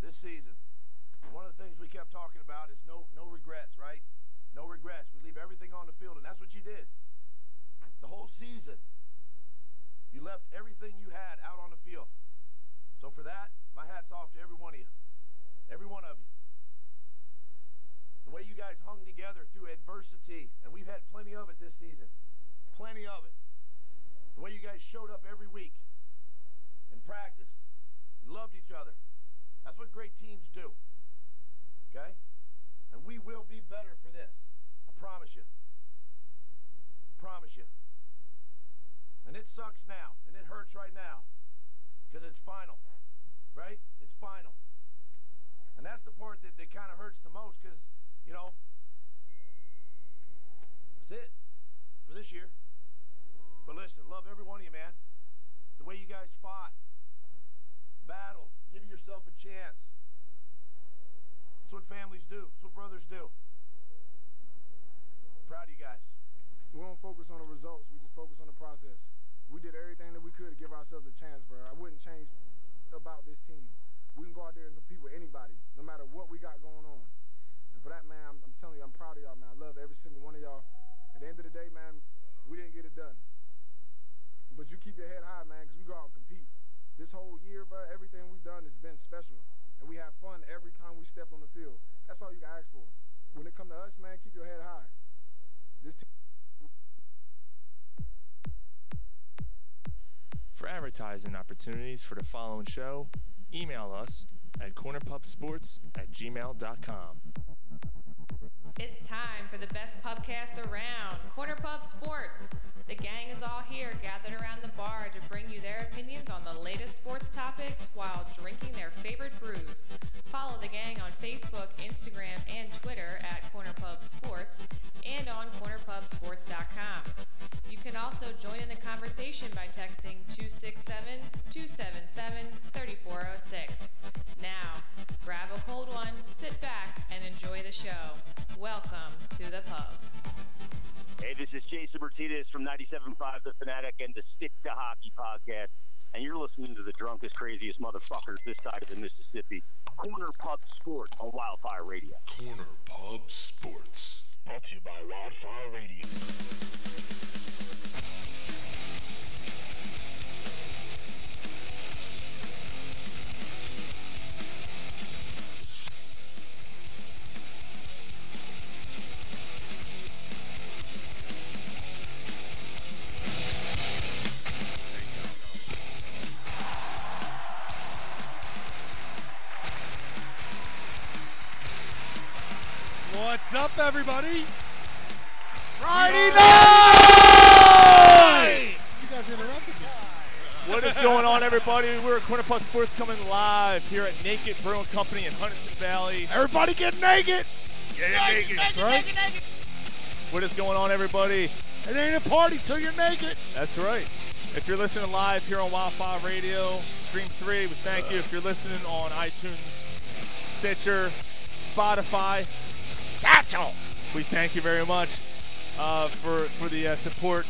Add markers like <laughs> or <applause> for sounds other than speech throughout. this season. One of the things we kept talking about is no no regrets, right? No regrets. We leave everything on the field, and that's what you did. The whole season, you left everything you had out on the field. So for that, my hat's off to every one of you, every one of you. The way you guys hung together through adversity, and we've had plenty of it this season, plenty of it. The way you guys showed up every week and practiced, you loved each other. That's what great teams do. Okay? And we will be better for this. I promise you. Promise you. And it sucks now, and it hurts right now because it's final, right? It's final. And that's the part that, that kind of hurts the most because, you know, that's it for this year. But listen, love every one of you, man. The way you guys fought, battled, give yourself a chance. That's what families do. That's what brothers do. Proud of you guys. We don't focus on the results. We just focus on the process. We did everything that we could to give ourselves a chance, bro. I wouldn't change about this team. We can go out there and compete with anybody, no matter what we got going on. And for that, man, I'm, I'm telling you, I'm proud of y'all, man. I love every single one of y'all. At the end of the day, man, we didn't get it done. But you keep your head high, man, because we go out and compete. This whole year, bro, everything we've done has been special. And we have fun every time we step on the field. That's all you can ask for. When it comes to us, man, keep your head high. This team. For advertising opportunities for the following show, email us at cornerpubsports at gmail.com. It's time for the best pubcast around, Corner Pub Sports. The gang is all here gathered around the bar to bring you their opinions on the latest sports topics while drinking their favorite brews. Follow the gang on Facebook, Instagram, and Twitter at Corner Pub Sports and on cornerpubsports.com. You can also join in the conversation by texting 267 277 3406. Now, grab a cold one, sit back, and enjoy the show. Welcome to the pub. Hey, this is Jason Martinez from 97.5 The Fanatic and the Stick to Hockey podcast. And you're listening to the drunkest, craziest motherfuckers this side of the Mississippi. Corner Pub Sport on Wildfire Radio. Corner Pub Sports. Brought to you by Wildfire Radio. What's up, everybody? Friday night! You guys interrupted me. What is going on, everybody? We're at Corner Puff Sports coming live here at Naked Brewing Company in Huntington Valley. Everybody get naked. Yeah, Right? What is going on, everybody? It ain't a party till you're naked. That's right. If you're listening live here on Wildfire Radio, Stream 3, we thank you. If you're listening on iTunes, Stitcher, Spotify, Satchel. we thank you very much uh, for, for the uh, support.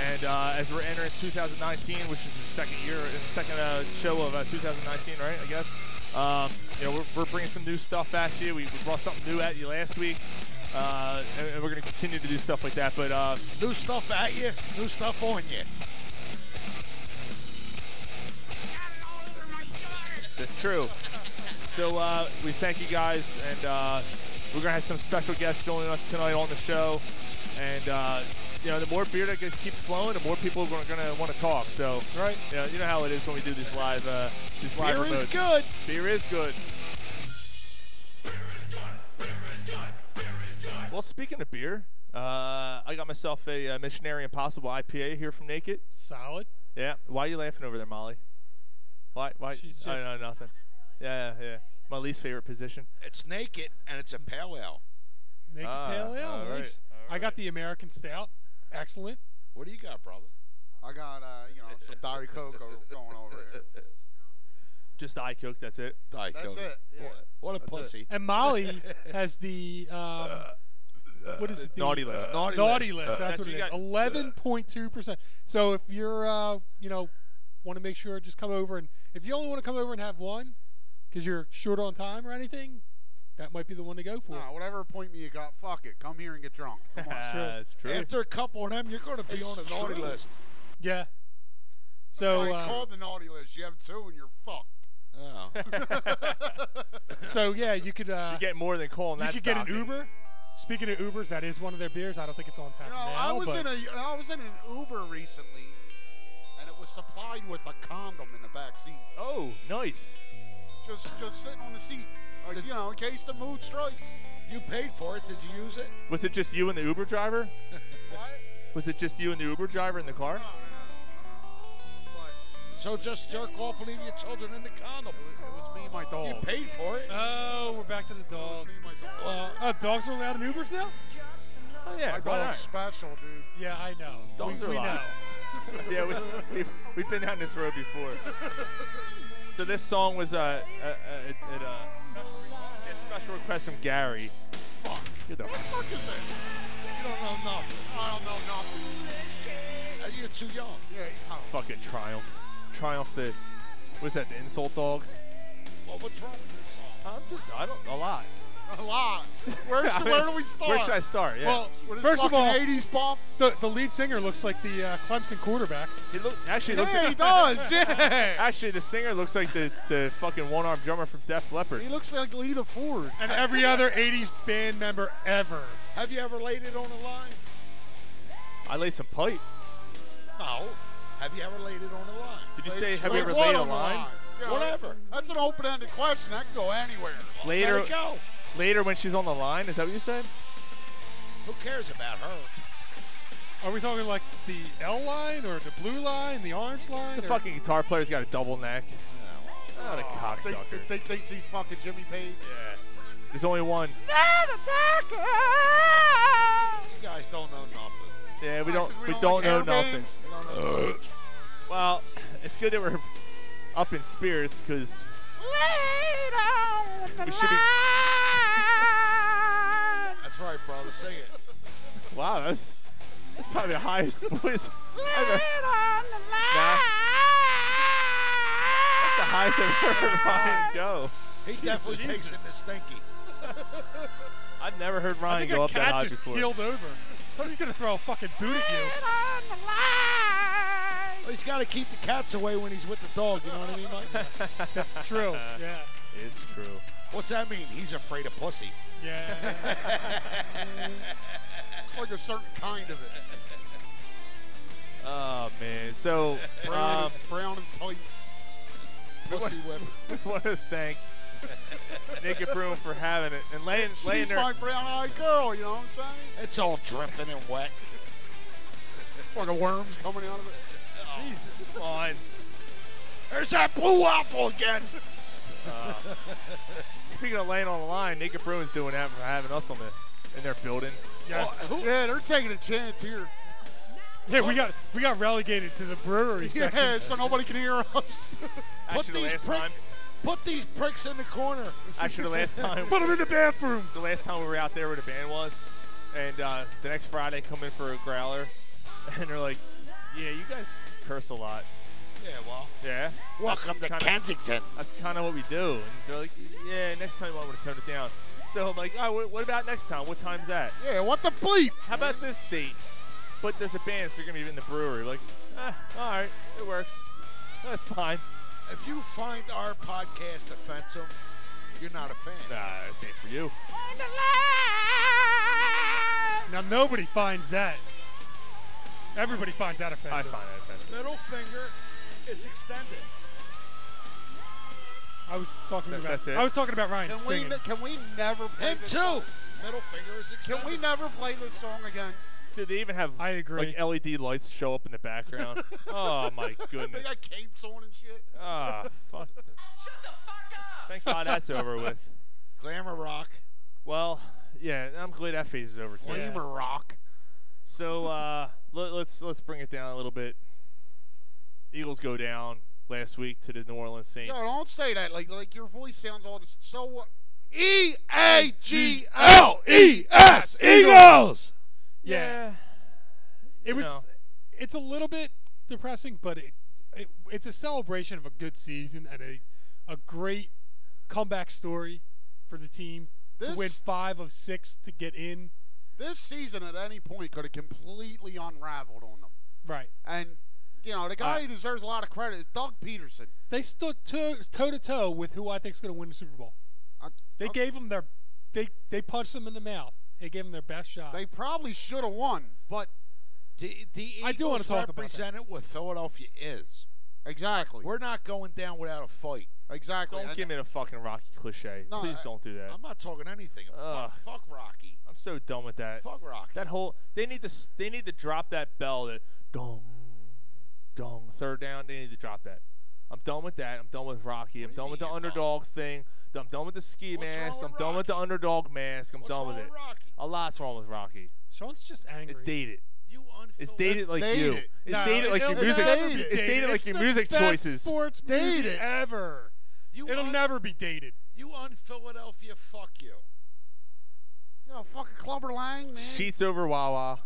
And uh, as we're entering 2019, which is the second year, the second uh, show of uh, 2019, right, I guess, um, you know, we're, we're bringing some new stuff at you. We, we brought something new at you last week. Uh, and, and we're going to continue to do stuff like that. But uh, New stuff at you. New stuff on you. That's true. So uh, we thank you guys, and uh, we're gonna have some special guests joining us tonight on the show. And uh, you know, the more beer that gets- keeps flowing, the more people are gonna want to talk. So Right. you know, you know how it is when we do these live, uh, these live Beer is remotes. good. Beer is good. Well, speaking of beer, uh, I got myself a uh, Missionary Impossible IPA here from Naked. Solid. Yeah. Why are you laughing over there, Molly? Why? Why? She's I just- know nothing. Yeah, yeah, yeah. My least favorite position. It's naked and it's a pale ale. Naked Ah, pale ale. all right, nice. all I right. got the American Stout. Excellent. What do you got, brother? I got uh, you know, some Diary Coke o- going over here. <laughs> Just I cook. That's it. Diet That's Coke. it, yeah. What, what a pussy. And <laughs> Molly has the um, what is it? The Uh, Uh, Naughty list. Uh, Naughty, Naughty list. list. That's, what That's what it you is. got. Eleven point two percent. So if you're, uh, you know, want to make sure, just come over and if you only want to come over and have one, because you're short on time or anything, that might be the one to go for. Nah, whatever point me you got, fuck it. Come here and get drunk. Come on. That's true. That's true. After a couple of them, you're going to be on a naughty list. Yeah. So Well, it's uh, called the naughty list. You have two and you're fucked. <laughs> <laughs> Oh. <coughs> so yeah, you could uh, You get more than coal and you that's could get an stopping. Uber. Speaking of Ubers, that is one of their beers. I don't think it's on tap You know, now. I was but in a I was in an Uber recently, and it was supplied with a condom in the back seat. Oh, nice. Just just sitting on the seat, like The- you know, in case the mood strikes. You paid for it. Did you use it? Was it just you and the Uber driver? <laughs> What? Was it just you and the Uber driver in the No, car? <laughs> no, no. But So just jerk off and leave your children in the condom. it was, it was me and my dog. You paid for it. Oh, we're back to the It was dog. me and my dog. Well, Uh, dogs are allowed in Ubers now? Oh yeah, my why dog's not? special, dude. Yeah, I know. Dogs we, are we allowed. <laughs> yeah, we, <laughs> we've we've been down this road before. So this song was uh, a a, a, a, uh, a special request from Gary. Fuck. Get the What the fuck is this? you don't know nothing. I don't know nothing. Uh, You're too young. Yeah. Oh. fucking triumph, triumph the what's that? The insult dog? Well, what's wrong with this song? I'm just I don't a lot. A lot. <laughs> Where's, I mean, where do we start? Where should I start? Yeah. Well, With this first of fucking all, 80s bump. the, the lead singer looks like the uh, Clemson quarterback. he look, actually looks Yeah, like <laughs> he does. Yeah. actually the singer looks like the the fucking one armed drummer from Def Leppard. He looks like Lita Ford. And every other 80s band member ever. Have you ever laid it on a line? I laid some pipe. No. Have you ever laid it on a line? Did you Laid- say have you laid ever what laid a on the line? Yeah, Whatever. That's an open-ended question. That can go anywhere. Later Let it go. later when she's on the line, is that what you said? Who cares about her? Are we talking like the L line or the blue line, the orange line? The or- fucking guitar player's got a double neck. Oh, What a Thinks, cocksucker. think, thinks he's fucking Jimmy Page. There's only one. Ah! You guys don't know nothing. Yeah, we don't Because we we don't don't know like nothing. airbags. You don't know nothing. Well, it's good that we're up in spirits because we should be. That's right, brother. Sing it. Wow, that's that's probably the highest voice I've ever. Nah. That's the highest I've ever heard Ryan go. He definitely takes it Jesus. to <laughs> stinky. I've never heard I Ryan think go a up that cat high just before. keeled over. Somebody's going to throw a fucking boot at you. Well, he's got to keep the cats away when he's with the dog. You know what I mean, Mike? <laughs> That's true. Yeah. It's true. What's that mean? He's afraid of pussy. <laughs> <laughs> Yeah. It's like a certain kind of it. <laughs> Oh man. So Brown, <laughs> um, and, brown and tight. Pussy whipped. we want to thank Naked Broom for having it and laying laying She's there. my brown-eyed girl. You know what I'm saying? It's all dripping and wet. Fucking worms coming out of it. Jesus. Oh, Come on. There's that blue waffle again. Speaking of laying on the line, Naked Bruin's doing that for having us on the in their building. Yes. Who- Yeah, they're taking a chance here. Yeah, we got we got relegated to the brewery section. <laughs> Yeah, so nobody can hear us. Put Actually, the these last prick- time, Put these pricks in the corner. actually <laughs> the last time, Put him in the bathroom. <laughs> the last time we were out there where the band was, and uh, the next Friday come in for a growler, <laughs> and they're like, "Yeah, you guys curse a lot." Yeah, well. Yeah, Welcome to kinda- Kensington. that's kind of what we do. And they're like, "Yeah, next time I want to tone it down." So I'm like, "Oh, wh- what about next time? What time's that? yeah, what the bleep? How about this date?" But there's a band, so you're gonna be in the brewery. Like, ah, all right, it works. That's fine. If you find our podcast offensive, you're not a fan. Nah, this ain't for you. Now nobody finds that. Everybody finds that offensive. I find that offensive. Middle finger is extended. I was talking That- about. that's it? I was talking about Ryan Can we singing. ne- can we never play Him this too. song? Middle finger is extended. Can we never play this song again? Did they even have I agree. like <laughs> LED lights show up in the background? oh my They goodness. got capes on and shit. <laughs> Ah, fuck. Shut the fuck up. Thank God that's over with. Glamour rock. Well, yeah, I'm glad that phase is over too. Yeah. Gamer rock. So uh, let, let's let's bring it down a little bit. Eagles go down last week to the New Orleans Saints. No, don't say that. Like like your voice sounds all just so what? E A G L E S Eagles. yeah. it was. know. It's a little bit depressing, but it, it it's a celebration of a good season and a a great comeback story for the team to win This- five of six to get in. This season at any point could have completely unraveled on them. Right. And, you know, the Uh, guy who deserves a lot of credit is Doug Peterson. They stood toe to toe with who I think is going to win the Super Bowl. I- They I- gave them their they they punched them in the mouth. They gave them their best shot. They probably should have won, but The, the Eagles I do wanna talk about that. represented what Philadelphia is. exactly. We're not going down without a fight. exactly. Don't And- give me the fucking Rocky cliche. No, Please I- don't do that. I'm I'm, not talking anything. Ugh. Fuck, fuck Rocky. so done with that. Fuck Rocky. That whole they need to s- they need to drop that bell that dong dong third down. They need to drop that. I'm done with that. I'm done with Rocky. I'm What do you done with the mean you're done? underdog thing. I'm done with the ski What's wrong mask. with I'm done with the underdog mask. I'm What's done wrong with with it. Rocky? A lot's wrong with Rocky. Sean's just angry. It's dated. You It's unfil- dated like date you. it. It's No, dated like it'll your music. never be It's It's dated dated. like It's your the music best choices. Sports movie Dated. ever. You It'll un- never be dated. You on Philadelphia? Fuck you. You know, fucking Clubber Lang, man. Sheets over <laughs> Wawa.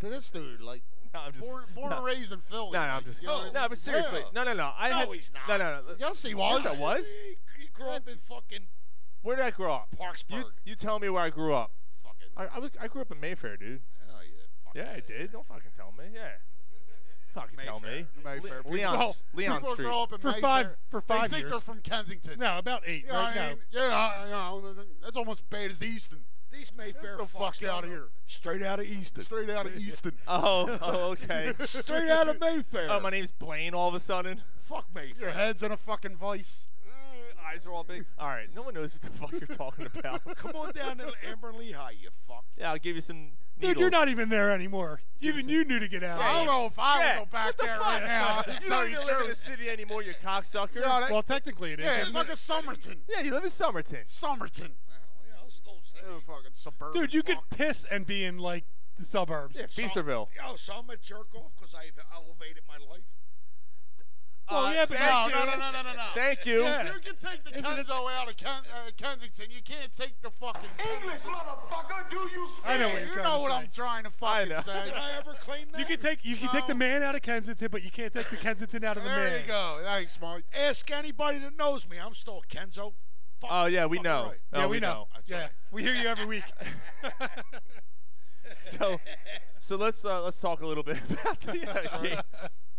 to this dude, like, <laughs> No, I'm just. born, born no. and raised in Philly. No, no, I'm like, just. you know what I no, mean? but seriously, Yeah. no, no, no. I No, had, he's not. No, no, no. Yes, he was. Yes, I was. You, you grew up in fucking Where did I grow up? You, Parksburg. you tell me where I grew up. fucking. I, I, was- I grew up in Mayfair, dude. Hell yeah. fuck Yeah, I outta here. did. Don't fucking tell me. Yeah. Fucking tell me. Mayfair. People- Leon, Well, Leon People Street. grow up in For Mayfair. five- for five They think they're years. from Kensington. No, about eight Yeah, right I now. mean, yeah, I- you know, that's almost as bad as Easton. These Mayfair Get the fuck fucks outta know. here. Straight out of Easton. Straight <laughs> out of Easton. <laughs> Oh, oh, okay. Straight out of Mayfair. oh, my name's Blaine. All of a sudden, fuck Mayfair. Your head's in a fucking vice. Mm, eyes are all big. All right, no one knows what the fuck you're talking about. <laughs> Come on down to Amber Lehigh, you fuck. Yeah, I'll give you some. Dude, needles. you're not even there anymore. Even you knew to get out. I don't know if I Yeah, would go back what the there fuck? right now. you Tell don't you even the live in the truth. city anymore, you cocksucker. Yeah, that- Well, technically it is. yeah, fucking Somerton. Yeah, you live in Somerton. Somerton. Well, yeah, I'll still say. Yeah, fucking suburban. Dude, you could fuck. piss and be in like the suburbs. Feasterville. Yo, so I'm a jerk off because I've elevated my life. Well, yeah, but No, thank no, you. no, no, no, no, no. Thank you. Uh, Yeah. You can take the Isn't it- Kenzo out of Ken, uh, Kensington. You can't take the fucking English motherfucker. Do you speak? I know what you're you trying know to what say. I'm trying to fucking know. say. Did I ever claim that? You can take you can take the No. man out of Kensington, but you can't take the Kensington out of the There man. you go. Thanks, Mike. Ask anybody that knows me. I'm still a Kenzo. Fuck, Oh yeah, we fucking know. right. Oh, yeah, we, know. know. Yeah, we hear you every week. <laughs> <laughs> So, so let's uh, let's talk a little bit <laughs> about the uh, game.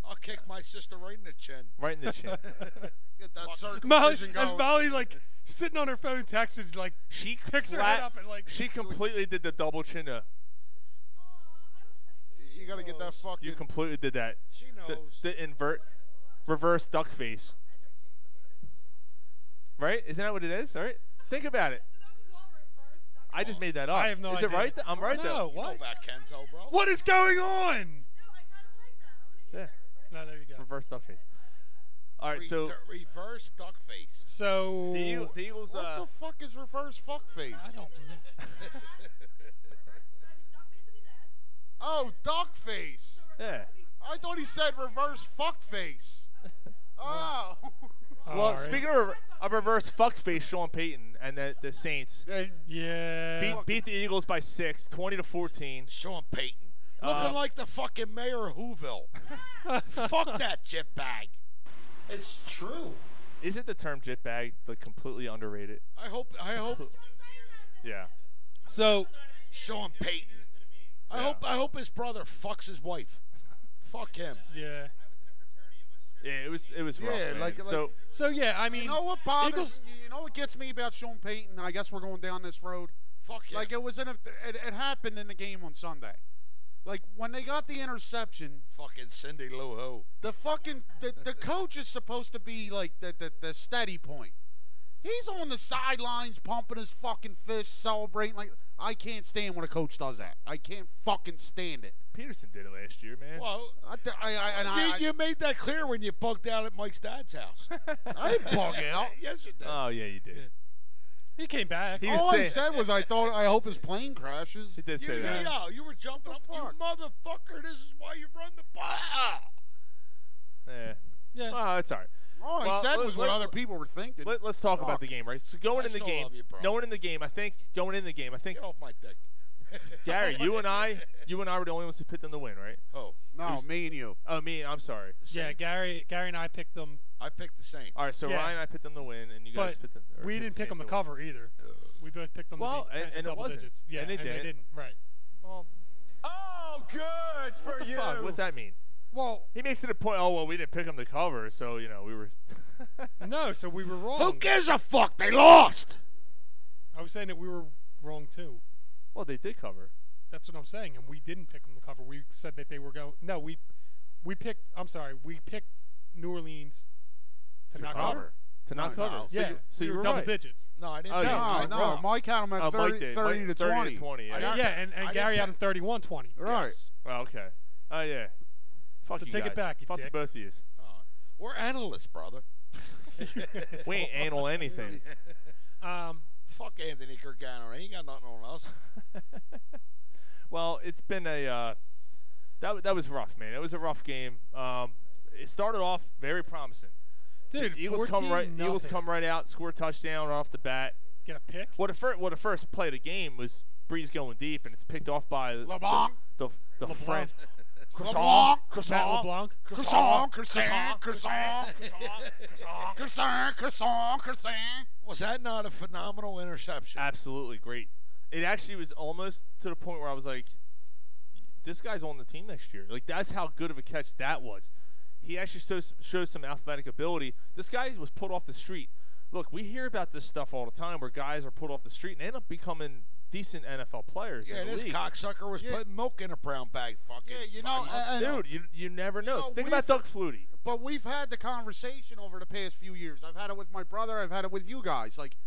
I'll kick my sister right in the chin. right in <laughs> the chin. Get that Molly, circumcision as going. Molly like sitting on her phone texting <laughs> like She picks her flat- head up and like She completely did the double chin up. you gotta get that fucking. You completely did that. She The, knows. the invert, reverse duck face. Right? Isn't that what it is? All right. Think about it. I just made that up. I have no is it idea. right? Th- I'm right no, though. you know what? about Kenzo, bro. What is going on? Yeah. No, there you go. Reverse duck face. All right. Re- So d- reverse duck face. So the, Eagle- the Eagles. what uh, the fuck is reverse fuck face? <laughs> Oh, duck face. yeah. I thought he said reverse fuck <laughs> face. Oh. <laughs> Well, All right. speaking of, re- of reverse fuckface, Sean Payton and the, the Saints yeah, beat, beat the Eagles by six, 20 to Uh, 14. Sean Payton. Looking like the fucking mayor of <laughs> Whoville. Fuck that bag. Isn't the term jitbag like completely underrated? I hope I hope Yeah. so Sean Payton. I hope I hope his brother fucks his wife. Fuck him. yeah, Yeah, it was it was rough. Yeah, man. like- like- so so yeah. I mean, You know what bothers? Eagles- You know what gets me about Sean Payton? I guess we're going down this road. Fuck him. Like it was in a, it, it happened in the game on Sunday. Like when they got the interception, fucking Cindy Lou Who. the fucking the, the coach is supposed to be like the, the the steady point. He's on the sidelines pumping his fucking fist, celebrating like I can't stand when a coach does that. I can't fucking stand it. Peterson did it last year, man. Well, I, I, I, and I, you, you made that clear when you bugged out at Mike's dad's <laughs> house. I didn't bug <laughs> out. yes, you did. oh yeah, you did. he came back. He was All I saying, said was I thought I hope his plane crashes. he did you, say you, that. yo, you were jumping up. What the You fuck? motherfucker, this is why you run the <laughs> ball. Yeah. Yeah. Well, it's all right. All I Well, said let- was what let- other people were thinking. Oh. Let, let's talk about the game, right? So going I in the still game, love you, bro. <laughs> going in the game, I think going in the game, I think Get off my dick. Gary, you and I, you and I were the only ones who picked them to win, right? Oh, No, Who's- me and you. Oh, me. I'm sorry. Yeah, Saints. Gary, Gary and I picked them, I picked the Saints. All right, so Yeah. Ryan and I picked them to win, and you guys but picked them. or we picked didn't the pick them to Saints win. cover either. We both picked them. Well, to be, and- and it double wasn't. digits. Yeah, And they didn't. Right. Well, Oh, good for what the you. fuck? What's that mean? Well, He makes it a point. Oh well, we didn't pick him to cover, so you know we were. no. So we were wrong. Who gives a fuck? They lost. I was saying that we were wrong too. well, they did cover. That's what I'm saying. And we didn't pick them to cover. We said that they were going. No, we we picked. I'm sorry. We picked New Orleans to, not cover. To not No, cover. no. So Yeah, you, so we you were were double right. digits. No, I didn't. Oh, pick yeah. them. No, I no, wrong. Mike had him at Oh, 30, Mike did. 30 Mike- to 20. 30 to 20. Yeah. I didn't Yeah, pick- and, I and didn't Gary pick- had him 31 20. Right. Oh, okay. Oh yeah. Fuck So you take it guys. back, you Fuck the dick. both of you. Oh, we're analysts, <laughs> brother. <laughs> We ain't anal anything. <laughs> Um, Fuck Anthony Kirkano. He ain't got nothing on us. Well, it's been a uh, that w- that was rough, man. It was a rough game. Um, it started off very promising. dude, The Eagles come right. 14 Eagles nothing. come right out, score a touchdown right off the bat. Get a pick. What the first what the first play of the game was Breeze going deep, and it's picked off by the LeBlanc. the, the, the French. Croissant, Matt croissant, LeBlanc. croissant, croissant, croissant, croissant, croissant, croissant. Was that not a phenomenal interception? Absolutely great. It actually was almost to the point where I was like, this guy's on the team next year. Like that's how good of a catch that was. He actually shows, shows some athletic ability. This guy was put off the street. Look, we hear about this stuff all the time where guys are put off the street and end up becoming decent NFL players. Yeah, in the this league. cocksucker was Yeah. putting milk in a brown bag. Fucking Yeah, you know, five months and- ago. Dude, you, you never know. know, Think we've- about Doug Flutie. But we've had the conversation over the past few years. I've had it with my brother. I've had it with you guys. Like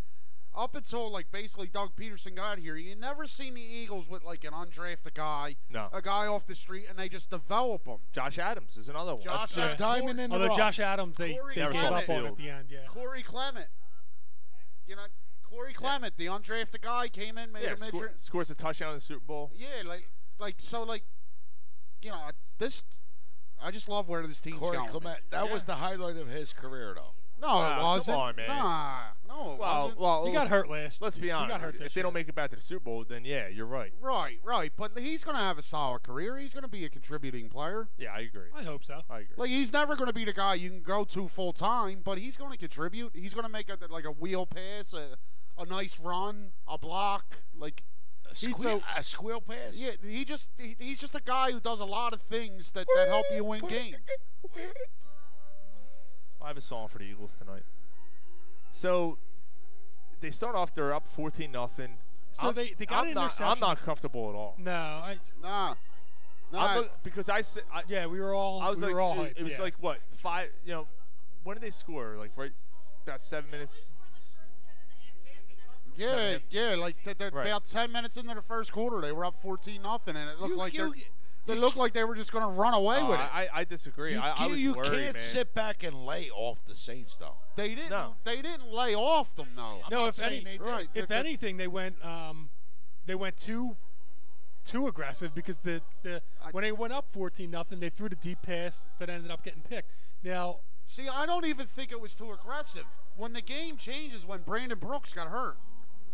up until like basically Doug Peterson got here, you never seen the Eagles with like an undrafted guy, No. a guy off the street, and they just develop him. Josh Adams is another one. Josh, a Ad- diamond in the Although rough. Josh Adams, they, Corey they gave Clement. up on at the end. Yeah. Corey Clement, you know, Corey Clement, the undrafted guy, came in, made yeah, a mid. score, scores a touchdown in the Super Bowl. Yeah, like, like so, like, you know, this. I just love where this team's Corey going. Clement. That was the highlight of his career, though. No, Wow, it come wasn't. on, man. Nah, Ah, no, it wasn't. well, He got hurt last. Let's he be got honest. hurt If- this If they year. don't make it back to the Super Bowl, then yeah, you're right. Right, right. But he's going to have a solid career. He's going to be a contributing player. Yeah, I agree. I hope so. I agree. Like he's never going to be the guy you can go to full time, but he's going to contribute. He's going to make a like a wheel pass, a, a nice run, a block. Like A He's squeal, so- a squeal pass. yeah, he just he, he's just a guy who does a lot of things that that help you win games. I have a song for the Eagles tonight. So they start off. They're up fourteen nothing. So they- they got I'm an not, I'm interception. not comfortable at all. No, I, Nah, I'm nah. look- because I, said- I yeah, we were all. I was we like were all it, hyped, it was yeah. like what five? You know, when did they score? Like right about seven minutes. yeah, yeah. Like th- th- Right. about ten minutes into the first quarter, they were up fourteen nothing, and it looked You- like you- they're- they you- looked like they were just going to run away Uh, with it. I, I disagree. You, I, I can't- was you worried, can't man. sit back and lay off the Saints, though. They didn't. No. They didn't lay off them though. I'm No, not if saying any- they did. Right. if that- that- anything, they went um, they went too too aggressive because the, the I- when they went up fourteen nothing, they threw the deep pass that ended up getting picked. Now, See, I don't even think it was too aggressive. When the game changes, when Brandon Brooks got hurt,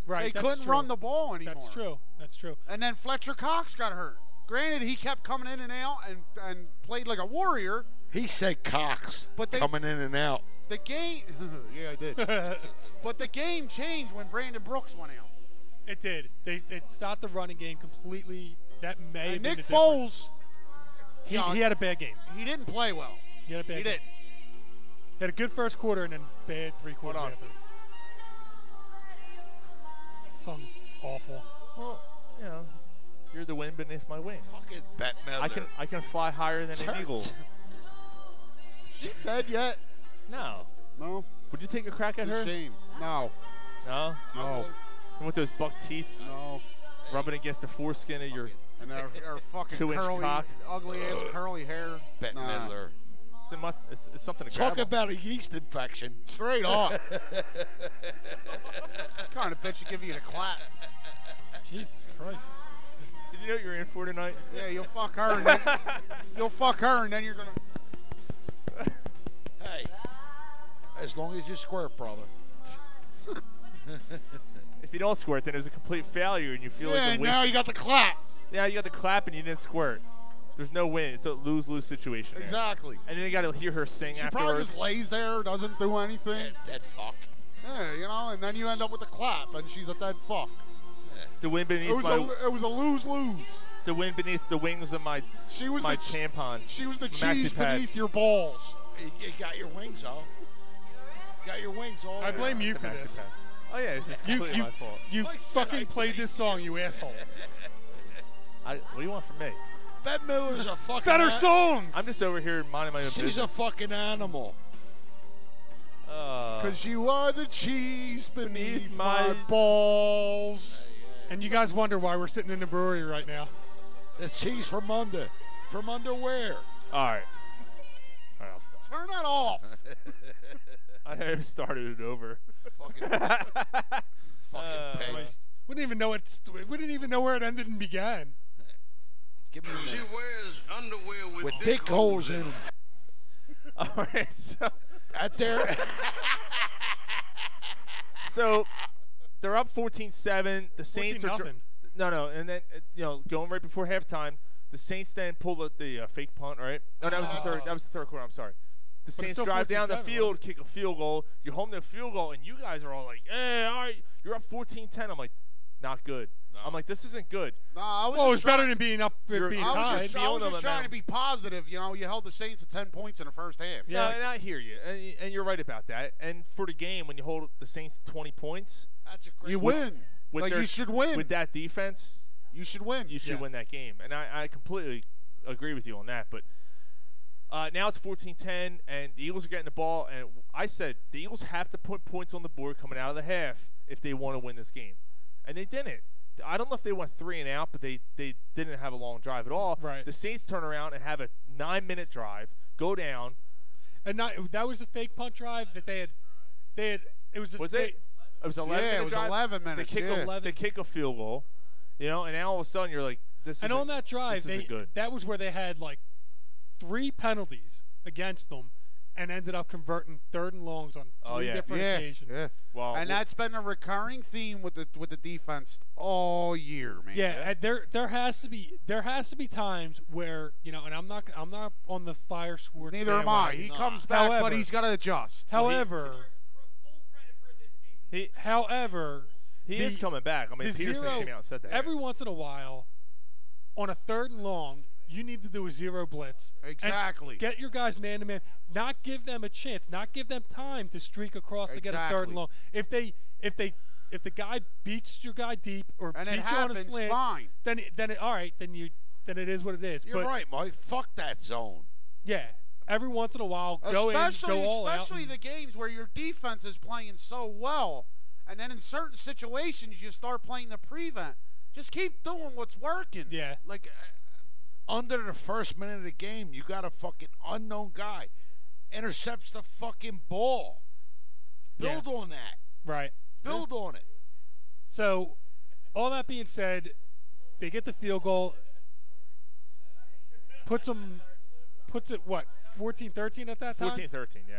right? they that's couldn't true. run the ball anymore. That's true. That's true. And then Fletcher Cox got hurt. Granted, he kept coming in and out and, and played like a warrior. He said Cox But they- coming in and out. The game, <laughs> yeah, <laughs> I did. but the game changed when Brandon Brooks went out. It did. They they stopped the running game completely. That may have And been Nick the difference. Foles, He, Yeah. he had a bad game. he didn't play well. He had a bad. He game. did. He had a good first quarter and then bad three quarters on. after. Something's awful. Well, you know, you're the wind beneath my wings. Fucking Bat Miller. I can I can fly higher than an eagle. <laughs> She dead yet? No. No. Would you take a crack at It's a her? shame. No. No. No. And with those buck teeth No. rubbing against the foreskin of your. And her, <laughs> her fucking Two-inch curly, cock. ugly ass curly hair. Bette Nah. Midler. It's, in my, it's, it's something to Talk grab on. <laughs> about a yeast infection. Straight off. kind of bitch you give you the clap. Jesus Christ. Did you know what you're in for tonight? Yeah, you'll <laughs> fuck her. And then, you'll fuck her, and then you're gonna. Hey, as long as you squirt, brother. If you don't squirt, then it's a complete failure, and you feel Yeah, like. a waste- now you got the clap. Yeah, you got the clap, and you didn't squirt. There's no win. It's a lose lose situation. there. Exactly. And then you got to hear her sing She afterwards. probably just lays there, doesn't do anything. dead fuck. Yeah, you know, and then you end up with the clap, and she's a dead fuck. the wind beneath It was my. a it was a lose lose. the wind beneath the wings of my. She was my the ch- tampon. She was the Maxi cheese pad. beneath your balls. You, you got your wings all. You got your wings all. I blame you for this. Oh yeah, it's just You <laughs> completely you my fault. you fucking played this song, you asshole. I, what do you want from me? Bette Miller's <laughs> a fucking. Better a- songs. I'm just over here minding my own She's business. a fucking animal. Uh, <laughs> Cause you are the cheese beneath, Beneath my, my- balls. And you guys wonder why we're sitting in the brewery right now. The cheese from under, from underwear. all right. All right, I'll stop. Turn that off. <laughs> I have started it <laughs> over. Fucking, Uh, <laughs> fucking pig. Christ. <laughs> We didn't even know it. St- we didn't even know where it ended and began. Give me a She minute. wears underwear with, With dick holes in 'em. <laughs> all right, so At their <laughs> so they're up 14-7. The Saints are dr- 14-0. no, no, and then uh, you know going right before halftime, the Saints then pull the, the uh, fake punt. Right? No, that was the third. That was the third quarter. I'm sorry. The it's Saints still drive down the 14-7, field, kick a field goal. You're home to a field goal, and you guys are all like, "Hey, all right, you're up 14-10." I'm like, "Not good." I'm like, "This isn't good." Nah, I was. Oh, just it's trying- better than being up, You're- being I I was tied. just, I Feeling was them, just trying man. to be positive. You know, you held the Saints to ten points in the first half. Yeah, and I hear you, and, and you're right about that. And for the game, when you hold the Saints to 20 points, That's a great. you win. with like their- you should win. with that defense, you should win. you should Yeah. win that game. And I, I completely agree with you on that. But uh, now it's 14-10, and the Eagles are getting the ball. And I said the Eagles have to put points on the board coming out of the half if they want to win this game, and they didn't. I don't know if they went three and out, but they, they didn't have a long drive at all. Right. The Saints turn around and have a nine minute drive, go down. and not, that was the fake punt drive that they had. They had. It was. a- Was they, it? It was 11 Yeah, it minute was drive. 11 They minutes, kick yeah. a, They 11. kick a field goal, you know, and now all of a sudden you're like, this is And on that drive, this they, isn't good. that was where they had like three penalties against them, and ended up converting third and longs on three Oh, yeah. different Yeah, occasions. yeah. Well, and we- that's been a recurring theme with the with the defense all year, man. Yeah, and there there has to be there has to be times where you know, and I'm not I'm not on the fire Schwartz. Neither am I. He bandwagon. comes back, but However- he's got to adjust. However, he however, he the- is coming back. I mean, the Peterson zero- came out and said that. Every once in a while, on a third and long, you need to do a zero blitz. and Exactly. get your guys man to man. Not give them a chance. Not give them time to streak across to get a third Exactly. and long. If they if they if the guy beats your guy deep or And it beats you on a happens, slant, fine. then it, then it, all right, then you then it is what it is. You're but right, Mike. Fuck that zone. yeah, every once in a while, go especially in, go all out. especially and- the games where your defense is playing so well, and then in certain situations you start playing the prevent. Just keep doing what's working. Yeah. Like uh, Under the first minute of the game, you got a fucking unknown guy intercepts the fucking ball. Build on that. right. Build on it. So, all that being said, they get the field goal. Puts them, puts it what 14-13 at that time. 14 13, yeah.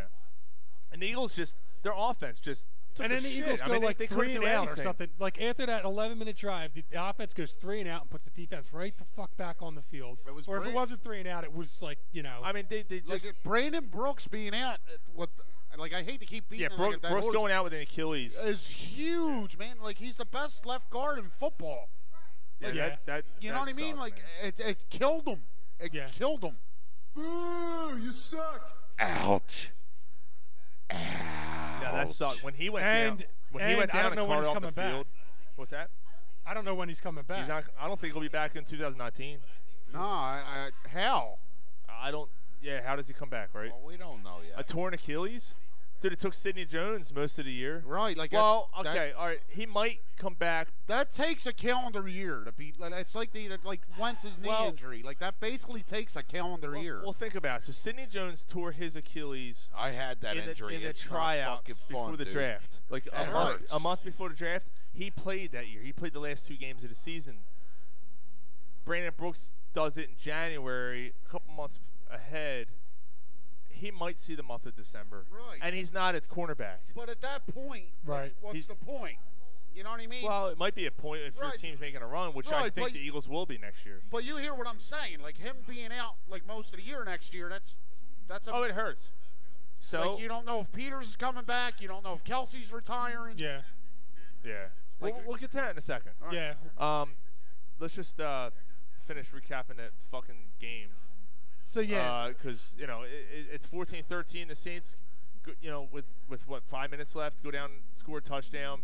And the Eagles just, their offense just took And a then the shit. Eagles I go mean, they- like they, couldn't three and do out or anything. something. Like after that 11-minute drive, the, the offense goes three and out and puts the defense right the fuck back on the field. It was or if great. it wasn't three and out, it was like you know. I mean, they, they like just. Brandon Brooks being out. uh, What? the- Like I hate to keep beating. yeah, him Brooks, like that Brooks horse going out with an Achilles. is huge, man. Like he's the best left guard in football. yeah, yeah. That, that, You know that what I mean? sucked, Like man. it, it killed him. It Yeah. killed him. Boo! You suck. Ouch. yeah, that sucked. When he went down, And- when he and went I down don't and know when carted he's off the coming back. field. What's that? I don't know when he's coming back. He's not. I don't think he'll be back in 2019. No, I, I hell. I don't. Yeah, how does he come back? Right? Well, we don't know A yet. torn Achilles? Dude, it took Sidney Jones most of the year. Right, like that- Well, that- okay, all right. He might come back. That takes a calendar year to be. Like, it's like the like Wentz's knee Well- injury. Like that basically takes a calendar year. Well, think about it. So Sidney Jones tore his Achilles I had that in the, injury. uh, in the it's not tryouts fucking fun, before the dude. draft, like a That month, hurts. a month before the draft. He played that year. He played the last two games of the season. Brandon Brooks does it in January, a couple months ahead. He might see the month of December, Right. and he's not at cornerback. But at that point, like, Right. what's He's- the point? You know what I mean? Well, it might be a point if your Right. team's making a run, which I Right, think but- the Eagles will be next year. But you hear what I'm saying? Like him being out like most of the year next year. That's that's a, oh, it hurts. So like you don't know if Peters is coming back. You don't know if Kelsey's retiring. Yeah. Yeah. Like- we'll, we'll get to that in a second. All right. Um, let's just uh, finish recapping that fucking game. So, yeah. because you know i i it's 14-13. The Saints, go, you know, with with what five minutes left, go down, score a touchdown,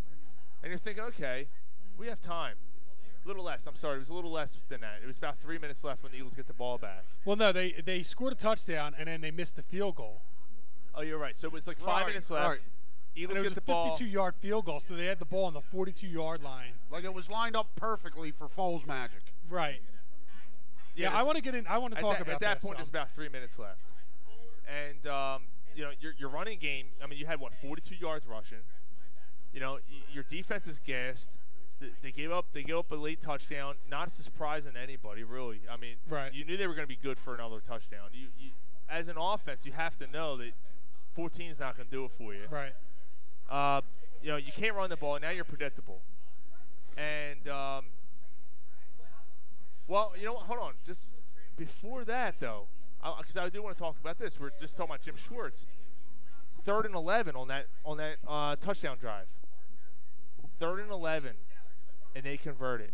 and you're thinking, okay, we have time. A little less. I'm sorry, it was a little less than that. It was about three minutes left when the Eagles get the ball back. Well, no, they they scored a touchdown and then they missed a field goal. Oh, you're right. So it was like five Right, minutes left. right. Eagles and it get was the a ball. 52-yard field goal, so they had the ball on the 42-yard line. Like it was lined up perfectly for Foles magic. Right. Yeah, I it's- want to get in. I want to at talk that, about At that this, point, um, there's about three minutes left, and um, you know your your running game. I mean, you had what 42 yards rushing. You know y- your defense is gassed. Th- They gave up. They gave up a late touchdown. Not surprising to anybody, really. I mean, Right. You knew they were going to be good for another touchdown. You, you, as an offense, you have to know that 14 is not going to do it for you. Right. Uh, you know, you can't run the ball. Now you're predictable. And, um, well, you know what? Hold on. Just before that, though, because I, do want to talk about this. We're just talking about Jim Schwartz. Third and 11 on that, on that uh, touchdown drive. Third and 11, and they convert it.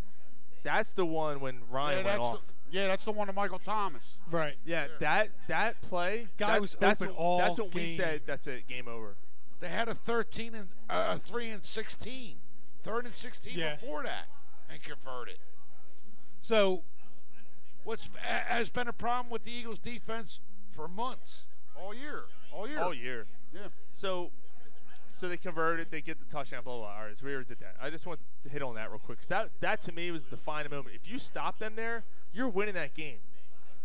That's the one when Ryan yeah, went that's off. The, yeah, that's the one to Michael Thomas. Right. yeah, that that play Guy that- was that's open what, all That's what we game. said. That's it. Game over. They had a 13 and uh, a 3 and 16. Third and 16 Yeah. before that and converted. So What's a- has been a problem with the Eagles defense for months. All year. All year. All year. Yeah. So, so they converted. They get the touchdown. Blah blah. blah. All right, so we already did that. I just want to hit on that real quick because that that to me was the defining moment. If you stop them there, you're winning that game.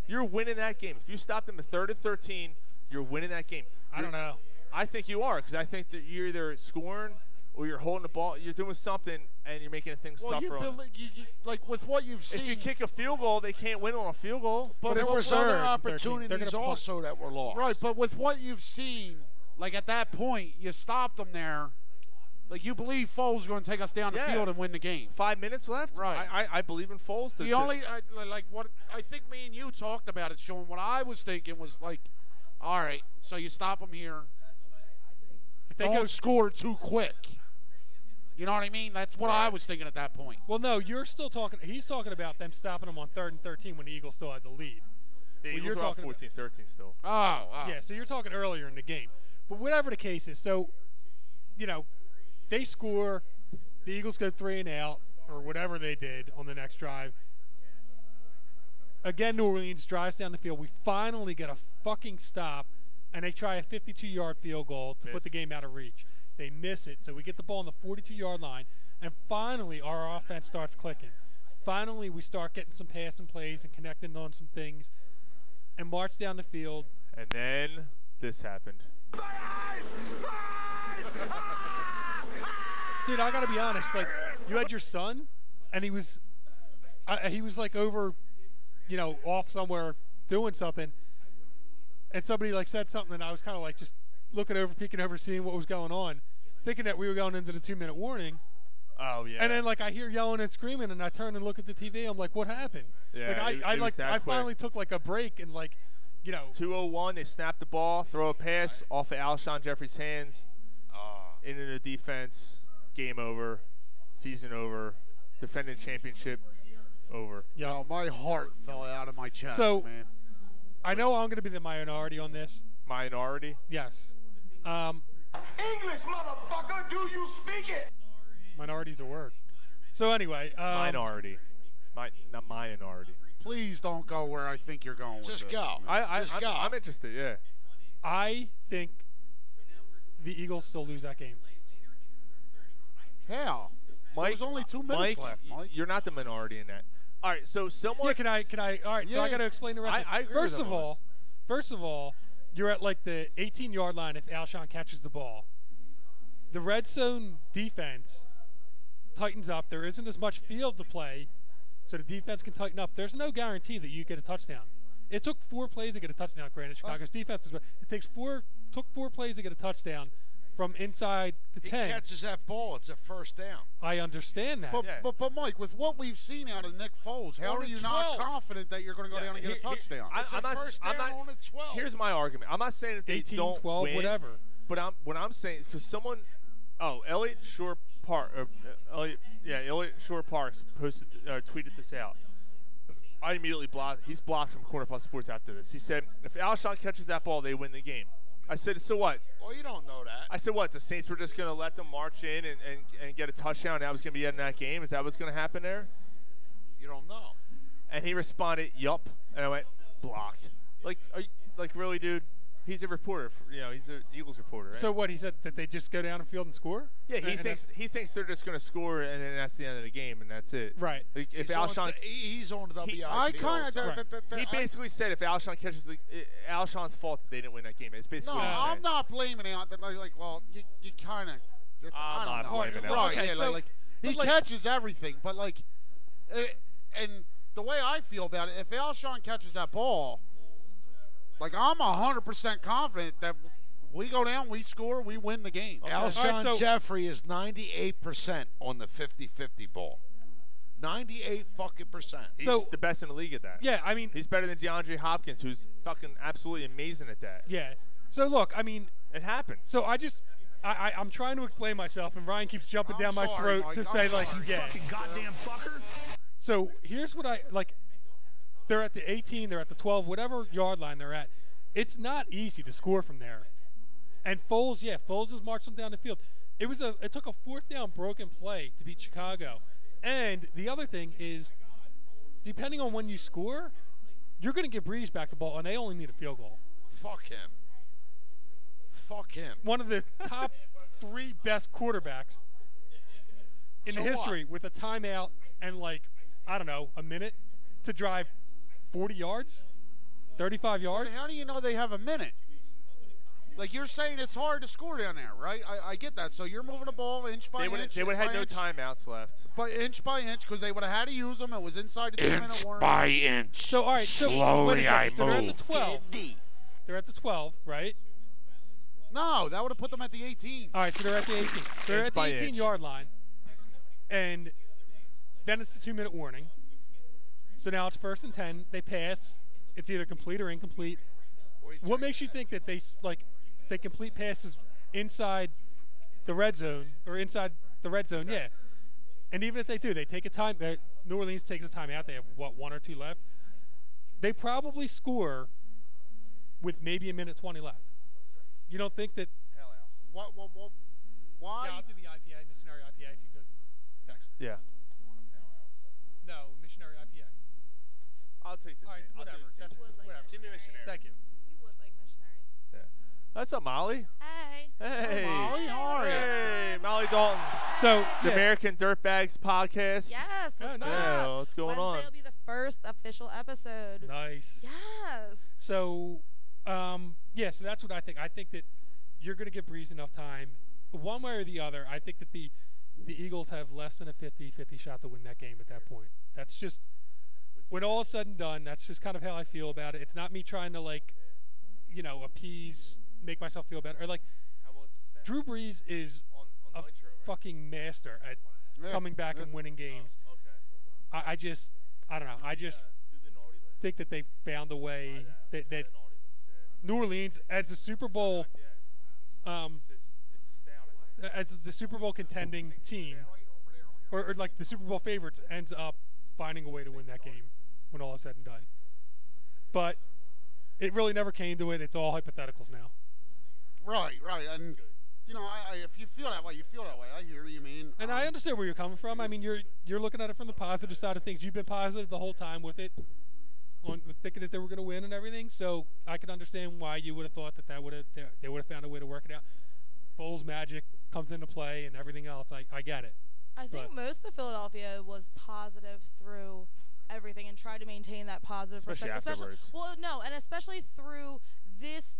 You're winning that game. If you stop them at third and thirteen, you're winning that game. I don't You're- know. I think you are because I think that you're either scoring or you're holding the ball. You're doing something and you're making things Well, tough you, for 'em. build, you, you like with what you've If seen. you kick a field goal, they can't win on a field goal. But, there with was what- other third and 13. They're gonna opportunities punt. also that were lost. Right, but with what you've seen, like at that point, you stopped them there. Like you believe Foles going to take us down the Yeah. field and win the game. Five minutes left. Right. I, I, I believe in Foles. to- The to- only I, li- like what I think me and you talked about it, Sean. What I was thinking was like, all right, so you stop them here. if they Don't go, score too quick. You know what I mean? That's what I Right. was thinking at that point. well, no, you're still talking. He's talking about them stopping them on third and 13 when the Eagles still had the lead. the Well, Eagles you're are up talking about- 14-13 still. Oh, wow. Yeah, so you're talking earlier in the game. But whatever the case is, so, you know, they score, the Eagles go three and out, or whatever they did on the next drive. Again, New Orleans drives down the field. We finally get a fucking stop, and they try a 52 yard field goal to Miss. put the game out of reach. They miss it, so we get the ball on the 42 yard line, and finally our offense starts clicking. Finally, we start getting some passing plays and connecting on some things and march down the field. And then this happened. Dude, I gotta be honest. Like, you had your son, and he was, I he was like over, you know, off somewhere doing something, and somebody like said something, and I was kind of like just looking over, peeking over, seeing what was going on, thinking that we were going into the two-minute warning, Oh yeah. and then like I hear yelling and screaming, and I turn and look at the TV. I'm like, what happened? Yeah, Like I, it- I it was like that I quick. finally took like a break and like, you know, 201, they snap the ball, throw a pass off of Alshon Jeffrey's hands, Ah. into the defense. Game over. Season over. Defending championship over. yeah. Oh, my heart fell <laughs> out of my chest, So- man. I know I'm gonna be the minority on this. Minority. Yes. Um, <laughs> English, motherfucker, do you speak it? minority's a word. So anyway, um, minority. My, not minority. Please don't go where I think you're going. with Just this, go. man. I, I, Just I'm, go. I'm interested. Yeah. I think the Eagles still lose that game. Hell, Mike, there was only two minutes Mike, left, y- Mike. You're not the minority in that. All right. So someone. Yeah, can I? Can I? All right. so Yeah, I yeah. got to explain the rest. I- of- I agree first with of him on all, this. first of all, you're at like the 18 yard line if Alshon catches the ball. The red zone defense tightens up. There isn't as much field to play, so the defense can tighten up. There's no guarantee that you get a touchdown. It took four plays to get a touchdown. Granted, Chicago's defense was. It takes four. Took four plays to get a touchdown. from inside the He 10. catches that ball. It's a first down. I understand that. But, but, but Mike, with what we've seen out of Nick Foles, how On are the you not 12. confident that you're going to go down and get a touchdown? I, am not, I'm not, Here's my argument. I'm not saying that they 18, don't 12, win, whatever. But I'm what I'm saying because someone, oh Elliot Shore Park, or, uh, Elliot, yeah Elliot Shore Parks posted uh, tweeted this out. I immediately blocked. He's blocked from Corner Plus Sports after this. He said if Alshon catches that ball, they win the game. I said so what? Oh, Well, you don't know that. I said, what? The Saints were just going to let them march in and, and, and get a touchdown. and That was going to be in that game. Is that what's going to happen there? You don't know. And he responded, "Yup." And I went, "Blocked." Like, are you, like really, dude? He's a reporter. For, you know, he's an Eagles reporter. Right? So what? He said that they just go down and field and score? yeah, And- he and thinks that's- he thinks they're just going to score, and then that's the end of the game, and that's it. Right. Like, if He's on Alshon, the- he- he's on the WIP I kind all of. the time. he basically said, if Alshon catches the, it, Alshon's fault that they didn't win that game. It's No, basically. what I'm I'm saying. not blaming out that like, like well, you, you kind of. I'm I not don't know. blaming Allen. Right, Okay, yeah, so- like, like, but, he like- catches everything, but like, it, and the way I feel about it, if Alshon catches that ball, like I'm hundred percent confident that we go down, we score, we win the game. Alshon Jeffrey is 98% on the 50-50 ball. 98 fucking percent. He's the best in the league at that. Yeah, I mean, he's better than DeAndre Hopkins, who's fucking absolutely amazing at that. Yeah. So look, I mean, it happens. So I just, I, I I'm trying to explain myself, and Ryan keeps jumping down my throat to say like, yeah. Fucking goddamn fucker. So here's what I like. They're at the 18, they're at the 12, whatever yard line they're at. It's not easy to score from there. And Foles, yeah, Foles has marched them down the field. It was a it took a fourth down broken play to beat Chicago. And the other thing is, depending on when you score, you're going to get Breeze back the ball, and they only need a field goal. Fuck him. Fuck him. One of the top three best quarterbacks in So the what? history with a timeout and like I don't know a minute to drive 40 yards, 35 yards. How do you know they have a minute? Like you're saying, it's hard to score down there, right? I, I get that. So you're moving the ball inch by They would inch. they would inch have had by no inch, timeouts left. by inch by inch because they would have had to use them. It was inside the two minute Inch warning. by inch. So all right, so wait slowly a I second, so they're at move. the 12. They're at the 12, right? No, that would have put them at the 18. All right, so they're at the 18. They're Inch at the by 18 inch. yard line, and then it's the two minute warning. So now it's first and 10. They pass. It's either complete or incomplete. What makes you think that they s- like they complete passes inside the red zone or inside the red zone? Yeah. And even if they do, they take a time. Uh, New Orleans takes a timeout. They have what one or two left. They probably score with maybe a minute 20 left. You don't think that What, what, what, why? Yeah, I'll do the IPA, missionary IPA, if you could. Thanks. Yeah. No, missionary IPA. I'll take this. All right, whatever. That's whatever. Give me missionary. Thank you. That's up, Molly. Hey. Hey. Molly, how are ya? Hey, Molly Dalton. So the yeah. American Dirtbags podcast. Yes. What's up? Yeah, what's going Wednesday on? will be the first official episode. Nice. Yes. So, um, yeah, so that's what I think. I think that you're going to give Breeze enough time, one way or the other. I think that the the Eagles have less than a 50-50 shot to win that game at that point. That's just when all is said and done. That's just kind of how I feel about it. It's not me trying to like, you know, appease, make myself feel better, or like. Drew Brees is a fucking master at Yeah, coming back and winning games. I, I just, I don't know. I just think that they found a way that, that New Orleans as the Super Bowl, um, as the Super Bowl contending team, or, or like the Super Bowl favorites, ends up finding a way to win that game when all is said and done. But it really never came to it. It's all hypotheticals now. Right, right. And, you know, I, I, if you feel that way, you feel that way. I hear you, man. And I understand where you're coming from. I mean, you're you're looking at it from the positive side of things. You've been positive the whole time with it, on with thinking that they were going to win and everything. So I can understand why you would have thought that that would have they, they would have found a way to work it out. Foles magic comes into play and everything else. I I get it. I But- think most of Philadelphia was positive through everything and tried to maintain that positive Especially perspective. afterwards. well, no, and especially through this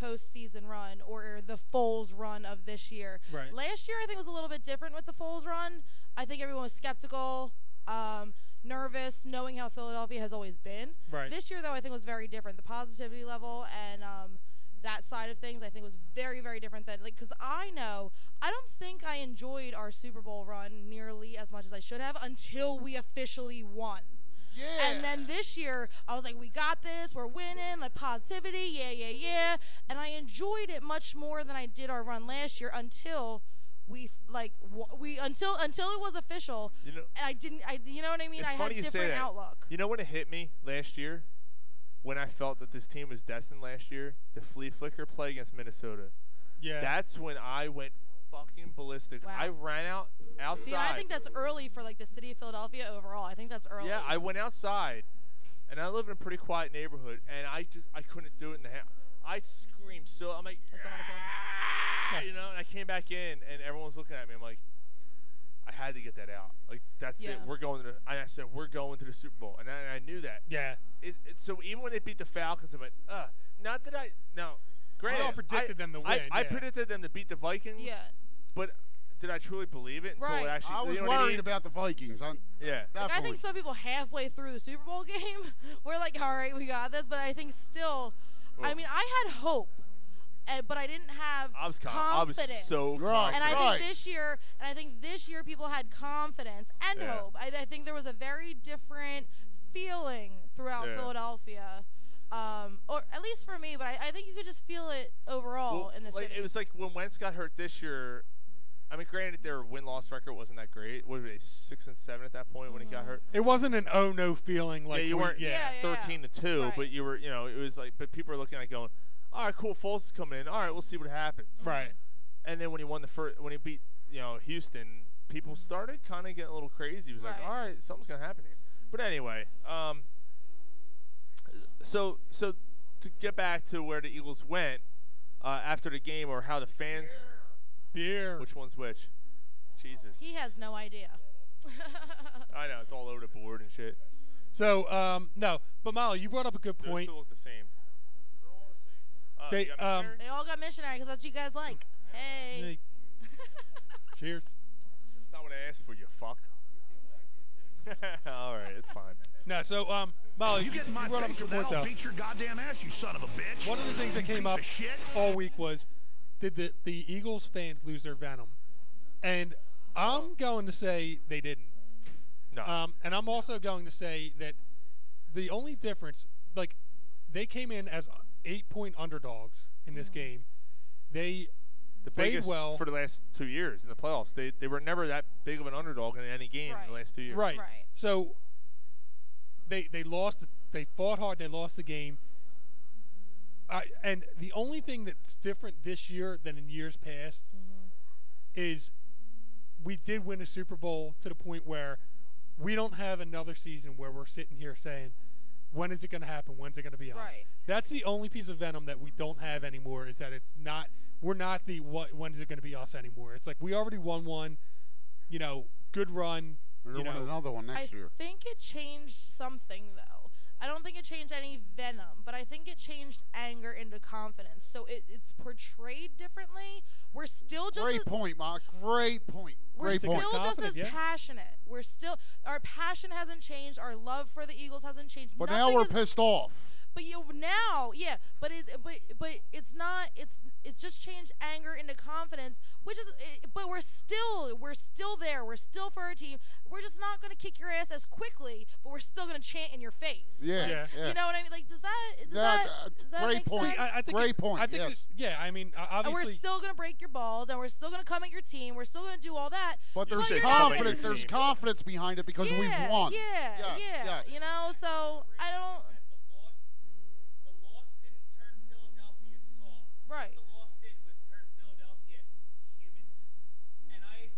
postseason run or the Foles run of this year. Right. Last year, I think was a little bit different with the Foles run. I think everyone was skeptical, um, nervous, knowing how Philadelphia has always been. Right. This year, though, I think was very different. The positivity level and um, that side of things, I think was very, very different than like because I know I don't think I enjoyed our Super Bowl run nearly as much as I should have until we officially won. Yeah. And then this year, I was like, we got this. We're winning. Like positivity. Yeah, yeah, yeah. And I enjoyed it much more than I did our run last year until we like w- we until until it was official. You know- I didn't. I you know what I mean? It's I had funny a you say different that. outlook. You know when it hit me last year, when I felt that this team was destined last year, the flea flicker play against Minnesota. Yeah. That's when I went fucking ballistic. I ran out outside. See, and I think that's early for like the city of Philadelphia overall. I think that's early. Yeah, I went outside, and I live in a pretty quiet neighborhood, and I just I couldn't do it in the house. I screamed so I'm like, "Ah," you know, and I came back in, and everyone's looking at me. I'm like, I had to get that out. Like that's it. Yeah. We're going to. The, and I said we're going to the Super Bowl, and I, and I knew that. Yeah. It, it- so even when they beat the Falcons, I went, uh, not that I now. Granted, all predicted I- them to I, win, I yeah. predicted them to beat the Vikings. Yeah. But did I truly believe it? Until Right. it actually, I you was know what worried mean? about the Vikings. I, Yeah. that Like, I think point. some people halfway through the Super Bowl <laughs> game were like, "All right, we got this," but I think still, I Well- mean, I had hope, eh, but I didn't have I was con- I was confidence. so Right, and I right. think this year, and I think this year, people had confidence and Yeah. hope. I, I think there was a very different feeling throughout Yeah. Philadelphia, um, or at least for me. But I, I think you could just feel it overall Well, in the like, city. It was like when Wentz got hurt this year. I mean, granted, their win loss record wasn't that great. What were they, six and seven at that point when he got hurt? It wasn't an oh no feeling like yeah, you we- weren't yeah. thirteen to two, but you were, you know, it was like, but people were looking at it going, all right, cool, Foles is coming in. All right, we'll see what happens. Right. And then when he won the first, when he beat, you know, Houston, people started kind of getting a little crazy. It was like, all right, something's gonna happen here. But anyway, um, so so to get back to where the Eagles went uh, after the game, or how the fans, beer, which one's which? Jesus, he has no idea. <laughs> I know it's all over the board and shit. So um, no, but Molly, you brought up a good They point. still look the same. Uh, They, you got um, they all got missionary because that's what you guys like. Hey. Cheers. That's not what I asked for, you fuck. <laughs> All right, it's fine. No, so um, Molly, you get in my brought up a face good with point that, though. I'll beat your goddamn ass, you son of a bitch. One of the things that You came piece up of shit. all week was did the, the Eagles fans lose their venom? And I'm going to say they didn't. No. Um, and I'm also going to say that the only difference, like, they came in as eight point underdogs in this game. They The played biggest well. for the last two years in the playoffs. They they were never that big of an underdog in any game in the last two years. Right. So they they lost. They fought hard. They lost the game. I, and the only thing that's different this year than in years past is we did win a Super Bowl to the point where we don't have another season where we're sitting here saying, when is it going to happen? When's it going to be us? Right. That's the only piece of venom that we don't have anymore is that it's not we're not the what when is it going to be us anymore. It's like we already won one, you know, good run. We're you gonna know, win another one next I year. think it changed something though. I don't think it changed any venom, but I think it changed anger into confidence. So it, it's portrayed differently. We're still just Great as- point, Ma. Great point. We're Great still point. just as passionate. We're still our passion hasn't changed. Our love for the Eagles hasn't changed. But now Nothing we're is- pissed off. But you now, yeah. But it, but but it's not. It's it's just changed anger into confidence, which is. It, but we're still we're still there. We're still for our team. We're just not gonna kick your ass as quickly, but we're still gonna chant in your face. Yeah, Like, Yeah. yeah. You know what I mean? Like, does that does that, That- uh, does that great make point. sense? See, I- I think Great it- point, I think yes. it- yeah, I mean, And we're obviously- still gonna break your balls, and we're still gonna come at your team. We're still gonna do all that. But there's you're not gonna confidence. There's confidence behind it because yeah, we've won. Yeah, Yes, yeah. yes. You know, so I don't. Right.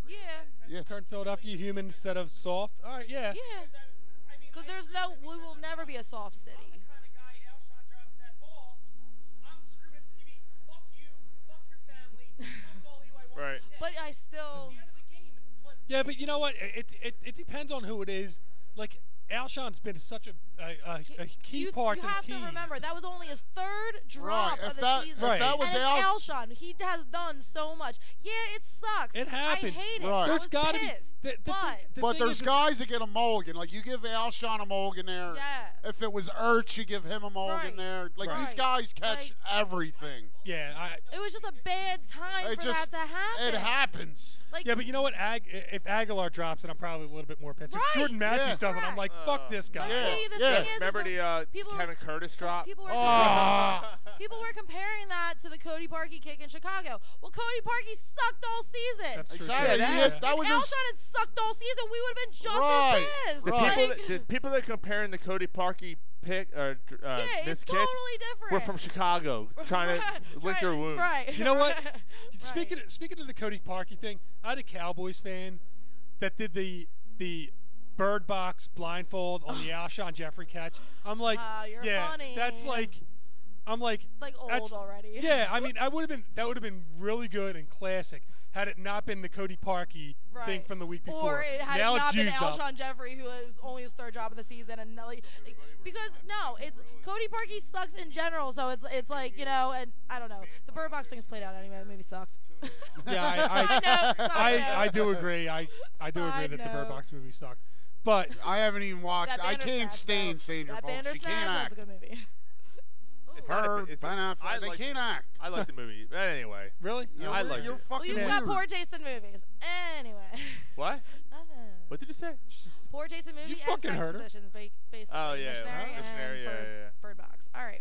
Yeah. Yeah. Turn Philadelphia human instead of soft. All right, yeah. Yeah. Because there's no, we will never be a soft city. Right. But I still. Yeah, but you know what? It, it it depends on who it is. Like Alshon's been such a a, a, a key you, part you to have the team. to remember that was only his third drop Right, of if the that- season. if Right. that was and Al- it's Alshon. He has done so much. Yeah, it sucks. It happens. I hate it. Right. I There's was gotta be- pissed. the- the- but but thing there's is- guys that get a mulligan. Like you give Alshon a mulligan there. Yeah. If it was Ertz, you give him a mulligan Right. there. Like these Right. guys catch everything. Yeah, I, it was just a bad time It for just- that to happen. it happens. Like- yeah, but you know what? Ag, if Aguilar drops, then I'm probably a little bit more pissed. Right. If Jordan Matthews Yeah. doesn't, I'm like, Uh, fuck this guy. Yeah. see, the Yeah. thing is, is Remember that the uh, Kevin Curtis drop? People were, Ah. <laughs> people were comparing that to the Cody Parkey kick in Chicago. Well, Cody Parkey sucked all season. That's true, Exactly, too. he is- that If was Alshon his- had sucked all season, we would have been just as pissed. The, Like, people that, the people that are comparing the Cody Parkey pick or uh, this kick were from Chicago <laughs> <laughs> trying to lick their wounds. You know what? <laughs> Speaking of, speaking of the Cody Parkey thing, I had a Cowboys fan that did the the bird box blindfold on <laughs> the Alshon Jeffrey catch. I'm like, Ah, you're yeah, funny. that's like, I'm like, it's like old already. <laughs> yeah, I mean, I would have been that would have been really good and classic had it not been the Cody Parkey thing Right. from the week before. Or it had now not it's been used up. Alshon Jeffrey, who was only his third job of the season, and like, like- because no, it's Cody Parkey sucks in general. So it's it's like you know, and I don't know. The bird box thing's played out anyway. The movie sucked. yeah, <laughs> I Side I, note, side I, I note. do agree. I, I do agree Side that the Bird note. Box movie sucked, but I haven't even watched. That I can't Bandersnatch, stand Sandra that Bullock. She Bandersnatch, can't that's act. a good movie. It's not Her, a- it's a- Ben Affleck, I they like- can't act. I like the movie. But anyway. <laughs> Really? I like it. Well, you've got poor taste in movies. Anyway, <laughs> What? nothing. What did you say? Poor taste in movies and fucking sex heard her. positions ba- based on Oh, the yeah, dictionary huh? and Dictionary, yeah, birds- yeah, yeah. bird box. All right,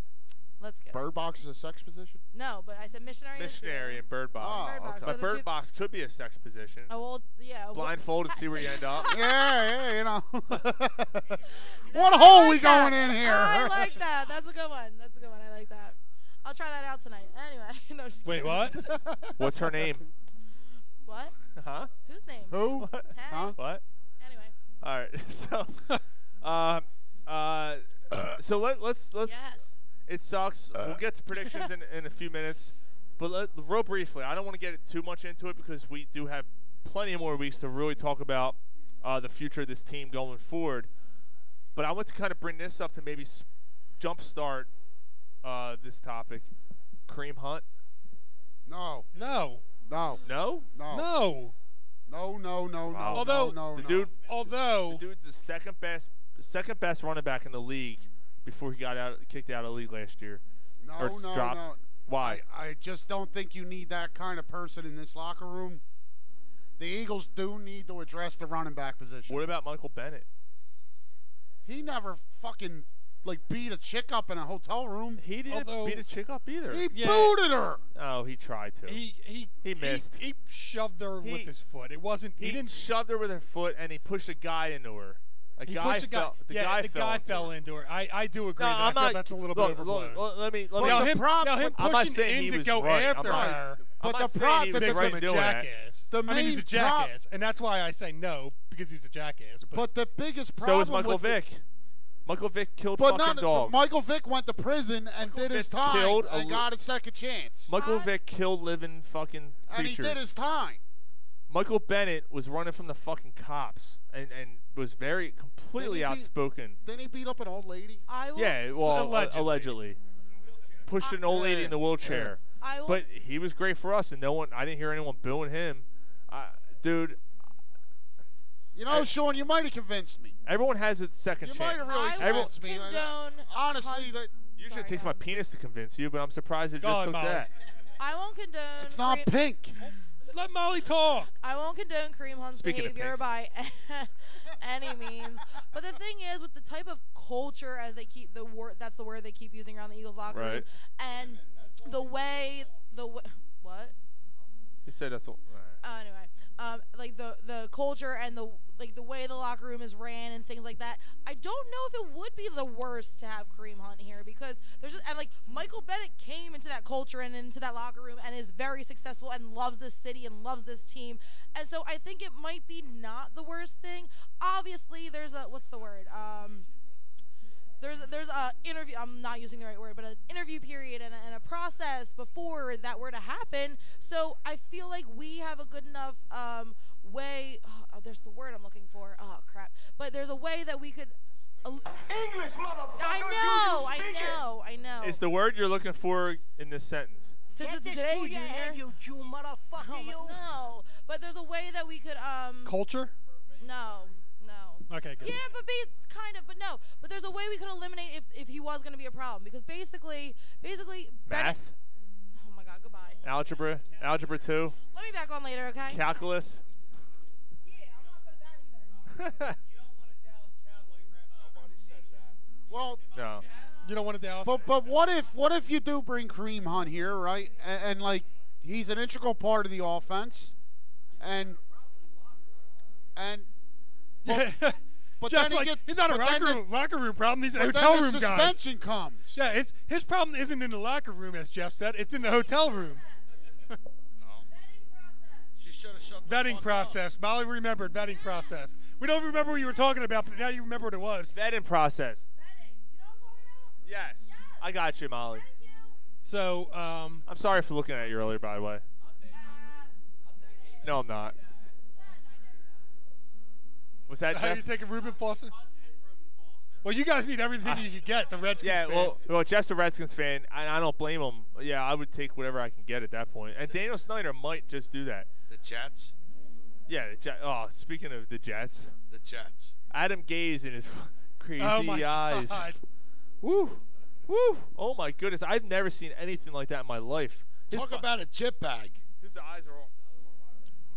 let's go. Bird Box is a <laughs> sex position. No, but I said missionary. and- Missionary and Bird Box. Oh, Bird Box. okay. But Those are Bird two- Box could be a sex position. Oh well, yeah. well- Blindfolded, see where you end up. yeah, yeah, <laughs> you know. what hole we going in here? I <laughs> like that. That's a good one. That's a good one. I like that. I'll try that out tonight. Anyway, <laughs> no. Just Wait, kidding. what? <laughs> <laughs> What's her name? what? Huh? Whose name? Who? Hey. What? Anyway. All right. <laughs> So, um, uh, so let, let's let's. Yes. It sucks. we'll get to predictions in, in a few minutes, but let, real briefly, I don't want to get too much into it because we do have plenty more weeks to really talk about uh, the future of this team going forward. But I want to kind of bring this up to maybe s- jumpstart uh, this topic. Kareem Hunt. No. No. No. No. No. No. No. No. No. No. Although no, no, the no. dude, although the dude's the second best, second best running back in the league before he got out, kicked out of the league last year. No, Or no, dropped. no. Why? I, I just don't think you need that kind of person in this locker room. The Eagles do need to address the running back position. What about Michael Bennett? He never fucking like beat a chick up in a hotel room. He didn't beat a chick up either. He booted her. Oh, he tried to. He he He missed. He, shoved her with He- his foot. It wasn't. He, didn't. shoved her with her foot, and he pushed a guy into her. A he guy pushed a guy. fell. The yeah, guy the fell. guy into fell her. into her. I, I do agree. No, that. I I'm thought not- that's a little look, bit look, overblown. look, let me- let me- now the him, prop- now him pushing I'm not saying in he to was go right. I'm after not- her. I'm not But the saying prop- he the- was the- right in doing that. jackass. The I mean, he's a main jackass, prop- and that's why I say no because he's a jackass. But, But the biggest So problem is Michael with the- Vick. Michael Vick killed But fucking not dogs. Michael Vick went to prison and did his Vick time killed a and li- got a second chance. Michael Vick killed living fucking creatures. and he did his time. Michael Bennett was running from the fucking cops and, and was very completely Didn't he beat- outspoken. Then he beat up an old lady. I will. Yeah, well, uh, allegedly. allegedly. Pushed an old lady in the wheelchair. Uh, I will- But he was great for us, and no one, I didn't hear anyone booing him. I, dude, You know, Sean, you might have convinced me. everyone has a second You chance. might have really Everyone- convinced me. Condone Honestly, that usually it takes my penis to convince you, but I'm surprised it just God, took Molly. that. I won't condone. it's not Kareem- pink. let Molly talk. I won't condone Kareem Hunt's Speaking of behavior pink. by <laughs> any means, but the thing is, with the type of culture as they keep the word that's the word they keep using around the Eagles locker room, Right. and the way the way, what He said that's all. uh, anyway, um, like the the culture and the like the way the locker room is ran and things like that. I don't know if it would be the worst to have Kareem Hunt here because there's just and like Michael Bennett came into that culture and into that locker room and is very successful and loves this city and loves this team. And so I think it might be not the worst thing. Obviously, there's a what's the word? Um, there's there's a interview I'm not using the right word, but an interview period and a, and a process before that were to happen. So I feel like we have a good enough um, way. Oh, there's the word I'm looking for. Oh crap! But there's a way that we could English, motherfucker. I know, I know, I know. Is the word you're looking for in this sentence? T- t- Today, Junior. You Jew motherfucker, you. No, but there's a way that we could um. Culture? No, no. Okay, good. Yeah, but bas- kind of, but no. But there's a way we could eliminate if, if he was going to be a problem because basically, basically, Math, oh my god, goodbye. algebra, algebra two, Let me back on later, okay? calculus. Well, No. You don't want to Dallas. But but what if what if you do bring Kareem Hunt here, right? And, and like he's an integral part of the offense, and and <laughs> but, but Just then he like get- it's not a but then locker the- room, locker room problem. He's a but then hotel the room guy. suspension comes. Yeah, it's his problem isn't in the locker room, as Jeff said. It's in the hotel room. <laughs> She should have shut the Vetting process. Molly remembered vetting process. We don't remember what you were talking about, but now you remember what it was. Vetting process. Yes. I got you, Molly. So, um, I'm sorry for looking at you earlier, by the way. No, I'm not. Was that How Jeff? you taking Ruben Foster? Well, you guys need everything you can get. The Redskins. Yeah, fan. <laughs> well, well, Jeff's a Redskins fan, and I don't blame him. Yeah, I would take whatever I can get at that point. And Daniel Snyder might just do that. The Jets. Yeah, the Jets. Oh, speaking of the Jets, The Jets. Adam Gaze and his <laughs> crazy Oh my eyes. God. Woo, woo! Oh my goodness, I've never seen anything like that in my life. His Talk fu- about a chip bag. His eyes are all.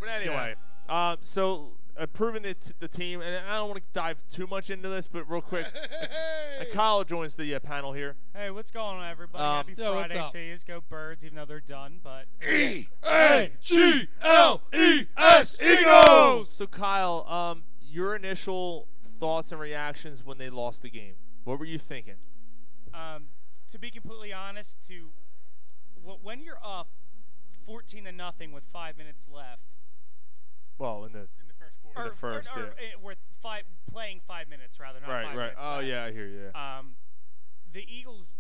But anyway, um, so improving the, t- the team, and I don't want to dive too much into this, but real quick, uh, Kyle joins the uh, panel here. Hey, what's going on, everybody? Um, Happy yeah, what's Friday up? to you. Go Birds, even though they're done, but E A E G L E S Eagles! So Kyle, um, your initial thoughts and reactions when they lost the game. What were you thinking? um, to be completely honest, to wh- when you're up fourteen to nothing with five minutes left, Well, in the in the first or, In the first, or, or, yeah. eh, with five playing five minutes rather, not Right, five right. minutes Oh, left. yeah, I hear you, yeah. Um, the Eagles,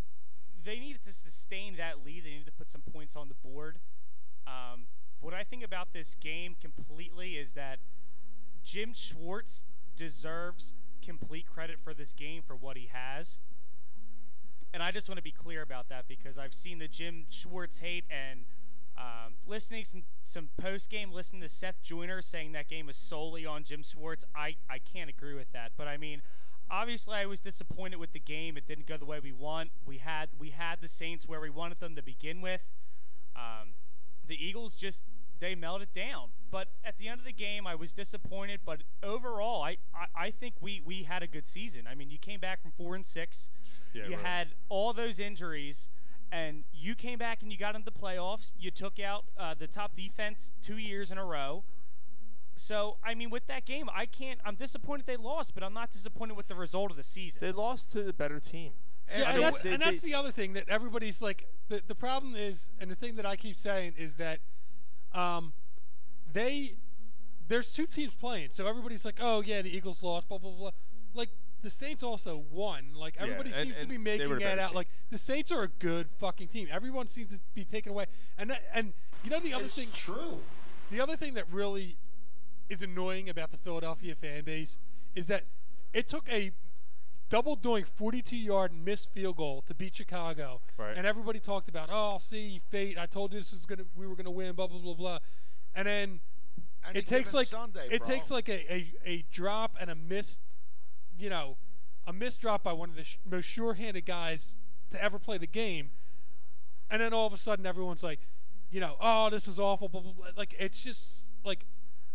they needed to sustain that lead. They needed to put some points on the board. Um, what I think about this game completely is that Jim Schwartz deserves complete credit for this game for what he has. And I just want to be clear about that because I've seen the Jim Schwartz hate and um, listening some some post game, listening to Seth Joyner saying that game was solely on Jim Schwartz. I I can't agree with that, but I mean, obviously I was disappointed with the game. It didn't go the way we want. We had we had the Saints where we wanted them to begin with. Um, the Eagles just they melted down. But at the end of the game, I was disappointed. But overall, I, I, I think we, we had a good season. I mean, you came back from four and six. Yeah, you right. had all those injuries, and you came back and you got into the playoffs. You took out uh, the top defense two years in a row. So I mean, with that game, I can't. I'm disappointed they lost, but I'm not disappointed with the result of the season. They lost to the better team. Yeah, and that's, and that's the other thing that everybody's like. The, the problem is, and the thing that I keep saying is that, um, they, there's two teams playing, so everybody's like, oh yeah, the Eagles lost, blah blah blah. Like the Saints also won. Like Yeah, everybody and- seems to and be they were making the that better out. team. Like the Saints are a good fucking team. Everyone seems to be taken away, and that, and you know the other It's thing. true. The other thing that really is annoying about the Philadelphia fan base is that it took a double doing 42 yard missed field goal to beat Chicago. Right. And everybody talked about, oh, see, fate. I told you this was gonna, we were gonna win. Blah blah blah blah. And then Any it takes given like Sunday, it bro. takes like a, a, a drop and a missed, you know, a missed drop by one of the sh- most sure-handed guys to ever play the game. And then all of a sudden, everyone's like, you know, oh, this is awful. Blah blah blah. Like it's just like.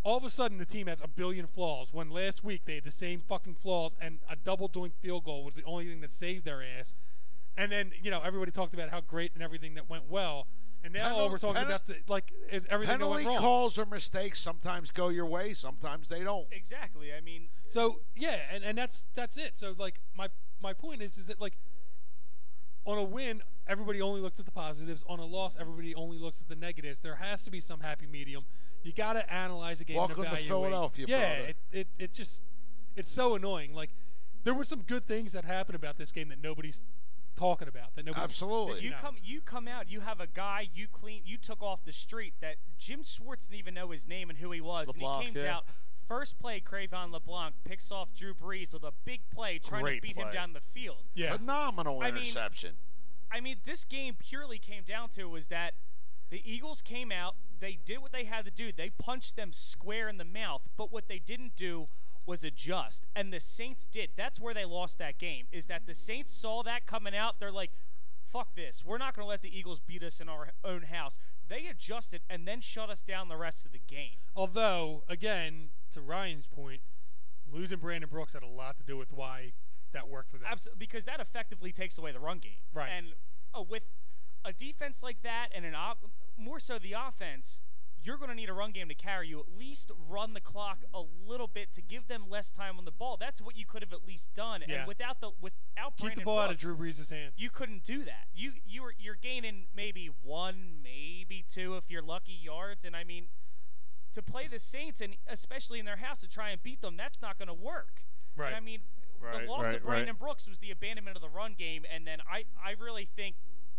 All of a sudden, the team has a billion flaws. When last week they had the same fucking flaws, and a double doink field goal was the only thing that saved their ass. And then you know everybody talked about how great and everything that went well, and now all Penal- we're talking penal- about is, like is everything that Penalty went wrong. calls or mistakes sometimes go your way, sometimes they don't. Exactly. I mean, So yeah, and, and that's that's it. So like my my point is is that like on a win, everybody only looks at the positives. On a loss, everybody only looks at the negatives. There has to be some happy medium. You got to analyze a game. and Welcome to evaluate. Philadelphia, Yeah, brother. it, it it just it's so annoying. Like there were some good things that happened about this game that nobody's talking about. That nobody's You know. come, you come out. You have a guy you clean, you took off the street that Jim Schwartz didn't even know his name and who he was, and LeBlanc, he came yeah. out First play, Cravon LeBlanc picks off Drew Brees with a big play trying Great to beat him play. down the field. Phenomenal I mean, interception. I mean, this game purely came down to was that the Eagles came out, they did what they had to do. They punched them square in the mouth, but what they didn't do was adjust. And the Saints did. That's where they lost that game. Is that the Saints saw that coming out, they're like, fuck this. We're not going to let the Eagles beat us in our own house. They adjusted and then shut us down the rest of the game. Although, again, to Ryan's point, losing Brandon Brooks had a lot to do with why that worked for them. Absolutely, because that effectively takes away the run game. Right. And uh, with a defense like that, and an op- more so the offense, you're going to need a run game to carry you. At least run the clock a little bit to give them less time on the ball. That's what you could have at least done. Yeah. And without the without Keep Brandon the ball out of Brooks, Drew Brees' hands. you couldn't do that. You you were you're gaining maybe one, maybe two if you're lucky yards. And I mean, to play the Saints and especially in their house to try and beat them, that's not going to work. And Right. I mean, Right, the loss right, of Brandon right. Brooks was the abandonment of the run game, and then I I really think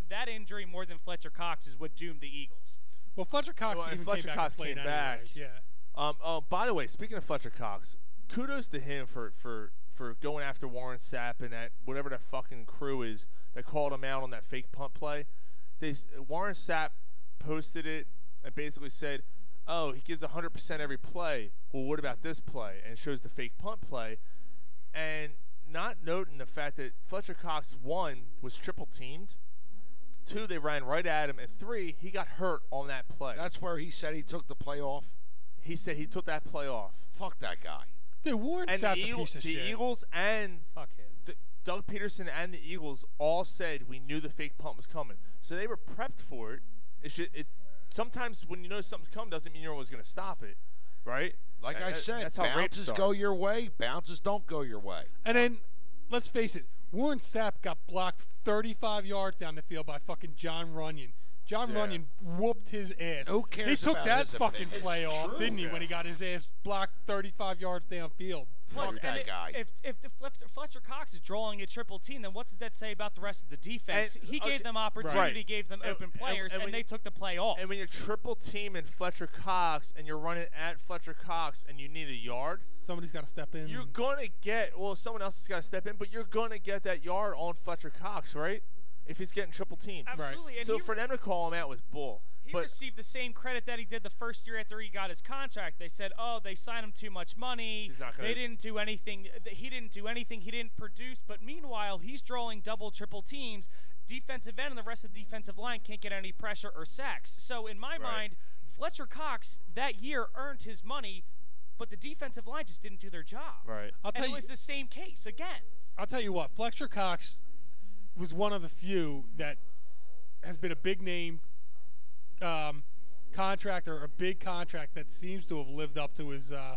that injury more than Fletcher Cox is what doomed the Eagles. Well, Fletcher Cox Well, and even Fletcher came back. Cox and played came back. anyways, Yeah. Um, oh, by the way, speaking of Fletcher Cox, kudos to him for for for going after Warren Sapp and that whatever that fucking crew is that called him out on that fake punt play. They s- Warren Sapp posted it and basically said, "Oh, he gives 100% every play. Well, what about this play?" And shows the fake punt play, and not noting the fact that Fletcher Cox one was triple teamed. Two, they ran right at him, and three, he got hurt on that play. That's where he said he took the play off. He said he took that play off. Fuck that guy. Dude, Warren and Sapp's the Eagles, a piece of the shit. Eagles and Fuck him. Doug Peterson and the Eagles all said we knew the fake punt was coming, so they were prepped for it. It should. It sometimes when you know something's coming doesn't mean you're always going to stop it, right? Like That- I that- said, that's how rape bounces starts. go your way, bounces don't go your way. And then, let's face it, Warren Sapp got blocked 35 yards down the field by fucking John Runyon. John Yeah. Runyon whooped his ass. Who cares He took about that his fucking opinion? play It's off, true. didn't he? When he Yeah. got his ass blocked 35 yards downfield. Plus, and it- If if the Fletcher, Fletcher Cox is drawing a triple team, then what does that say about the rest of the defense? And- he uh, gave them right. opportunity, gave them And- open and- players, and, when they you- took the play off. And when you're triple teaming Fletcher Cox and you're running at Fletcher Cox and you need a yard, somebody's got to step in. You're gonna get well. Someone else has got to step in, but you're gonna get that yard on Fletcher Cox, right? If he's getting triple teamed. Absolutely, and So he- for them to call him out was bull. he but received the same credit that he did the first year after he got his contract. They said, "Oh, they signed him too much money. He's not gonna- they didn't do anything. th- He didn't do anything. He didn't produce." But meanwhile, he's drawing double, triple teams. Defensive end and the rest of the defensive line can't get any pressure or sacks. So in my mind, Fletcher Cox that year earned his money, but the defensive line just didn't do their job. Right. I'll and tell it you- was the same case again. I'll tell you what, Fletcher Cox was one of the few that has been a big name um, contractor, a big contract that seems to have lived up to his uh,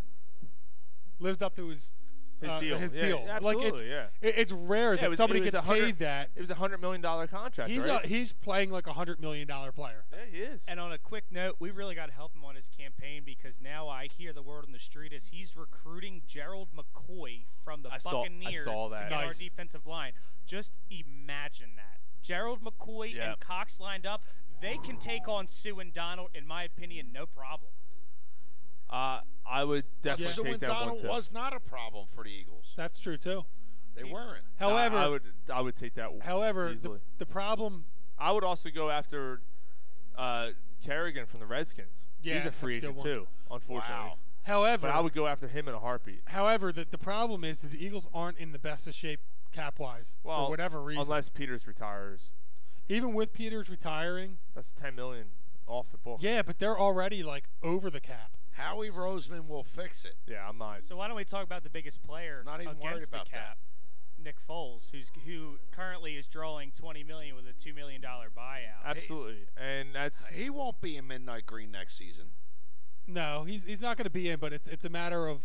lived up to his His uh, deal. His Yeah, deal. absolutely, like it's, yeah. it- it's rare Yeah, that it was- somebody it was gets a hundred- paid that. It was a hundred million dollar contract. He's right? a, he's playing like a hundred million dollar player. Yeah, he is. And on a quick note, we really got to help him on his campaign because now I hear the word on the street is he's recruiting Gerald McCoy from the I saw- I Buccaneers saw that. to get our Nice. defensive line. Just imagine that. Gerald McCoy Yeah. and Cox lined up. They can take on Sue and Donald, in my opinion, no problem. Uh, I would definitely Sue take and that Donald one too. was not a problem for the Eagles. That's true too. They weren't. However, I would I would take that. however, easily. the, the problem I would also go after uh, Kerrigan from the Redskins. Yeah, he's a that's free a good agent one. too, unfortunately. However- but I would go after him in a heartbeat. However, the, the problem is, is the Eagles aren't in the best of shape cap wise Well, for whatever reason. unless Peters retires, Even with Peters retiring, that's ten million off the book. yeah, but they're already like over the cap. Howie Roseman will fix it. Yeah, I'm not. So why don't we talk about the biggest player Not even worried against about the cap, Nick Foles, who's who currently is drawing 20 million with a two million dollar buyout. Absolutely, and that's he won't be in midnight green next season. No, he's he's not going to be in, but it's it's a matter of.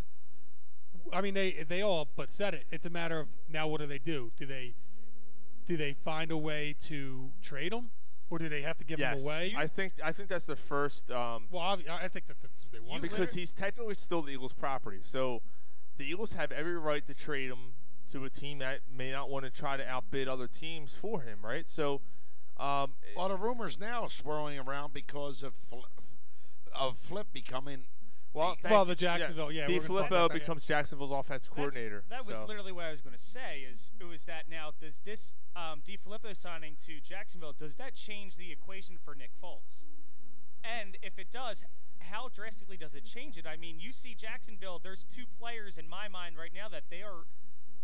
I mean, they they all but said it. It's a matter of now. What do they do? Do they do they find a way to trade him, or do they have to give yes. him away? I think I think that's the first. Um, well, obvi- I, I think that that's what they want because he's technically still the Eagles' property. So the Eagles have every right to trade him to a team that may not want to try to outbid other teams for him, right? So um, A lot of rumors now swirling around because of Fli- of Flip becoming Well, thank Well, you. the Jacksonville, yeah, we're gonna Di talk Filippo about that. becomes Jacksonville's offense That's- coordinator. That was so. literally what I was going to say. Is it was that now does this um, Filippo signing to Jacksonville does that change the equation for Nick Foles? And if it does, how drastically does it change it? I mean, you see Jacksonville. There's two players in my mind right now that they are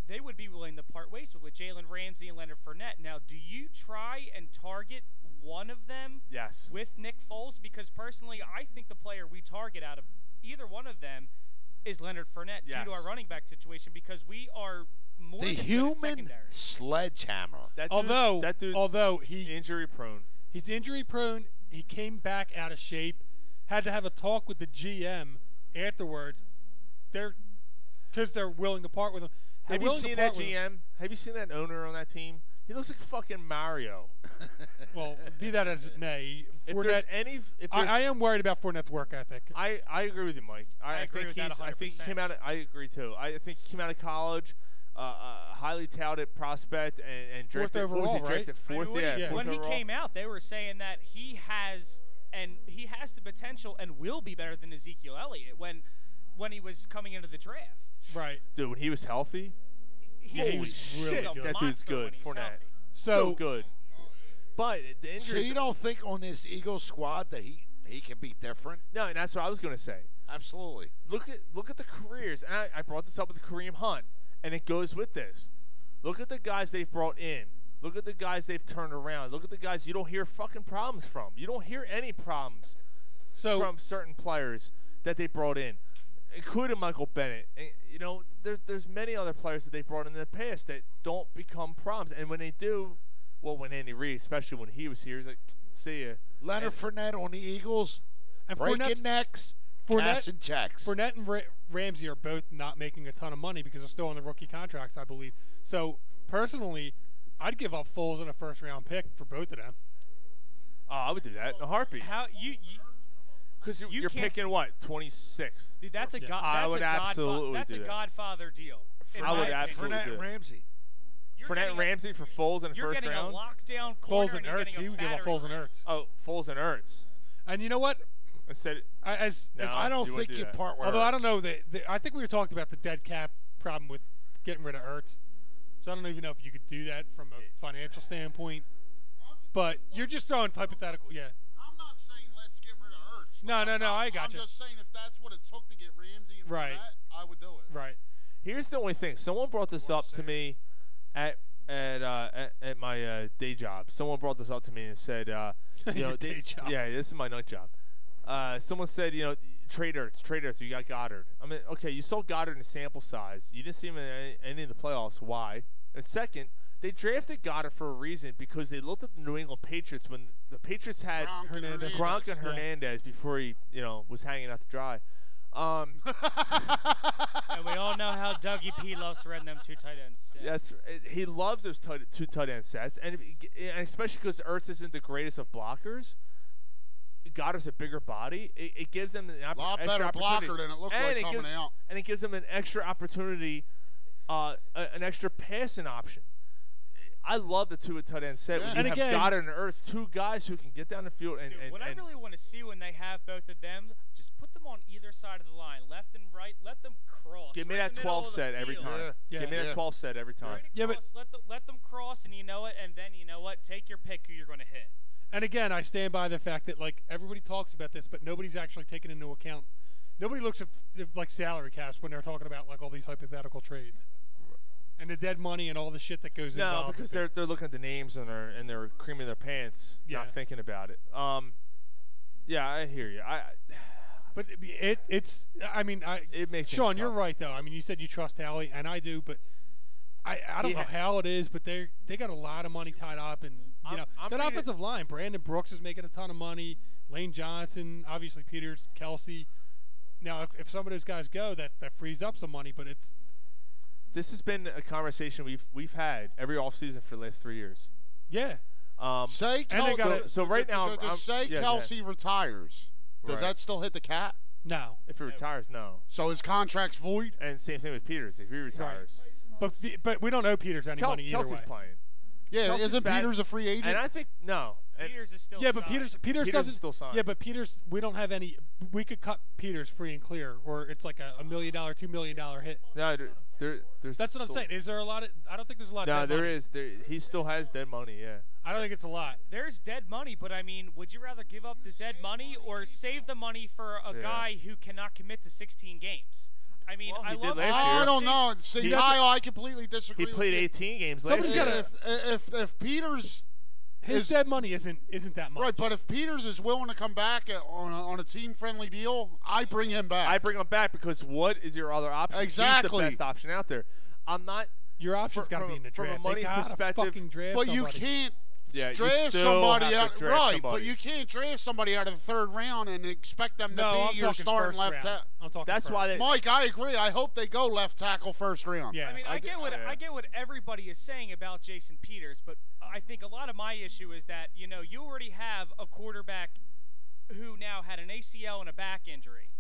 they would be willing to part ways with, with Jalen Ramsey and Leonard Fournette. Now, do you try and target one of them? Yes. With Nick Foles, because personally, I think the player we target out of either one of them is Leonard Fournette due to Yes. our running back situation because we are more The than good at human secondary. sledgehammer. That although that dude's although he injury prone. He's injury prone. He came back out of shape. Had to have a talk with the GM afterwards. They're because they're willing to part with him. They're Have you willing to seen part that with him. GM? Have you seen that owner on that team? He looks like fucking Mario. <laughs> well, be that as it may, If Fournette. there's any, if there's, I, I am worried about Fournette's work ethic. I, I agree with you, Mike. I, I agree think with that he's. I think he 100%. came out. Of, I agree too. I think he came out of college, uh, a highly touted prospect, and, and Fourth drafted. what was he overall, right? drafted I mean, Fourth, when yeah, he, fourth when overall. he came out, they were saying that he has and he has the potential and will be better than Ezekiel Elliott when when he was coming into the draft. Right. dude, when he was healthy, He holy was shit, really good. that dude's Monster when good. he's Fournette, healthy. so So- good. But the So injuries. you don't think on this Eagles squad that he he can be different? No, and that's what I was gonna say. Absolutely. Look at look at the careers, and I, I brought this up with Kareem Hunt, and it goes with this. Look at the guys they've brought in. Look at the guys they've turned around. Look at the guys you don't hear fucking problems from. You don't hear any problems so, from certain players that they brought in, including Michael Bennett. And, you know, there's there's many other players that they brought in, in the past that don't become problems, and when they do, well, when Andy Reid, especially when he was here, he's like, see ya. Leonard Fournette on the Eagles, And Fournette's- breaking necks, cashing checks. Fournette and Ra- Ramsey are both not making a ton of money because they're still on the rookie contracts, I believe. So personally, I'd give up Foles in a first round pick for both of them. Oh, I would do that in a heartbeat. How you? Because you, you are can't- picking what 26th. Dude, that's a god. I that's would a godfa- absolutely That's do a that. Godfather deal. in I my would opinion. absolutely do it. Ramsey. Fournette and Ramsey for Foles in the You're first getting round. a lockdown corner. Foles and you're Ertz, getting he would give up battery. Foles and Ertz. Oh, Foles and Ertz. And you know what? Instead, I, as, No, as- I don't you wouldn't think do you'd that. part with Although I don't Ertz. know that that- I think we were talking about the dead cap problem with getting rid of Ertz. So I don't even know if you could do that from a financial standpoint. But you're just throwing hypothetical, yeah. I'm not saying let's get rid of Ertz. No, Like, no, I'm no, not- I gotcha. I'm just saying if that's what it took to get Ramsey and Right. Fournette, I would do it. Right. Here's the only thing. Someone brought this up to me at at uh, at, at my uh, day job. Someone brought this up to me and said, uh, you know, Your they- day job. yeah, this is my night job. Uh, someone said, you know, trade Ertz, trade Ertz. You got Goddard. I mean, okay, you saw Goddard in sample size. You didn't see him in any, any of the playoffs. Why? And second, they drafted Goddard for a reason because they looked at the New England Patriots when the Patriots had Gronk and Hernandez. Gronk and Hernandez, yeah. Hernandez before he, you know, was hanging out to dry. Um, <laughs> <laughs> and we all know how Dougie P loves to run them two tight <laughs> ends. Yeah. That's it- he loves those tight, two tight end sets, and, if he g- and especially because Ertz isn't the greatest of blockers. Goddard's a bigger body. It, it gives him an opp- Lot extra better opportunity. blocker than it looked and like it coming gives, out. and it gives him an extra opportunity, uh, a- an extra passing option. I love the two tight end set. Yeah. When you And have again- Goddard and Ertz, two guys who can get down the field and, and, What I and really want to see when they have both of them, just put them on either side of the line, left and right. Let them cross. give me right in that the 12 middle of the set every field. time. Give me that 12 set every time. Yeah, but Cross, let them let them cross, and you know it. And then you know what? Take your pick who you're going to hit. And again, I stand by the fact that like everybody talks about this, but nobody's actually taken into account. Nobody looks at f- like salary caps when they're talking about like all these hypothetical trades and the dead money and all the shit that goes No, involved. because they're they're looking at the names and they're and they're creaming their pants, Yeah. not thinking about it. Um, yeah, I hear you. I, I But it- it it's I mean I it makes Sean, things you're tough. right though. I mean, you said you trust Hallie, and I do, but I I don't Yeah. know how it is, but they they got a lot of money tied up, and you I'm- know I'm that reading- offensive line. Brandon Brooks is making a ton of money. Lane Johnson, obviously Peters, Kelsey. Now, if, if some of those guys go, that that frees up some money, but it's this has been a conversation we've we've had every offseason for the last three years. Yeah. Um, Say and they Kelsey. got it. so right d- d- now, d- I'm- say yeah, yeah. Kelsey retires. Does Right. that still hit the cap? No. If he retires, no. So his contract's void. And same thing with Peters. If he retires, but but we don't owe Peters any Kels- money either Kelsey's way. playing. Yeah, Chelsea's isn't back- Peters a free agent? And I think no. And- Peters is still yeah, but Peters Peters, doesn't is still signed. Yeah, but Peters we don't have any. We could cut Peters free and clear, or it's like a, a million dollar, two million dollar hit. no, there, there- there's That's what I'm still- saying. Is there a lot of? I don't think there's a lot. No, of dead there money. is. There, he still has dead money. Yeah. I don't think it's a lot. There's dead money, but I mean, would you rather give up the dead money or save the money for a Yeah. guy who cannot commit to 16 games? I mean, I did love. last I year. don't know. See, He- Kyle, I completely disagree He with played you. 18 games last Somebody's year. gotta- If if Peters His dead money isn't isn't that much. right, but if Peters is willing to come back at- on a, on a team friendly deal, I bring him back. I bring him back because what is your other option? He's Exactly. the best option out there. I'm not. Your option's fr- gotta from- be in the from draft. a They money gotta perspective. fucking draft but you can't Yeah, you draft still have somebody to out draft right, somebody. but you can't draft somebody out of the third round and expect them to No, be I'm your talking starting first left round. tackle. I'm talking That's first. why they- Mike, I agree. I hope they go left tackle first round. I mean, I, d- get what I get what everybody is saying about Jason Peters, but I think a lot of my issue is that you know you already have a quarterback who now had an ACL and a back injury.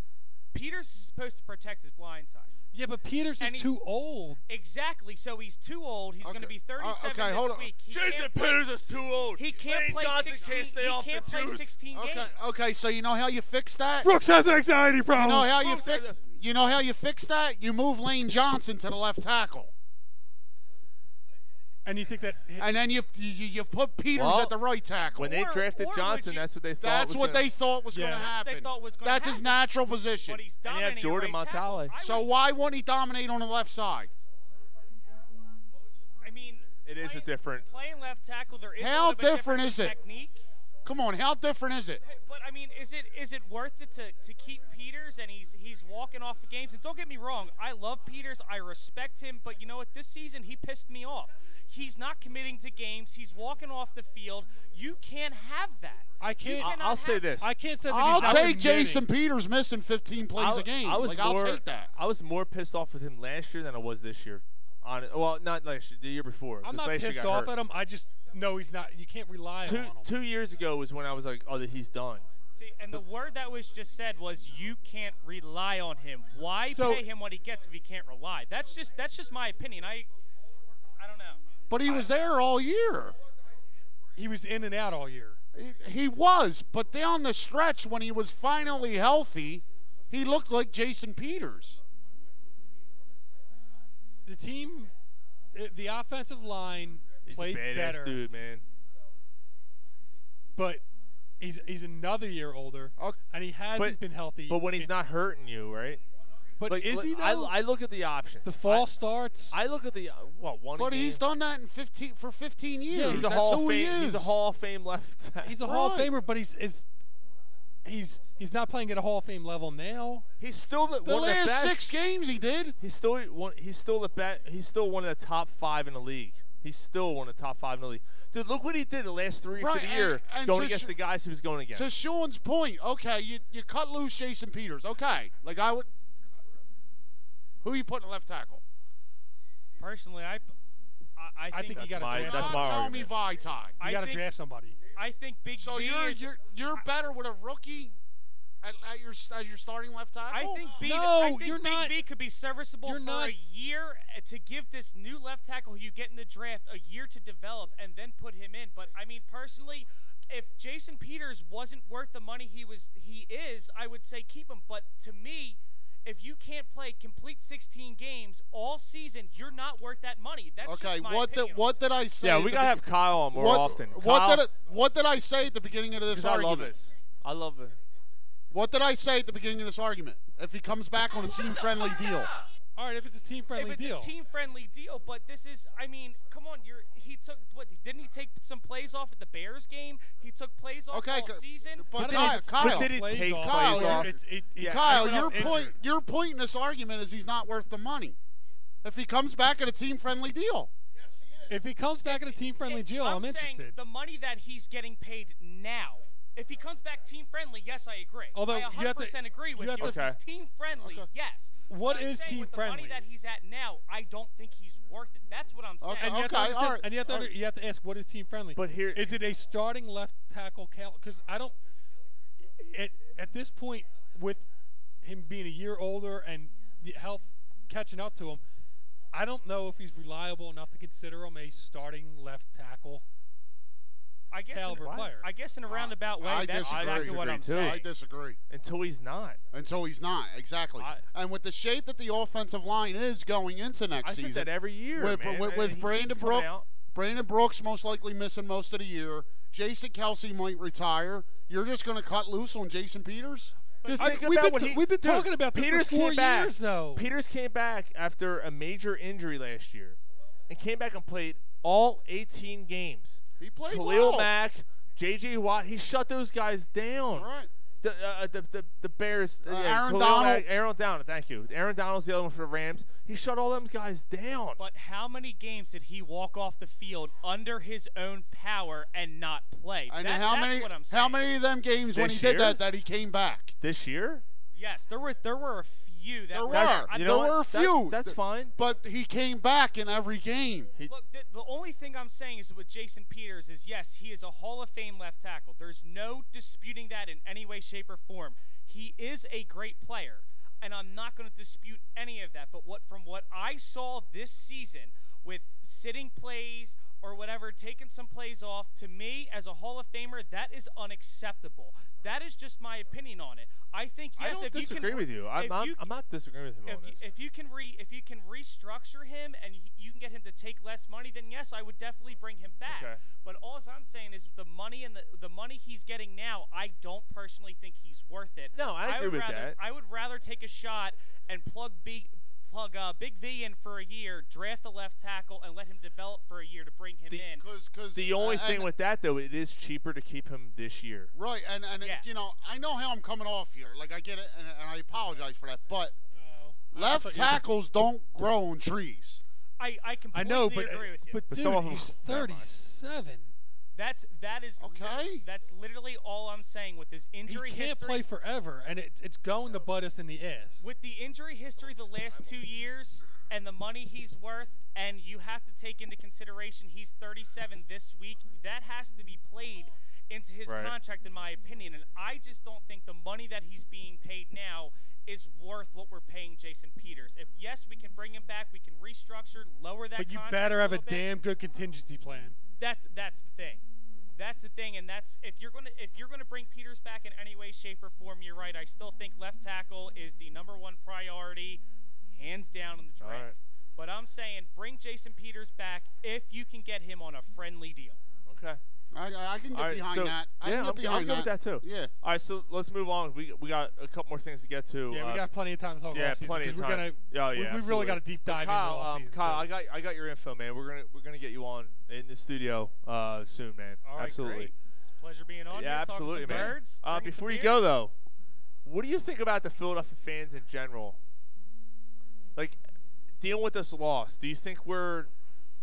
Peters is supposed to protect his blind side. Yeah, but Peters And is he's- too old. Exactly. So he's too old. He's going to be 37 okay, this hold on. week. He Jason can't- Peters is too old. He can't Lane play Johnson 16. can't stay he off the can't play juice. 16 okay, games. okay. So you know how you fix that? Brooks has an anxiety problem. You know how you fix? You know how you fix that? You move Lane Johnson to the left tackle, And you think that? and then you you, you put Peters Well, at the right tackle. When they drafted Johnson, that's what they thought. That's was what gonna- they thought was going to happen. That's his natural position. But he's And you have Jordan Montale. So why won't he dominate on the left side? I mean, It is a different. playing left tackle, there is a How little bit different is it? technique. Come on, how different is it? But I mean, is it is it worth it to, to keep Peters and he's he's walking off the games? And don't get me wrong, I love Peters, I respect him, but you know what? This season he pissed me off. He's not committing to games. He's walking off the field. You can't have that. I You can't. cannot I'll say have this. that. I'll take Jason Peters missing 15 plays I- a game. I was like, more, I'll take that. I was more pissed off with him last year than I was this year. On well, not last year, the year before. I'm 'cause not last year pissed got off hurt. at him. I just know he's not. You can't rely Two on him. two years ago was when I was like, oh, that he's done. See, and the word that was just said was you can't rely on him. Why So- pay him what he gets if he can't rely? That's just that's just my opinion. I I don't know. But he was there all year. He was in and out all year. He was, but down the stretch when he was finally healthy, he looked like Jason Peters. The team, uh, the offensive line He's played a badass better, dude, man. but he's he's another year older, and he hasn't But- been healthy. But when he's not hurting you, right? But Like, is he look, I, though? I look at the options. the fall I- starts. I look at the well one. But game. he's done that in 15 for 15 years. he's a That's hall who of he fame. He's a is. hall of fame left. tackle. he's a Hall of Famer, but he's is he's he's not playing at a Hall of Fame level now. He's still the, The one of last the best. six games he did. He's still one. He's still the bet. He's still one of the top five in the league. He's still one of the top five in the league. Dude, look what he did the last three weeks Right, of the and- year and going to against sh- the guys he was going against. To Sean's point, okay, you, you cut loose Jason Peters. Okay, like I would. Who you putting at left tackle? Personally, I I, I think, think you gotta draft Not somebody. tell me Vitae. You got to think- draft somebody. I think Big So D Oh, you're is, you're you're better with a rookie at, at your as your starting left I tackle. think B, Oh, No, I think you're Big not- B could be serviceable you're for not- a year uh, to give this new left tackle who you get in the draft a year to develop and then put him in. But I mean, personally, if Jason Peters wasn't worth the money he was he is, I would say keep him. But to me, if you can't play complete 16 games all season, you're not worth that money. That's Okay, just my what opinion did on what did I say? yeah, at we the gotta have be- Kyle on more what, often. What Kyle, did it, what did I say at the beginning of this Because I argument? love this. I love it. What did I say at the beginning of this argument? If he comes back on a team friendly deal, All right, if it's a team friendly if it's deal, a team friendly deal, but this is I mean, come on, you're he took what didn't he take some plays off at the Bears game? He took plays off Okay, all c- season. but Not Kyle, if it's- Kyle, but did he Plays take off. Kyle, plays you're- off? It's- it- it- Kyle, everyone your else injured. point, your point in this argument is he's not worth the money. If he comes back at a team friendly deal, if he comes back in a team friendly deal, I'm, I'm, saying interested. the money that he's getting paid now. If he comes back team friendly, yes, I agree. Although I you have 100% to- agree with you you. have to- If he's Okay. team friendly, yes. What But I'm is saying team with friendly? The money that he's at now, I don't think he's worth it. That's what I'm saying. and you have to understand- and you have to under- you have to ask what is team friendly. But here- is it a starting left tackle Because I don't at at this point with him being a year older and the health catching up to him, I don't know if he's reliable enough to consider him a starting left tackle. I guess caliber in, player. I guess in a roundabout way, I that's disagree. exactly what I'm saying. I disagree. Until he's not. Until he's not, exactly. and with the shape that the offensive line is going into next I think season, that every year, with, man. with, And with he keeps Brandon coming Brooks, out. Brandon Brooks most likely missing most of the year. Jason Kelsey might retire. You're just going to cut loose on Jason Peters. Dude, I- think we've about been what t- he- we've been Dude, talking about this for Peters four came back. years, though. Peters came back after a major injury last year, and came back and played all 18 games. He played Khalil well. Mack, J.J. Watt. He shut those guys down. Right. The, uh, the, the the Bears. Uh, yeah, Aaron Khalil Donald. Mack- Aaron Donald. Thank you. Aaron Donald's the other one for the Rams. He shut all them guys down. But how many games did he walk off the field under his own power and not play? And That- how that's many? what I'm saying. How many of them games when he This did year? that that he came back? This year? Yes, there were there were a few. That There were. I- I- there were a few. that's fine. But he came back in every game. Look, the, the only thing I'm saying is with Jason Peters is yes, he is a Hall of Fame left tackle. There's no disputing that in any way, shape, or form. He is a great player, and I'm not going to dispute any of that. But what from what I saw this season with sitting plays or whatever, taking some plays off, to me as a Hall of Famer, that is unacceptable. That is just my opinion on it. I think yes, I don't if disagree you can, with you. I'm if not. you I'm not disagreeing with him on if this. you, if you can re if you can restructure him and y- you can get him to take less money, then yes, I would definitely bring him back. Okay. But all I'm saying is the money and the, the money he's getting now, I don't personally think he's worth it. No, I agree would with rather, that. I would rather take a shot and plug B. Plug uh, Big V in for a year, draft a left tackle, and let him develop for a year to bring him in. the only uh, thing and- with that though, it is cheaper to keep him this year. Right, and and you know, I know how I'm coming off here. Like I get it, and, and I apologize for that. But I left thought you were- tackles don't grow on trees. I, I I completely know, but uh, agree with you. but, dude, he's thirty-seven. That's that is okay. that's literally all I'm saying with his injury he can't history. play forever, and it, it's going to butt us in the ass. with the injury history the last two years and the money he's worth, and you have to take into consideration he's 37 this week. That has to be played into his Right. contract, in my opinion. And I just don't think the money that he's being paid now is worth what we're paying Jason Peters. If yes, we can bring him back, we can restructure, lower that. But you contract better have a little bit. damn good contingency plan. That that's the thing. That's the thing, and that's if you're gonna if you're gonna bring Peters back in any way, shape, or form, you're right. I still think left tackle is the number one priority, hands down in the draft. right. But I'm saying bring Jason Peters back if you can get him on a friendly deal. Okay. I, I I can get All right, behind so- that. I yeah, can get I'm, behind I'm good with that too. Yeah. All right, so let's move on. We we got a couple more things to get to. Yeah, we Uh, got plenty of time to talk Yeah, offseason, plenty of 'cause time. we're gonna- oh, we- yeah, we really absolutely. gotta deep But dive into Kyle, um, offseason, Kyle, too. I got I got your info, man. We're gonna we're gonna get you on in the studio uh, soon, man. All right, absolutely. great. It's a pleasure being on. Yeah, here, talking absolutely, some man. Birds, uh, drinking some before you beers. go though, what do you think about the Philadelphia fans in general? Like dealing with this loss. Do you think we're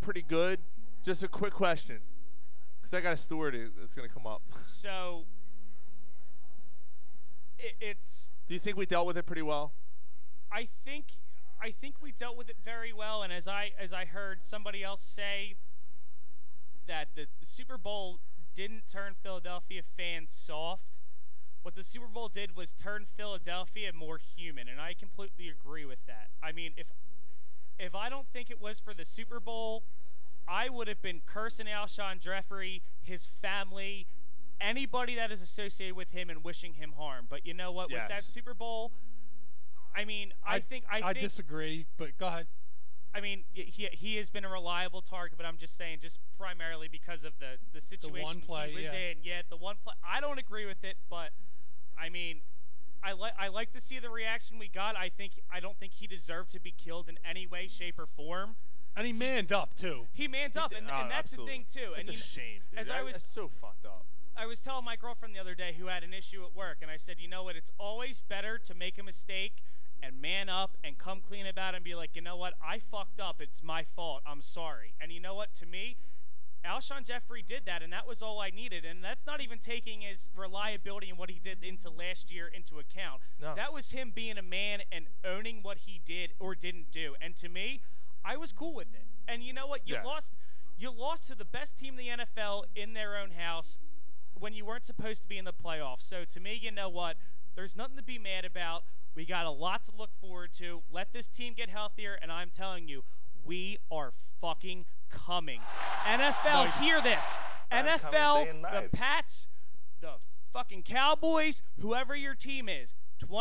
pretty good? Just a quick question, because I got a story that's gonna come up. So it, it's Do you think we dealt with it pretty well? I think I think we dealt with it very well, and as I as I heard somebody else say that the, the Super Bowl didn't turn Philadelphia fans soft. What the Super Bowl did was turn Philadelphia more human, and I completely agree with that. I mean, if if I don't think it was for the Super Bowl, I would have been cursing Alshon Jeffrey, his family, anybody that is associated with him, and wishing him harm. But you know what? With that Yes. Super Bowl, I mean, I, think I, I think disagree, but go ahead. I mean, y- he, he has been a reliable target, but I'm just saying, just primarily because of the the situation one play, he was yeah. in. Yeah, the one play. I don't agree with it, but I mean, I like I like to see the reaction we got. I think I don't think he deserved to be killed in any way, shape, or form. And he manned up too. He manned up, Oh, and, and that's the thing too. and It's Ah, a you kn- shame, dude. As I That- was that's so fucked up. I was telling my girlfriend the other day who had an issue at work, and I said, you know what? It's always better to make a mistake and man up and come clean about it and be like, you know what? I fucked up. It's my fault. I'm sorry. And you know what? To me, Alshon Jeffrey did that, and that was all I needed. And that's not even taking his reliability and what he did into last year into account. No. That was him being a man and owning what he did or didn't do. And to me, I was cool with it. And you know what? You Yeah. lost. You lost to the best team in the NFL in their own house when you weren't supposed to be in the playoffs. So to me, you know what? There's nothing to be mad about. We got a lot to look forward to. Let this team get healthier, and I'm telling you, we are fucking coming. NFL, Nice. hear this. I'm coming day and NFL, the night. Pats, the fucking Cowboys, whoever your team is,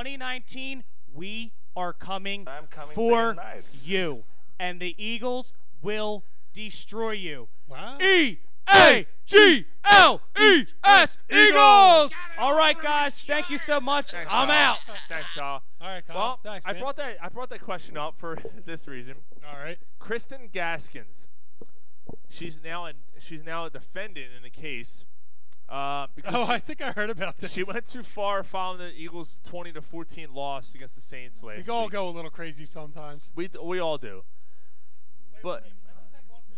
2019, we are coming, coming day for and night. you. And the Eagles will destroy you. Wow. E A G L E S Eagles. All right, guys. Thank you so much. I'm out. <laughs> Thanks, Kyle. All right, Kyle. Well, Thanks, I man. brought that I brought that question up for <laughs> this reason. All right. Kristen Gaskins. She's now in, she's now a defendant in the case. Uh, because Oh, she- I think I heard about this. She went too far following the Eagles' 20 to 14 loss against the Saints last We all week. go a little crazy sometimes. We we all do. But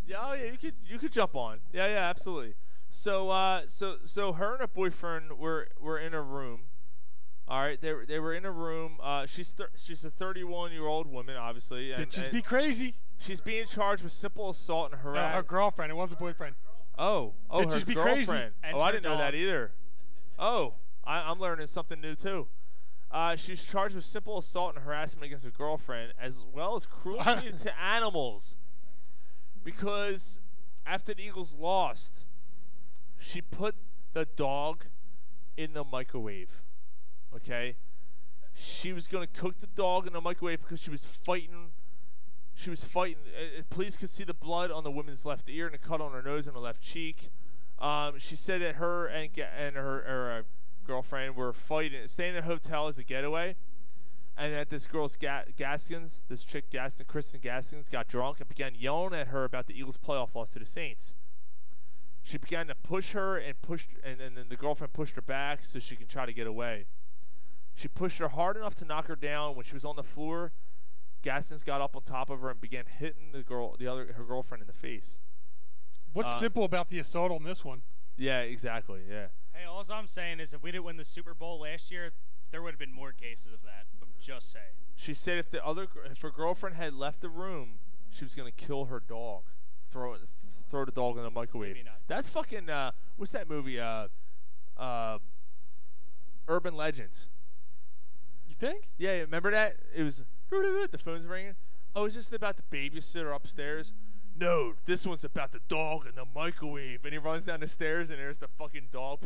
yeah, oh, yeah, you could you could jump on. Yeah, yeah, absolutely. So uh, so so her and her boyfriend were were in a room. All right, they were- they were in a room. Uh, she's thir- she's a 31 year old woman, obviously. And, Bitches and be crazy. She's being charged with simple assault and No, her harassment. girlfriend. It was a boyfriend. oh, oh, Bitches her be crazy. girlfriend. And Oh, I turned didn't know off. that either. Oh, I, I'm learning something new too. Uh, she's charged with simple assault and harassment against her girlfriend, as well as <laughs> cruelty to animals. Because after the Eagles lost, she put the dog in the microwave. Okay? She was going to cook the dog in the microwave because she was fighting. She was fighting. Uh, uh, police could see the blood on the woman's left ear and a cut on her nose and her left cheek. Um, she said that her and ga- and her, her uh, girlfriend were fighting, staying in a hotel as a getaway, and that this girl's Ga- Gaskins, this chick Gaskin, Kristen Gaskins, got drunk and began yelling at her about the Eagles' playoff loss to the Saints she began to push her and pushed and, and then the girlfriend pushed her back so she can try to get away. She pushed her hard enough to knock her down. When she was on the floor, Gaston's got up on top of her and began hitting the girl the other her girlfriend in the face. What's Uh, simple about the assault on this one? Yeah, exactly. Yeah. Hey, all I'm saying is if we didn't win the Super Bowl last year, there would have been more cases of that. I'm just saying. She said if the other gr- if her girlfriend had left the room, she was gonna kill her dog, throw it, throw the dog in the microwave. Maybe not. That's fucking. Uh, what's that movie? Uh, uh, Urban Legends. You think? Yeah, yeah, remember that? It was the phone's ringing. Oh, is this about the babysitter upstairs? No, this one's about the dog in the microwave. And he runs down the stairs, and there's the fucking dog.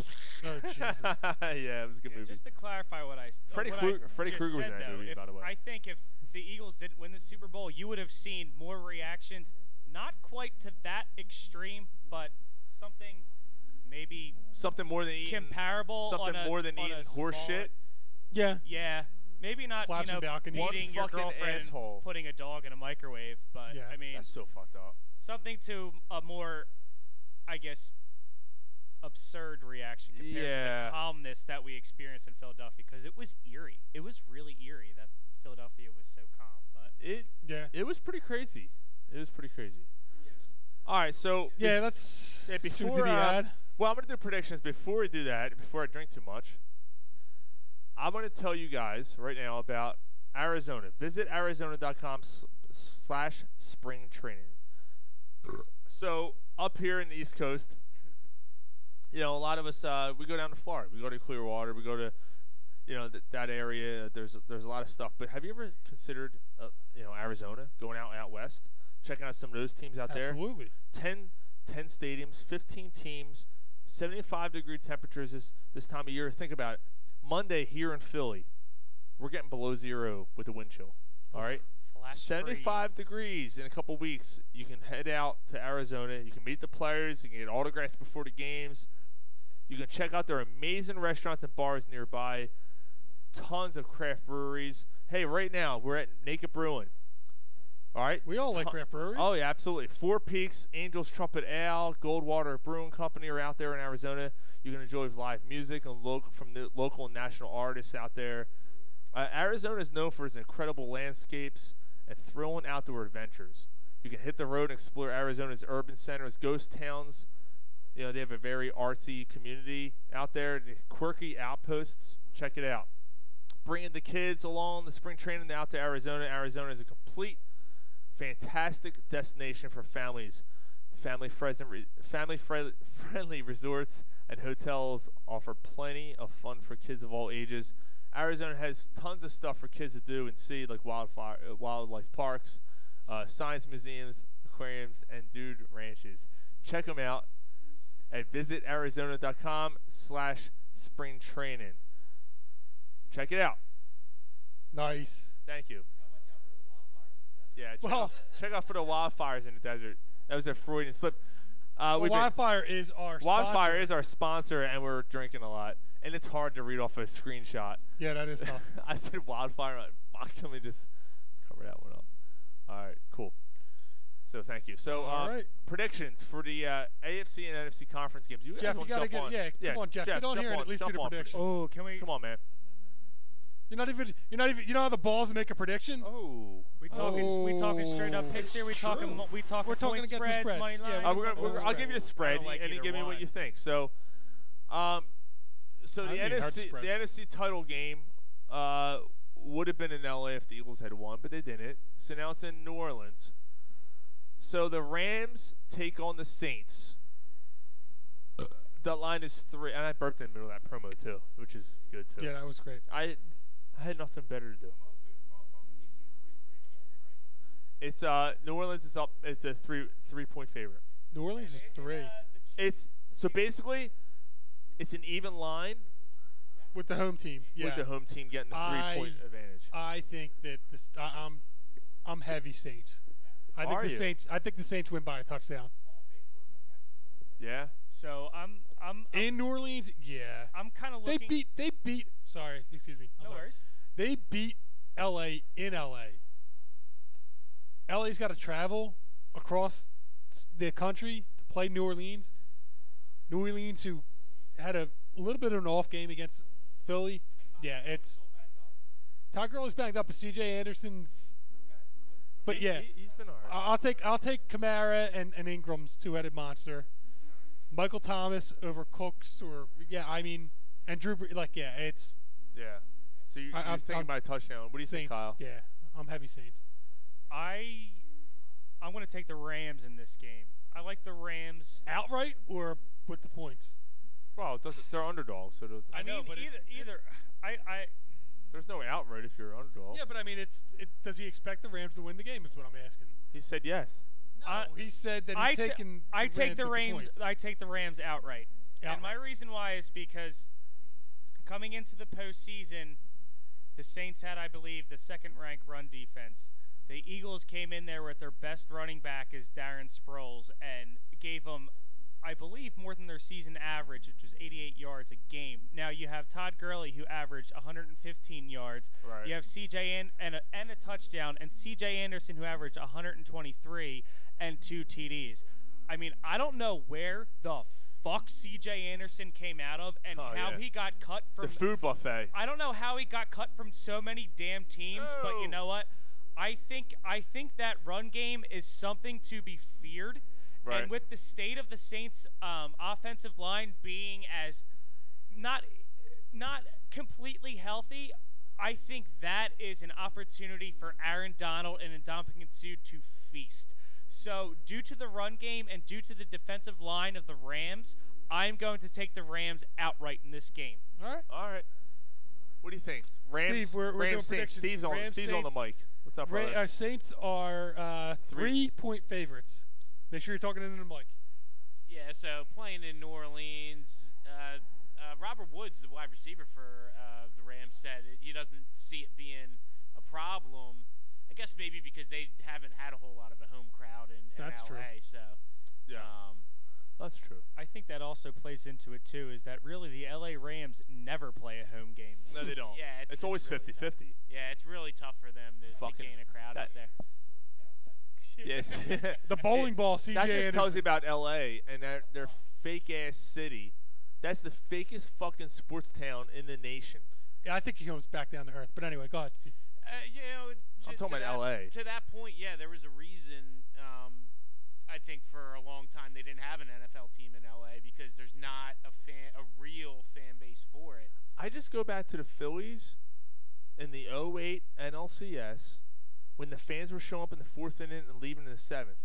Oh Jesus! <laughs> yeah, it was a good movie. Just to clarify what I s- uh, Freddy what I Krueger- Freddy just Krueger was said, in that though, movie, if- by the way. I think if the Eagles didn't win the Super Bowl, you would have seen more reactions, not quite to that extreme, but something maybe something more than eating comparable. Something on a, more than on a eating horse smaller- shit. Yeah. Yeah, maybe not. Flaps you and know, balconies. One beating your fucking girlfriend, and asshole. putting a dog in a microwave, but Yeah. I mean, That's so fucked up. Something to a more, I guess, absurd reaction compared to Yeah. the calmness that we experienced in Philadelphia because it was eerie. It was really eerie that Philadelphia was so calm, but It yeah. It was pretty crazy. It was pretty crazy. All right, so Yeah, bef- let's- yeah, <laughs> should we do before the uh, ad? Well, I'm gonna do predictions before we do that. Before I drink too much, I'm gonna tell you guys right now about Arizona. Visit arizona.com s- slash spring training. So up here in the East Coast, you know, a lot of us uh, we go down to Florida. We go to Clearwater. We go to you know th- that area. There's there's a lot of stuff. But have you ever considered uh, you know Arizona going out out west, checking out some of those teams out there? Absolutely. 10, 10 stadiums, fifteen teams, seventy five degree temperatures this this time of year. Think about it. Monday here in Philly, we're getting below zero with the wind chill. All right. Flash 75 degrees in a couple weeks. You can head out to Arizona. You can meet the players. You can get autographs before the games. You can check out their amazing restaurants and bars nearby. Tons of craft breweries. Hey, right now we're at Naked Brewing. All right. We all like Ton- craft breweries. Oh yeah, absolutely. Four Peaks, Angels Trumpet Ale, Goldwater Brewing Company are out there in Arizona. You can enjoy live music and local from the local and national artists out there. Uh, Arizona is known for its incredible landscapes and thrilling outdoor adventures. You can hit the road and explore Arizona's urban centers, ghost towns. You know they have a very artsy community out there, the quirky outposts. Check it out. Bringing the kids along the spring training out to Arizona. Arizona is a complete fantastic destination for families. Family friendly, family fri- <laughs> friendly resorts and hotels offer plenty of fun for kids of all ages. Arizona has tons of stuff for kids to do and see, like wildfire, uh, wildlife parks, uh, science museums, aquariums, and dude ranches. Check them out at visitarizona.com slash spring training. Check it out. Nice. Thank you. Yeah, check, Well- out, check out for the wildfires in the desert. That was a Freudian slip. Uh, Well, we've been- Wildfire is our Wildfire sponsor. is our sponsor, and we're drinking a lot. And it's hard to read off a screenshot. Yeah, that is tough. <laughs> I said wildfire. I'm like, fuck, let me just cover that one up. All right, cool. So thank you. So All um, right. predictions for the uh, AFC and NFC conference games. You guys Jeff, wanna you gotta jump get- on. yeah, come on, Jeff, get on jump here and at least do jump the on for predictions. this. Oh, can we? Come on, man. You're not even. You're not even. You don't have the balls to make a prediction. Oh, Oh, We talking? We talking straight up picks here? We talking? mo- We talking? We're talking point against the spreads, spreads. money Yeah, lines? Uh, we're gonna, we're, I'll give you the I spread, don't like and you either give me one. what you think. So, um, so I the think it hurts NFC, the spreads. NFC title game, uh, would have been in LA if the Eagles had won, but they didn't. So now it's in New Orleans. So the Rams take on the Saints. That line is three, and I burped in the middle of that promo too, which is good too. Yeah, that was great. I, I had nothing better to do. It's uh, New Orleans is up. It's a three three point favorite. New Orleans is three. It's so basically, it's an even line with the home team. Yeah. with the home team getting the three I- point advantage. I think that this. I, I'm. I'm heavy Saints. I think Are the you? Oh. Saints. I think the Saints win by a touchdown. Yeah. So I'm I'm, I'm in New Orleans. Yeah. I'm kind of They looking. beat. They beat. Sorry. Excuse me. I'm No sorry. worries. They beat L.A. in L.A. L.A.'s got to travel across s- the country to play New Orleans. New Orleans, who had a little bit of an off game against Philly. Yeah, it's. Todd Gurley's banged up, but C.J. Anderson's. But He- yeah, he- he's been all right. I- I'll take I'll take Kamara and, and Ingram's two-headed monster. Michael Thomas over Cooks, or yeah, I mean, and Drew. Bre- like yeah, it's Yeah. So you, I- you're I'm- thinking I'm- about a touchdown. What do you think, Saints. Kyle? Yeah, I'm heavy Saints. I I'm gonna take the Rams in this game. I like the Rams outright or with the points. Well, it doesn't, they're underdogs, so it doesn't, I, mean, either either I I there's no outright if you're an underdog. Yeah, but I mean, it's it. Does he expect the Rams to win the game? Is what I'm asking. He said yes. No, he said that he's I, ta- taking. I the take Rams the with Rams. points. I take the Rams outright. And my reason why is because coming into the postseason, the Saints had, I believe, the second-ranked run defense. The Eagles came in there with their best running back is Darren Sproles and gave them, I believe, more than their season average, which was 88 yards a game. Now you have Todd Gurley who averaged 115 yards. Right. You have CJ and and a, and a touchdown, and CJ Anderson who averaged 123 and two TDs. I mean, I don't know where the fuck CJ Anderson came out of and Oh, how yeah. he got cut from The food buffet. I don't know how he got cut from so many damn teams, but you know what? I think I think that run game is something to be feared. Right. And with the state of the Saints' um, offensive line being as not not completely healthy, I think that is an opportunity for Aaron Donald and Indominus Sue to feast. So, due to the run game and due to the defensive line of the Rams, I'm going to take the Rams outright in this game. All right. All right. What do you think? Rams. Steve, we're, we're Rams doing Saints. predictions. Steve's on. Rams, Steve's on the Saints. mic. What's up, Ra- brother? our Saints are uh, Three. three-point favorites. Make sure you're talking into the mic. Yeah, so playing in New Orleans, uh, uh, Robert Woods, the wide receiver for uh, the Rams, said it, he doesn't see it being a problem. I guess maybe because they haven't had a whole lot of a home crowd in, in That's LA. true. So yeah, um, that's true. I think that also plays into it too. Is that really the LA Rams never play a home game? No, they <laughs> don't. Yeah, it's- it's, it's always really fifty fifty. yeah, it's really tough for them to, to Fucking- gain a crowd out there. <laughs> Yes. <laughs> The bowling ball, CJ That just tells Anderson. you about L.A. and their, their fake ass city. That's the fakest fucking sports town in the nation. Yeah, I think he comes back down to earth. But anyway, go ahead, Steve. Uh, you know, to, I'm talking to about that, LA. To that point, yeah, there was a reason. Um, I think for a long time they didn't have an NFL team in LA because there's not a fan, a real fan base for it. I just go back to the Phillies in the 08 NLCS when the fans were showing up in the fourth inning and leaving in the seventh.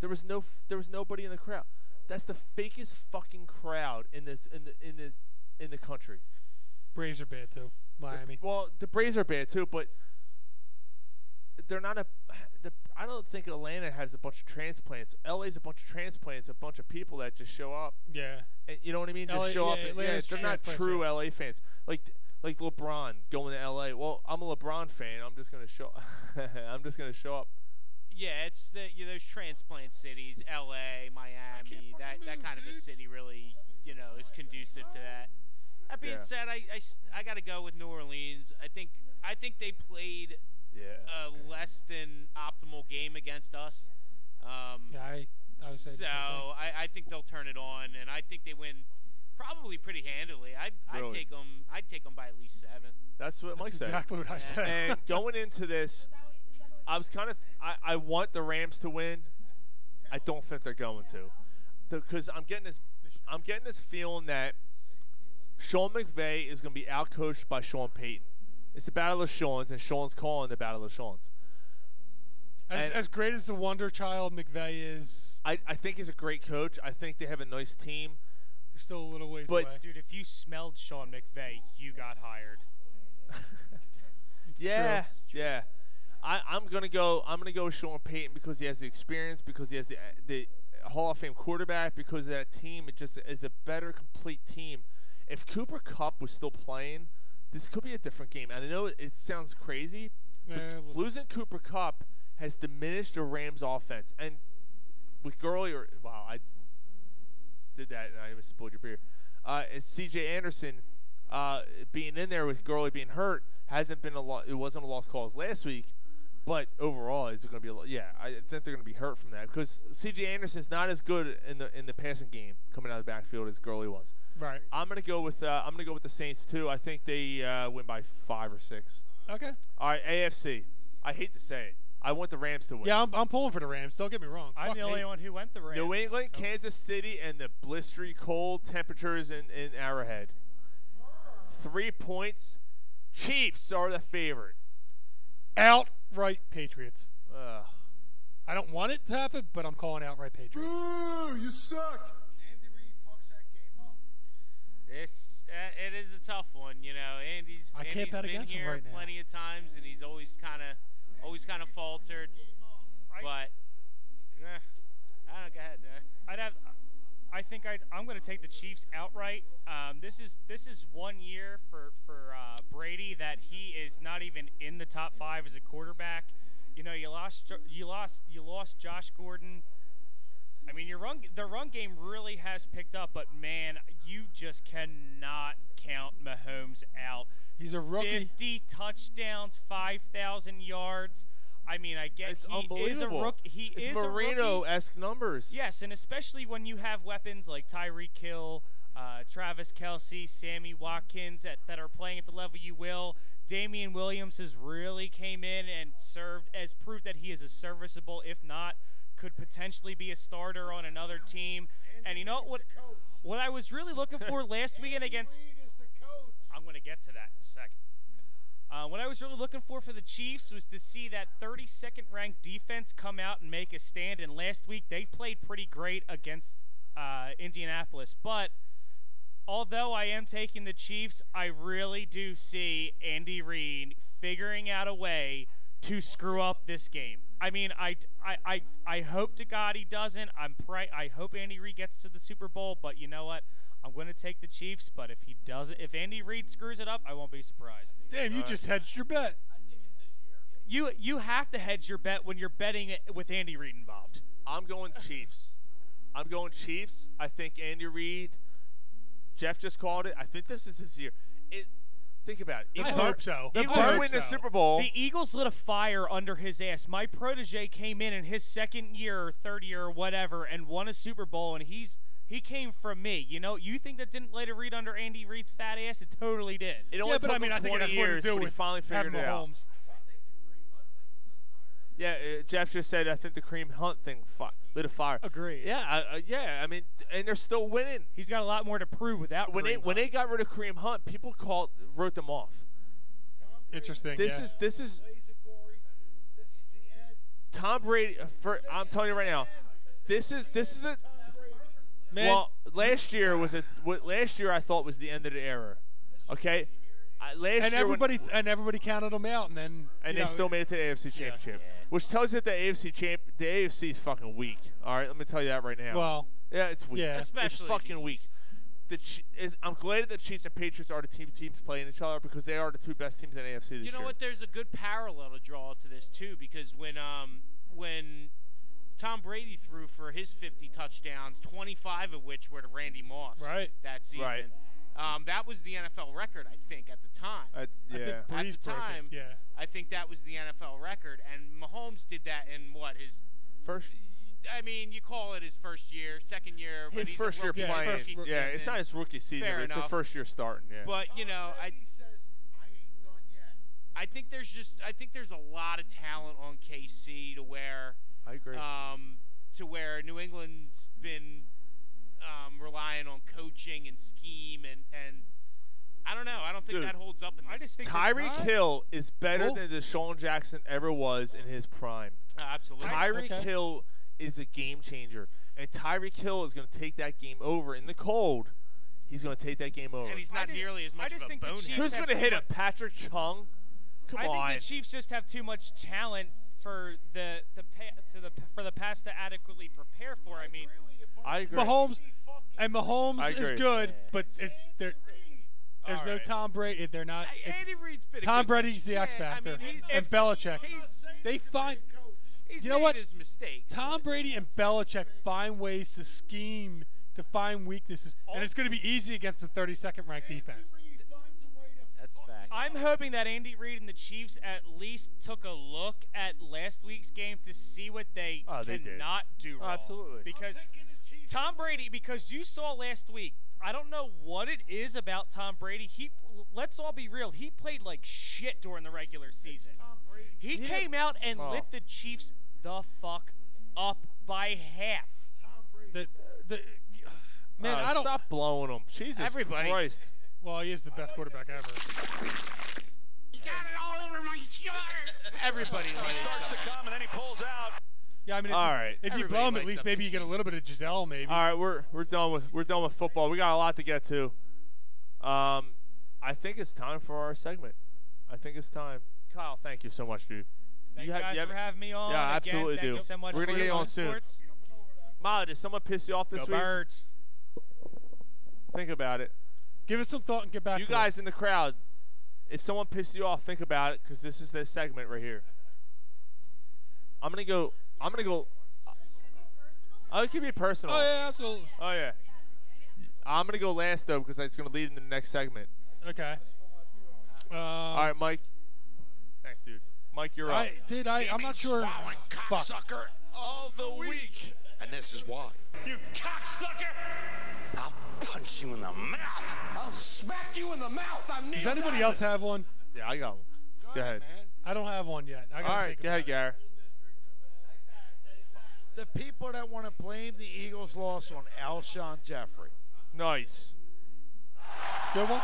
There was no, f- there was nobody in the crowd. That's the fakest fucking crowd in the in the in the in the country. Braves are bad too. Miami. Well, the Braves are bad too, but they're not a. The, I don't think Atlanta has a bunch of transplants. LA's a bunch of transplants, a bunch of people that just show up. Yeah. And, you know what I mean? LA just show yeah, up. And, yeah, Atlanta's they're not transplants, true yeah. LA fans. Like like LeBron going to LA. Well, I'm a LeBron fan. I'm just gonna show. <laughs> I'm just gonna show up. Yeah, it's the you know, those transplant cities, L.A., Miami, that that kind of a city really you know is conducive to that. That being Yeah. said, I, I s- I gotta go with New Orleans. I think I think they played Yeah. a less than optimal game against us. Um, Yeah, I- I would say the so same thing. I, I think they'll turn it on, and I think they win probably pretty handily. I I Really? would take them I would take them by at least seven. That's what Mike said. exactly what I said. And going into this, I was kind of I, I want the Rams to win. I don't think they're going to, because I'm getting this I'm getting this feeling that Sean McVay is going to be outcoached by Sean Payton. It's the battle of Sean's, and Sean's calling the battle of Sean's. As, And- as great as the Wonder Child McVeigh is, I, I think he's a great coach. I think they have a nice team. there's still a little ways away. dude, if you smelled Sean McVay, you got <laughs> hired. yeah, yeah. I, I'm gonna go. I'm gonna go with Sean Payton because he has the experience, because he has the, uh, the Hall of Fame quarterback, because that team it just is a better complete team. If Cooper Cup was still playing, this could be a different game. And I know it, it sounds crazy, but Yeah, a little- losing Cooper Cup has diminished the Rams' offense. And with Gurley, or wow, I did that and I even spilled your beer. Uh, it's C.J. Anderson uh, being in there with Gurley being hurt hasn't been a lot. It wasn't a lost cause last week, but overall, is it going to be? A, lo- yeah, I think they're going to be hurt from that because C.J. Anderson's not as good in the in the passing game coming out of the backfield as Gurley was. Right. I'm going to go with uh, I'm going to go with the Saints too. I think they uh, win by five or six. Okay. All right, AFC. I hate to say it. I want the Rams to win. Yeah, I'm, I'm pulling for the Rams. Don't get me wrong. I'm Fuck the only me. one who went the Rams. New England, Kansas City, and the blistery cold temperatures in, in Arrowhead. Three points. Chiefs are the favorite. Outright Patriots. Ugh. I don't want it to happen, but I'm calling outright Patriots. Boo! You suck. This uh, it is a tough one, you know. Andy's I can't Andy's bet been against him here right now. plenty of times, and he's always kind of always kind of faltered. But eh, I don't go ahead. Dan. I'd have. I think I'd, I'm going to take the Chiefs outright. Um, this is this is one year for for uh, Brady that he is not even in the top five as a quarterback. You know, you lost you lost you lost Josh Gordon. I mean, your run the run game really has picked up, but man, you just cannot count Mahomes out. He's a rookie. Fifty touchdowns, five thousand yards. I mean, I guess It's he is a unbelievable. rookie. He it's is a rookie. Marino-esque numbers. Yes, and especially when you have weapons like Tyreek Hill, uh, Travis Kelsey, Sammy Watkins that, that are playing at the level you will. Damian Williams has really came in and served as proof that he is a serviceable, if not, could potentially be a starter on another team. And you know what? What I was really looking for last weekend against. I'm going to get to that in a second. Uh, what I was really looking for for the Chiefs was to see that 32nd ranked defense come out and make a stand. And last week they played pretty great against uh, Indianapolis. But although I am taking the Chiefs, I really do see Andy Reid figuring out a way to screw up this game. I mean, I, I, I, I hope to God he doesn't. I'm pray. I hope Andy Reid gets to the Super Bowl. But you know what? I'm going to take the Chiefs. But if he doesn't, if Andy Reid screws it up, I won't be surprised. Damn, you just hedged your bet. You you have to hedge your bet when you're betting it with Andy Reid involved. I'm going Chiefs. I'm going Chiefs. I think Andy Reid. Jeff just called it. I think this is his year. It. Think about it. I Eagles- hope so. I Eagles hope win the so. Super Bowl. The Eagles lit a fire under his ass. My protege came in in his second year or third year or whatever and won a Super Bowl, and he's he came from me. You know, you think that didn't later read under Andy Reid's fat ass? It totally did. It only took him 20 years, but he finally figured it out. Yeah, uh, Jeff just said. I think the cream hunt thing fi- lit a fire. Agree. Yeah, I, I, yeah. I mean, and they're still winning. He's got a lot more to prove without. When they Kareem when they got rid of Kareem Hunt, people called wrote them off. Interesting. This yeah. is this is. Tom Brady. uh, For I'm telling you right now, this is this is a. Man. Well, last year was a. What last year I thought was the end of the era. Okay, I- I- last and year when- everybody and everybody counted them out, and then and you they know, still made it to the AFC Championship, which tells you that the AFC champ, the AFC is fucking weak. All right, let me tell you that right now. Well, yeah, it's weak. yeah. it's Especially fucking weak. The Ch- is, I'm glad that the Chiefs and Patriots are the team teams playing each other because they are the two best teams in the AFC this you know year. what? There's a good parallel to draw to this too, because when um when Tom Brady threw for his 50 touchdowns, 25 of which were to Randy Moss, Right. That season, Right. Um, that was the NFL record, I think, at the time. I- yeah. at Breeze the broke it, time, yeah. I think that was the NFL record, and Mahomes did that in what his first. I mean, you call it his first year, second year. but His he's a first year rookie, playing. rookie Yeah, season. it's not his rookie season, Fair but it's the enough. first year starting, yeah. But you know, I. I think there's just I think there's a lot of talent on KC to where I agree. Um, to where New England's been um, relying on coaching and scheme and and I don't know I don't think Dude, that holds up in this. I just Tyreek Hill is better than Deshaun Jackson ever was in his prime. Uh, absolutely. Tyreek Okay. Hill is a game changer, and Tyreek Hill is going to take that game over in the cold. He's going to take that game over. and he's not nearly as much just of a think the bonehead. Chiefs Who's have going to too hit a much- Patrick Chung? Come I on. think the Chiefs just have too much talent for the the pa- to the for the pass to adequately prepare for. I mean, I agree. Mahomes and I Mahomes is agree. good, but it, they're, there's All no right. Tom Brady. They're not. it's- Andy Reid's been a Tom good Brady's coach. the X Yeah, I factor, mean, he's- and it's- Belichick. he's- They find. He's you know made what? his mistakes. Tom Brady and Belichick find ways to scheme to find weaknesses, and it's going to be easy against the 32nd ranked defense. That's fact. I'm hoping that Andy Reid and the Chiefs at least took a look at last week's game to see what they Oh, they did. cannot do wrong. Absolutely. Because Tom Brady, because you saw last week, I don't know what it is about Tom Brady. He let's all be real. He played like shit during the regular season. He Yeah. came out and Oh. lit the Chiefs the fuck up by half. The, the, man, Uh, I don't. stop blowing them. Jesus Everybody. Christ. Well, he is the best quarterback ever. He got it all over my shirt. Everybody likes starts to come and then he pulls out. Yeah, I mean, if, All you- right. if you blow him, at least maybe you get a little bit of Giselle, maybe. All right, we're we're done with we're done with football. We got a lot to get to. Um, I think it's time for our segment. I think it's time. Kyle, thank you so much, dude. Thank you ha- guys have- for having me on. Yeah, Again, absolutely, thank do. you so much we're for gonna get you Fox on soon. Sports. Molly, did someone piss you off this Go week? Birds. Think about it. Give us some thought and get back. You to guys in the crowd, if someone pissed you off, think about it because this is this segment right here. I'm gonna go. I'm gonna go. uh, Oh, it could be personal. Oh yeah, absolutely. Oh yeah. I'm gonna go last though because it's gonna lead into the next segment. Okay. Um, All right, Mike. Thanks, dude. Mike, you're up. I, dude, I, I'm not sure. Fuck. Cocksucker of the week. And this is why. You cocksucker! I'll punch you in the mouth. I'll smack you in the mouth. I'm Does Neil anybody Diamond. else have one? Yeah, I got one. Go ahead. I don't have one yet. I gotta All think right, go ahead, Gary. The people that want to blame the Eagles' loss on Alshon Jeffrey. Nice. Good one.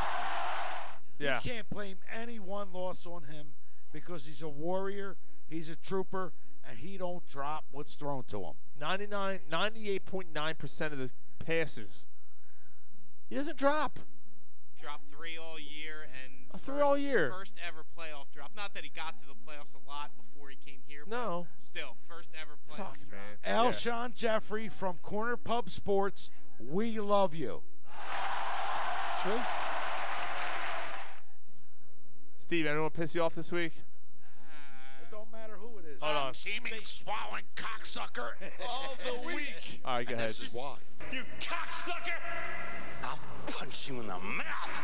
Yeah. You can't blame any one loss on him because he's a warrior, he's a trooper, and he don't drop what's thrown to him. 99, 98.9% of the passes. He doesn't drop. dropped three all year and A three first- all year. First ever playoff drop. Not that he got to the playoffs a lot before he came here. but No. Still, first ever playoff drop. Alshon Jeffrey from Corner Pub Sports, we love you. It's true. Steve, anyone piss you off this week? It don't matter who it is. Hold on. Seeming swallowing cocksucker of <laughs> the week. All right, go and ahead. this is why. You cocksucker! I'll punch you in the mouth.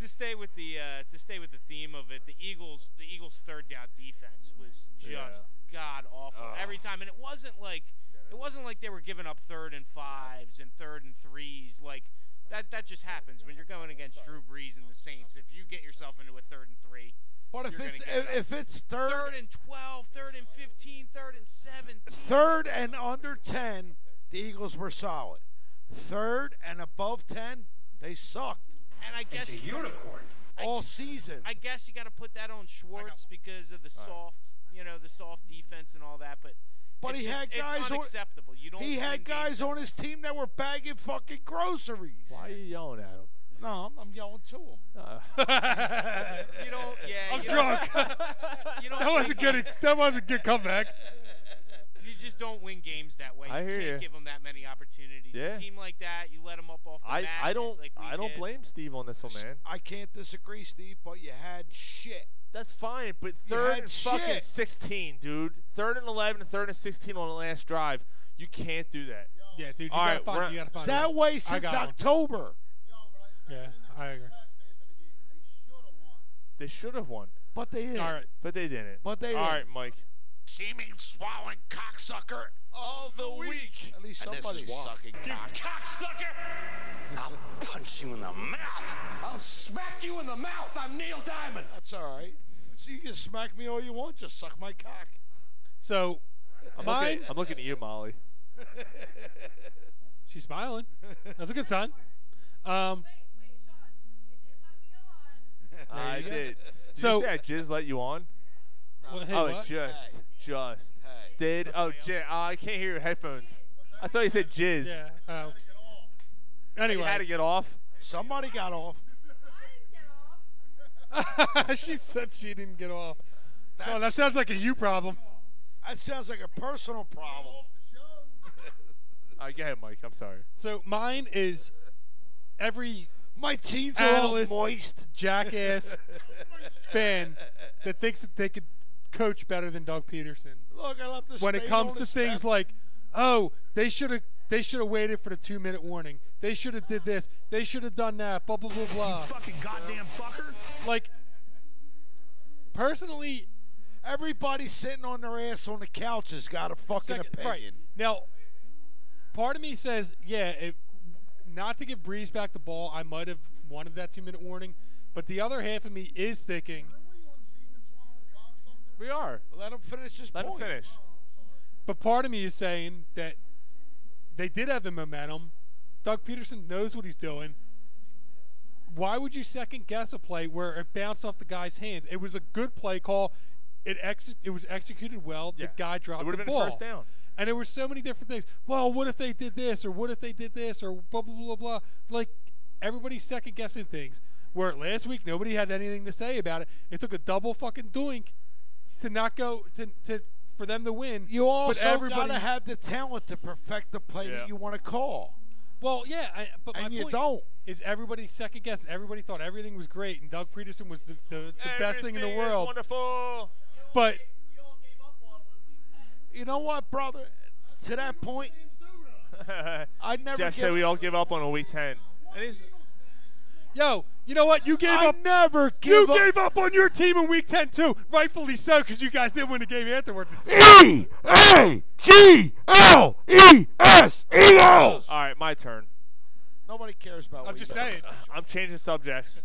To stay with the uh, to stay with the theme of it, the Eagles the Eagles third down defense was just Yeah. Uh. god awful Ugh. Oh. every time, and it wasn't like it wasn't like they were giving up third and fives and third and threes like. That, that just happens when you're going against Drew Brees and the Saints. If you get yourself into a third and three, But if you're it's gonna get if, if it's third, third and 12, third and 15, third and 17. Third and under 10, the Eagles were solid. Third and above 10, they sucked And I guess all season. I guess you got to put that on Schwartz because of the soft, you know, the soft defense and all that. But But it's he just- had guys it's on- unacceptable. you don't. He win had games guys that on his team that were bagging fucking groceries. Why are you yelling at him? Uh. No, I'm, I'm yelling to him. you don't. Yeah. I'm you drunk. Don't, you don't that wasn't win- good. That wasn't good comeback. You just don't win games that way. I you hear can't ya. give them that many opportunities. Yeah. A team like that, you let them up off the I, mat. I don't Like we I don't did. blame Steve on this one, man. I can't disagree, Steve, but you had shit. That's fine, but You Third had and fucking shit. 16, dude. Third and 11, and third and 16 on the last drive. You can't do that. Yeah, dude, you All gotta right, find- we're- you gotta find That way since October. Yeah, I agree. They should have won. But they didn't. All right. But they didn't. But they All right, didn't. Mike. Seeming swallowing cocksucker of the week. At least and this somebody's is swallowing. sucking cock. cocksucker! I'll punch you in the mouth. I'll smack you in the mouth. I'm Neil Diamond. That's all right. So you can smack me all you want, just suck my cock. <laughs> So, I'm mine. Looking, I'm looking at you, Molly. She's <laughs> smiling. That's a good sign. Um, <laughs> I you go. did. Did So- you say I jizz let you on? Well, hey, oh, what? just, just did. Oh, j- oh, I can't hear your headphones. I thought you said jizz. yeah. Uh, You had to anyway, get off. Somebody got off. <laughs> she said she didn't get off. oh, that That's- sounds like a you problem. That sounds like a personal problem. I get it, Mike. I'm sorry. So mine is every my teens are all analyst, moist. <laughs> jackass fan that thinks that they could coach better than Doug Peterson. Look, I love to when stay it comes on to the things step. like, oh, they should have they should have waited for the two minute warning. They should have did this. They should have done that. Blah blah blah blah. Fucking goddamn fucker. Like personally, everybody sitting on their ass on the couch has got a fucking Second- opinion. right. Now, part of me says, yeah, it, not to give Breeze back the ball, I might have wanted that two minute warning. But the other half of me is thinking, We are. Let him finish his Let him point. finish. but part of me is saying that they did have the momentum. Doug Peterson knows what he's doing. Why would you second guess a play where it bounced off the guy's hands? It was a good play call. It ex- it was executed well. Yeah. The guy dropped It the would've ball. been a first down. And there were so many different things. Well, what if they did this, or what if they did this, or blah blah blah blah. Like everybody's second guessing things. Where last week nobody had anything to say about it. It took a double fucking doink to not go to, to for them to win. You but also everybody, got to have the talent to perfect the play Yeah. that you want to call. Well, yeah, I, but And my you point don't. is everybody second guessed. Everybody thought everything was great, and Doug Peterson was the, the, the best thing in the Everything is world. wonderful. But You know what, brother? To that <laughs> point, I never give- Jeff said we all give up on a week ten. And he's yo, you know what? You gave I up. never You give up. gave up on your team in Week 10 too, rightfully so, because you guys didn't win the game afterwards. E A G L E S E O. all right. My turn. Nobody cares about. I'm what just you saying. I'm changing subjects.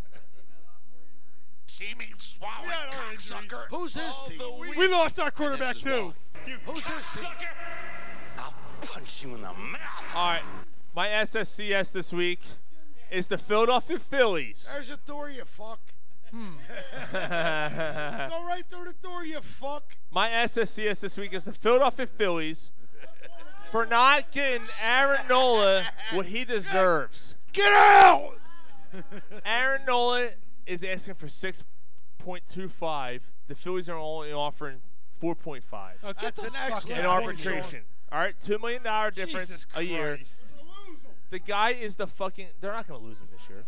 Seeming swallowing cocksucker. Who's his of team? the week. We lost our quarterback is too. You Who's his team? cocksucker. I'll punch you in the mouth. All right. My SSCS this week is the <laughs> Philadelphia Phillies. There's a door, you <laughs> fuck. my Go right through the door, you fuck. SSCS this week is the Philadelphia Phillies for not getting Aaron Nola what he deserves. Get out. Aaron Nola is asking for 6.25. The Phillies are only offering 4.5 Oh, get That's the an fuck excellent in out of here. arbitration. All right, two million dollar difference Jesus a year. Christ. The guy is the fucking. They're not going to lose him this year.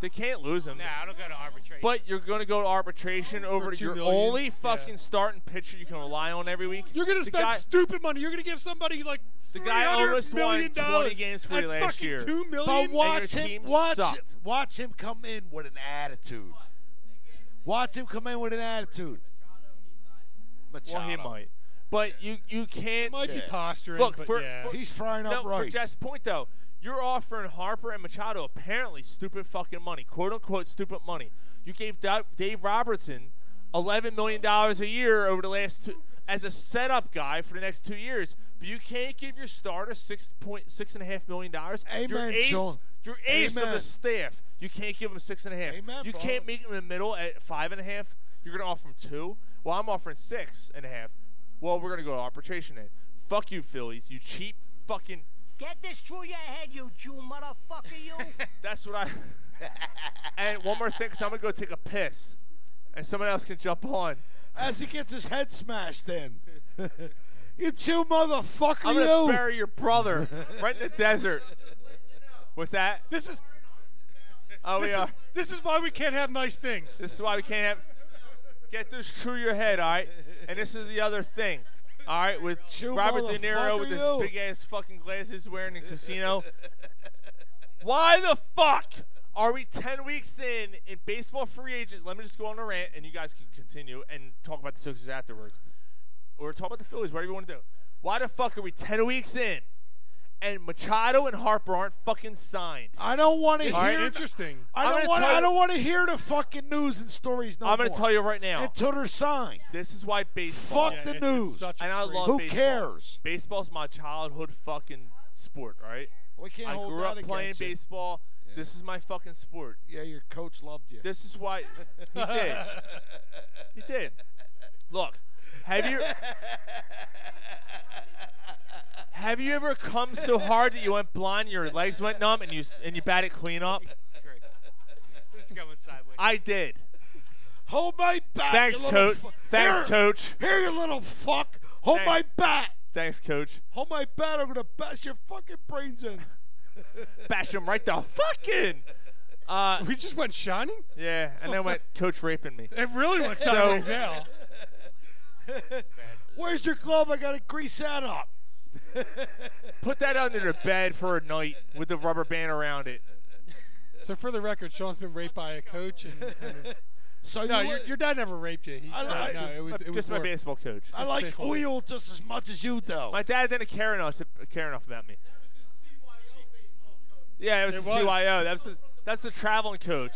They can't lose him. No, I don't go to arbitration. But you're going to go to arbitration over to two your million? only Yeah. fucking starting pitcher you can rely on every week. You're gonna the spend guy, stupid money. You're gonna give somebody like The guy almost $300 million won dollars 20 games free and last fucking year. Two million. But watch your him, team watch, sucked. watch him come in with an attitude. Watch him come in with an attitude. well, he Machado. might. But you you can't. might be Yeah. posturing. Look but for, yeah. for He's frying no, up rice. For Jeff's point though, you're offering Harper and Machado apparently stupid fucking money, quote unquote stupid money. You gave Da- Dave Robertson eleven million dollars a year over the last two as a setup guy for the next two years, but you can't give your starter six point six and a half million dollars. your Amen, ace, Sean. Your ace of Amen. the staff. You can't give him six and a half. Amen, you bro. can't make him in the middle at five and a half. You're gonna offer him two. Well, I'm offering six and a half. Well, we're gonna go to arbitration then. Fuck you, Phillies. You cheap fucking Get this through your head, you Jew motherfucker, you. <laughs> That's what I. <laughs> and one more thing, because I'm gonna go take a piss, and someone else can jump on. As he gets his head smashed in. <laughs> you two motherfucker, I'm gonna you. bury your brother right in the desert. What's that? This is. Oh, this we are. is- this is why we can't have nice things. This is why we can't have. Get this through your head, all right? And this is the other thing, all right? With Robert De Niro with his motherfucker, you. big ass fucking glasses he's Uh, wearing in Casino. Why the fuck are we 10 weeks in in baseball free agents? Let me just go on a rant and you guys can continue and talk about the Sixers afterwards. Or talk about the Phillies, whatever you want to do. Why the fuck are we 10 weeks in and Machado and Harper aren't fucking signed? I don't want to hear. All right, interesting. I I'm don't gonna want. tell you- I don't want to hear the fucking news and stories. No I'm gonna more. tell you right now. Until they're signed. This is why baseball. Fuck Yeah, the it's- it's news. such a and I crazy- love Who baseball. cares? Baseball's my childhood fucking sport, right? We can't I hold grew that up playing against you. baseball. This is my fucking sport. Yeah, your coach loved you. This is why <laughs> he did. he did. Look, have you have you ever come so hard that you went blind, your legs went numb, and you and you batted clean up? Jesus Christ. This is going sideways. I did. Hold my back. Thanks, you little coach. fu- Thanks, Here- coach. Here, you little fuck. Hold Thanks. my bat. Thanks, coach. Hold my bat. I'm gonna bash your fucking brains in. Bash him right <laughs> the fucking. Uh, we just went shining. Yeah, and then went coach raping me. It really went So- sideways now. Where's your glove? I gotta grease that up. Put that under the bed for a night with the rubber band around it. So for the record, Sean's been raped by a coach. And, and his- So no, you your, li- your dad never raped you. He, I no, like- no, it was, it was just my more- baseball coach. I like baseball. oil just as much as you do. My dad didn't care enough, care enough about me. Yeah, it was It the was. CYO. That's the that's the traveling coach.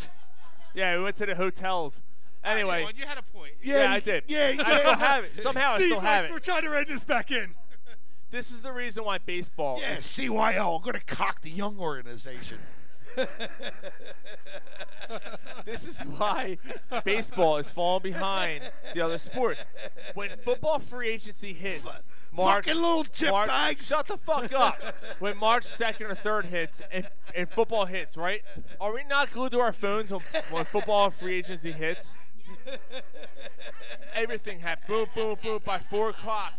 Yeah, we went to the hotels. Anyway, Well, you had a point. Yeah, I did. I still have it. <laughs> Somehow I still Steve's have like, it. We're trying to rein this back in. This is the reason why baseball. Yeah, is- CYO. I'm gonna cock the young organization. <laughs> This is why baseball is falling behind the other sports. When football free agency hits, March, fucking little chip March, bags. Shut the fuck up. when March 2nd or 3rd hits and, and football hits, right? Are we not glued to our phones when, when football free agency hits? Everything happened. Boom, boom, boom by 4 o'clock.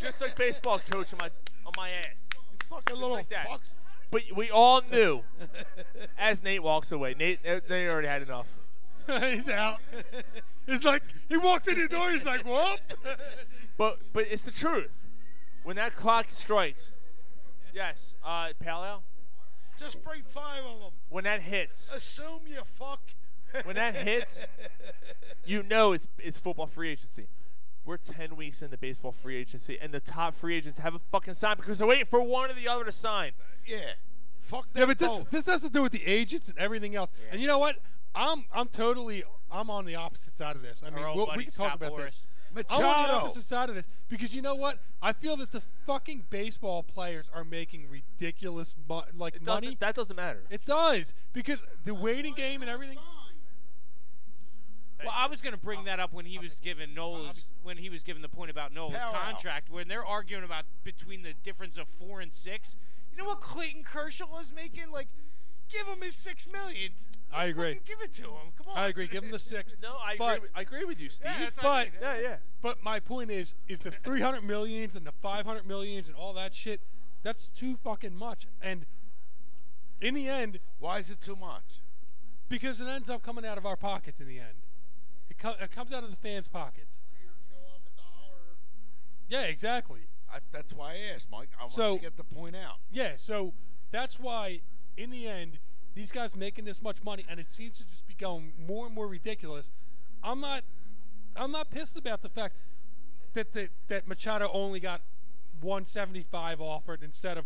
Just like baseball coach on my, on my ass. fucking little fucks. But we all knew as Nate walks away. Nate, they already had enough. he's out. It's like he walked in the door. <laughs> He's like, "Whoop!" But but it's the truth. When that clock strikes, yes, uh, Pal Al, <laughs> Just bring five of them. when that hits, Assume you fuck. <laughs> when that hits, you know it's it's football free agency. We're ten weeks into baseball free agency, and the top free agents haven't fucking signed because they're waiting for one or the other to sign. Yeah, fuck Yeah, but this this has to do with the agents and everything else. And you know what? I'm I'm totally I'm on the opposite side of this. I mean, old we'll- buddy we can Scott talk about Boras. this. I'm on the Machado. opposite side of this because you know what? I feel that the fucking baseball players are making ridiculous mo- like It doesn't- money. that doesn't matter. It does because the waiting game and everything. Well, I was going to bring that up when he was giving Noel's when he was giving the point about Noel's Power out. contract when they're arguing about between the difference of 4 and 6. You know what Clayton Kershaw is making like give him his 6 million. Just I agree. fucking Give it to him. Come on. I agree. Give him the six. <laughs> No, I But- agree. With, I agree with you, Steve. Yeah, that's what I but mean. yeah, yeah. But my point is, is <laughs> the 300 millions and the 500 millions and all that shit. That's too fucking much. And in the end, why is it too much? Because it ends up coming out of our pockets in the end. It, co- it comes out of the fans' pockets. Yeah, exactly. I, that's why I asked, Mike. I wanted So- to get the point out. Yeah, so that's why in the end, these guys making this much money, and it seems to just be going more and more ridiculous. I'm not, I'm not pissed about the fact that that, that Machado only got 175 offered instead of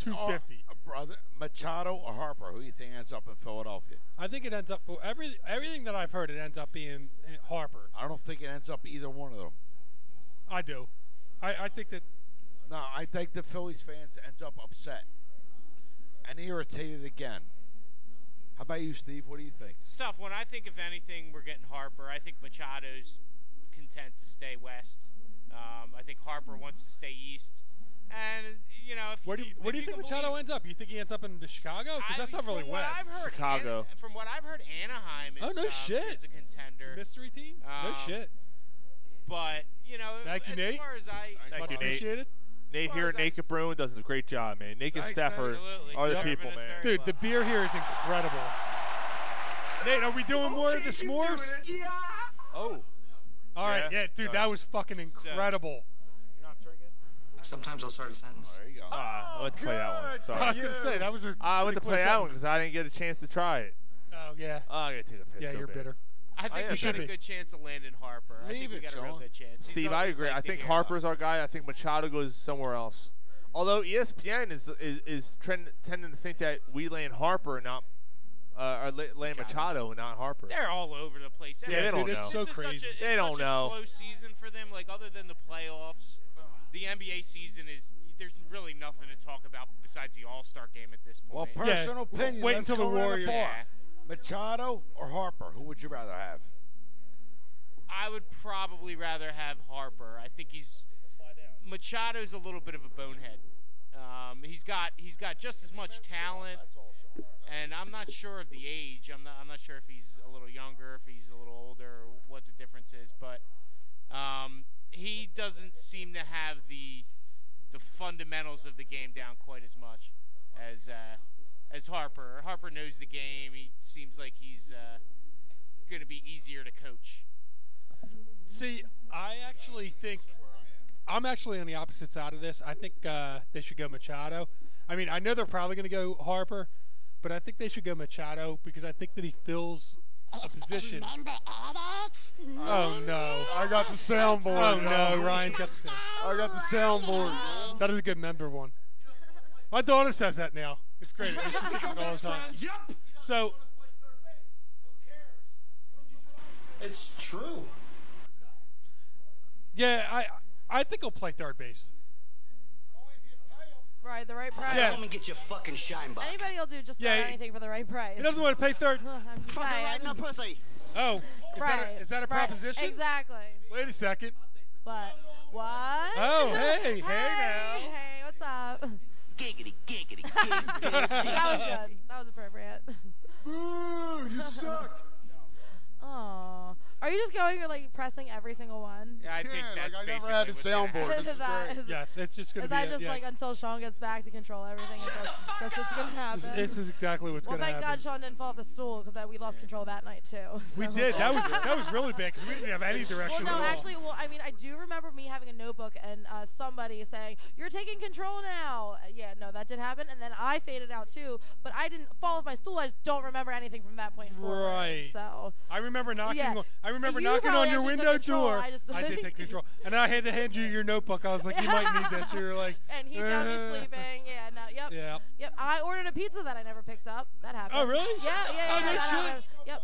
250. Or, uh, brother, Machado or Harper? Who you think ends up in Philadelphia? I think it ends up every everything that I've heard, it ends up being uh, Harper. I don't think it ends up either one of them. I do. I, I think that No, I think the Phillies fans ends up upset and irritated again. How about you, Steve? What do you think? Stuff when I think of anything we're getting Harper. I think Machado's content to stay west. Um, I think Harper wants to stay east. And you know, if Where do you, you, where do you if think can Machado ends up? You think he ends up in Chicago? Because that's not really from west. What I've heard, Chicago. Ana- from what I've heard, Anaheim is, Oh, no uh, shit. is a contender. Mystery team? No Um, shit. But you know, Thank you, as Nate. far as I, Thank you, Nate. Nate here at Naked Brewing does a great job, man. Naked Thanks, Stafford absolutely. are the Serving people, us man. Dude, the beer here is incredible. Nate, are we doing more of the s'mores? Yeah. Oh. uh, All right, Yeah, yeah, dude, that nice. was fucking incredible. You're not drinking? Sometimes I'll start a Oh, sentence. There you go. Ah, I went to play that one. Sorry. Uh, I was gonna say, that was a I went pretty to clear play that one sentence. because I didn't get a chance to try it. Oh yeah. Oh, I gotta take a piss. Yeah, so you're bad. bitter. I I think am we got a bitter. good chance of Landon Harper. I think Leave we it, got a real Sean. good chance. He's Steve, I always agree. like I the think hero. Harper's our guy. I think Machado goes somewhere else. Although E ESPN is is, is trend, tending to think that we land Harper and not uh, or la- land Machado and not Harper. They're all over the place. Yeah, they don't this, know. This So is Such crazy. a, it's They don't such know. A slow season for them. Like other than the playoffs, the NBA season is there's really nothing to talk about besides the All Star game at this Well, point. personal opinion. Let's go around The bar. Machado or Harper? Who would you rather have? I would probably rather have Harper. I think he's Machado's a little bit of a bonehead. Um, he's got he's got just as much talent, and I'm not sure of the age. I'm not I'm not sure if he's a little younger, if he's a little older, or what the difference is. But um, he doesn't seem to have the the fundamentals of the game down quite as much as uh, as Harper. Harper knows the game. He seems like he's uh, going to be easier to coach. See, I actually think I'm actually on the opposite side of this. I think uh, they should go Machado. I mean, I know they're probably going to go Harper, but I think they should go Machado because I think that he fills a position. Oh no! I got the soundboard. Oh no! Ryan's got the. I got the soundboard. That is a good member one. My daughter says that now. It's great. <laughs> We just think of it all the time. So It's true. yeah, I I think he'll play third base. Right, the right price. Yeah. Come and get your fucking shine box. Anybody will do just Yeah, about he- anything for the right price. He doesn't want to pay third. <laughs> I'm just Fucking saying. right in the pussy. Oh, is, that Right, a, is that a right, proposition? Exactly. Wait a second. But what? <laughs> Oh, hey, hey now. Hey, what's up? Giggity, <laughs> giggity, giggity. that was good. That was <laughs> appropriate. Boo! You <laughs> suck. Oh, are you just going or like pressing every single one? Yeah, I think Yeah, that's like, I never basically had a what's gonna soundboard. happen. This is that- great. is- Yes, it's just gonna Is be. that a- just yeah. like until Sean gets back to control everything? that's that's what's gonna happen. This is exactly what's well, gonna thank happen. God Sean didn't fall off the stool because that we lost control that night too. <laughs> we so. did. That was that was really bad because we didn't have any direction. <laughs> Well, at no, all. actually, well, I mean, I do remember me having a notebook and uh, somebody saying, "You're taking control now." Uh, Yeah, no, that did happen, and then I faded out too. But I didn't fall off my stool. I just don't remember anything from that point forward. Right. So. I remember knocking. Yeah. On, I remember You knocking on probably your actually took window control, door. I just- did <laughs> take control, and I had to hand you your notebook. I was like, "You might need this." You were like, <laughs> And he found me "Uh." sleeping. Yeah, no, yep. Yep. Yep. I ordered a pizza that I never picked up. That happened. really? Yeah, yeah, yeah. Oh, no that shit. happened. Yep.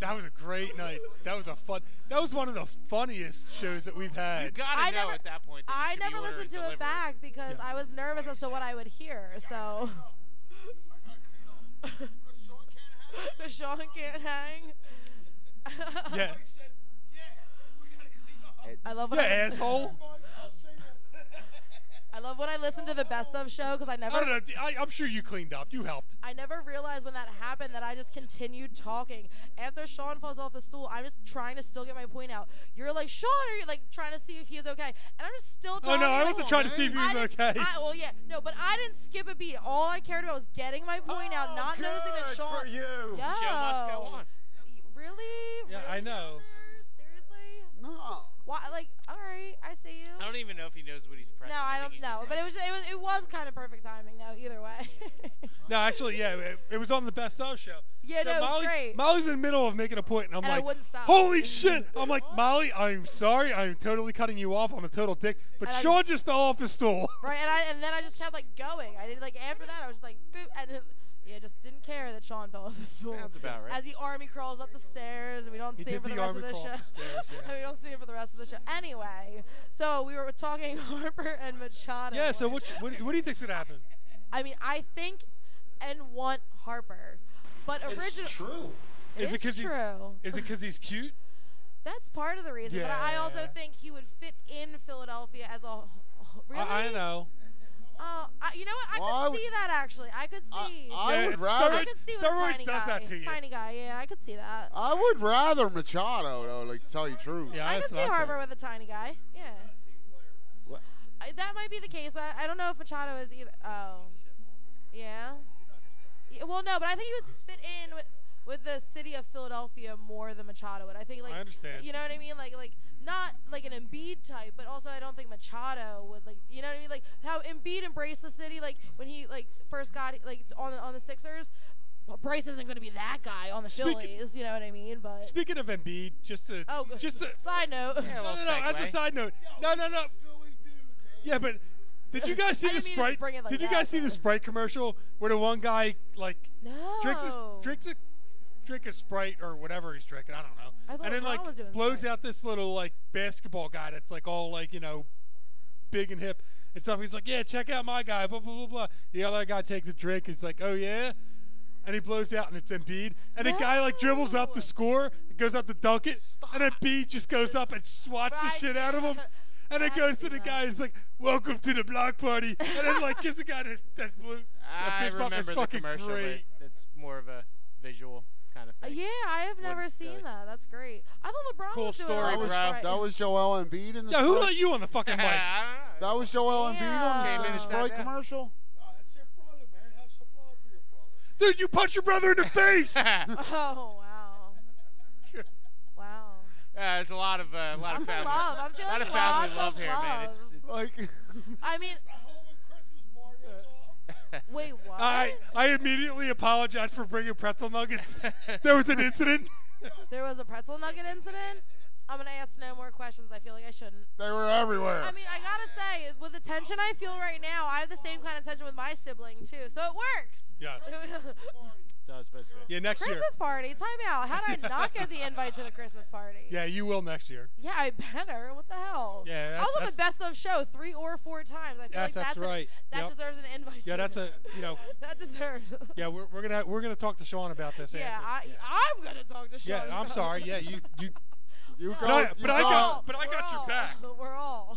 That was a great night. That was a fun. That was one of the funniest shows that we've had. You gotta I know never- <laughs> at that point. That you I should be never ordering listened to delivery. it back because I was nervous as to what I would hear. So. <laughs> Because Sean can't hang. Yeah. <laughs> I love when Yeah, I, asshole. <laughs> I love when I listen to the best of show because I never. I don't know. I, I'm sure you cleaned up. You helped. I never realized when that happened that I just continued talking. After Sean falls off the stool, I'm just trying to still get my point out. You're like, Sean, are you like trying to see if he's okay? And I'm just still Oh, talking. no, I like- wasn't trying to see if he was I didn't- okay. I, well, yeah, no, but I didn't skip a beat. All I cared about was getting my point out, not noticing that Oh, good Sean. for you. Yo. Show must go on. Really? Yeah, I know. Seriously? No. Why? Like, all right, I see you. I don't even know if he knows what he's pressing. No, I think don't he's know, just but like- it was it was it was kind of perfect timing though. Either way. <laughs> No, actually, yeah, it, it was on the best of show. Yeah, So no, it was Molly's, great. Molly's in the middle of making a point, and I'm And I like, wouldn't stop. "Holy shit!" I'm like, "Molly, I'm sorry, I'm totally cutting you off. I'm a total dick." But And I Sean just fell off his stool. Right, and I and then I just kept like going. I did like after that I was just like boop and <laughs> it, yeah, just didn't care that Sean fell off the stool. Sounds about right. As the army crawls up the stairs and we don't He see him for did the, the rest of army the show. crawl up the <laughs> stairs, yeah. and we don't see him for the rest of the show. Anyway, so we were talking <laughs> Harper and Machado. yeah. So what, what? do- What do you think's gonna happen? I mean, I think and want Harper, but originally It's true. It Is is it because true. he's? Is it because he's cute? That's part of the reason, but I also Yeah. think he would fit in Philadelphia as a wh- really. I, I know. Oh, I, you know what? I Well, I could would- see that actually. I could see. I Yeah, would it's rather- I could see with a steroids tiny does guy. that to you. Tiny guy. Yeah, I could see that. I would rather Machado, though, like, tell you the truth. I could see Harbor with a tiny guy. Yeah. What? I, that might be the case, but I don't know if Machado is either. Oh. Yeah. yeah. Well, no, but I think he would fit in with with the city of Philadelphia more than Machado would. I think like understand. You know what I mean? Like like not like an Embiid type, but also I don't think Machado would like. You know what I mean? Like how Embiid embraced the city, like when he like first got like on the on the Sixers. Well, Bryce isn't going to be that guy on the Speaking- Phillies. You know what I mean? But Speaking of Embiid, just to Oh, g- just to, side note. No, <laughs> no, no. That's a side note. No, no, no. Yeah, but did you guys see <laughs> I the didn't mean to sprite? bring it like did you that, guys see the sprite commercial where the one guy like drinks a, No. drinks a drink a sprite or whatever he's drinking? I don't know. I thought and then LeBron like was doing blows out this little like basketball guy that's like all like you know big and hip and stuff. He's like, yeah, check out my guy. Blah blah blah blah. The other guy takes a drink. He's like, oh yeah. And he blows out, and it's Embiid. And the guy like dribbles up the score, goes up to dunk it, and Embiid just goes up and swats the shit out of him. And it goes to the guy. It's like, "Welcome to the block party," and then like gives the guy that that's blue. "Ah, I fist bump. It's remember the fucking commercial, great. but it's more of a visual kind of Uh, thing. yeah, I have never Wouldn't seen that. That's great. I thought LeBron Cool was doing story, all That was, this, right? <laughs> that was Joel Embiid in the Yeah, who Sprite- let you on the <laughs> fucking mic? That was Joel Embiid on Damn. the, Came in in the and sat Sprite down. commercial? Dude, you punch your brother in the <laughs> face. <laughs> oh wow. wow. Uh, there's a lot of uh, a lot of Lots of family, love. I'm feeling lot of lots family of love here, man. It's, it's like <laughs> I mean. uh, <laughs> Wait, what? I I immediately apologized for bringing pretzel <laughs> nuggets. there was an incident. There was a pretzel nugget incident. I'm gonna ask no more questions. I feel like I shouldn't. They were everywhere. I mean, I gotta say, with the tension I feel right now, I have the same kind of tension with my sibling too. So it works. <laughs> Yes. That's how it's supposed to be. Yeah, next year. Christmas party. Time out. How did I not get the invite to the Christmas party? Yeah, you will next year. Yeah, I better. What the hell? Yeah, I was that's- on the best of show three or four times. I feel Yes, like that's that's an- right. that Yep. deserves an invite. Yeah, to that's it. a you know. that deserves. Yeah, we're, we're gonna we're gonna talk to Sean about this. yeah, after. I I'm gonna talk to yeah, Sean. I'm about sorry. it. Yeah, you <laughs> you. You but I, but I got but I We're got your all- back. We're all.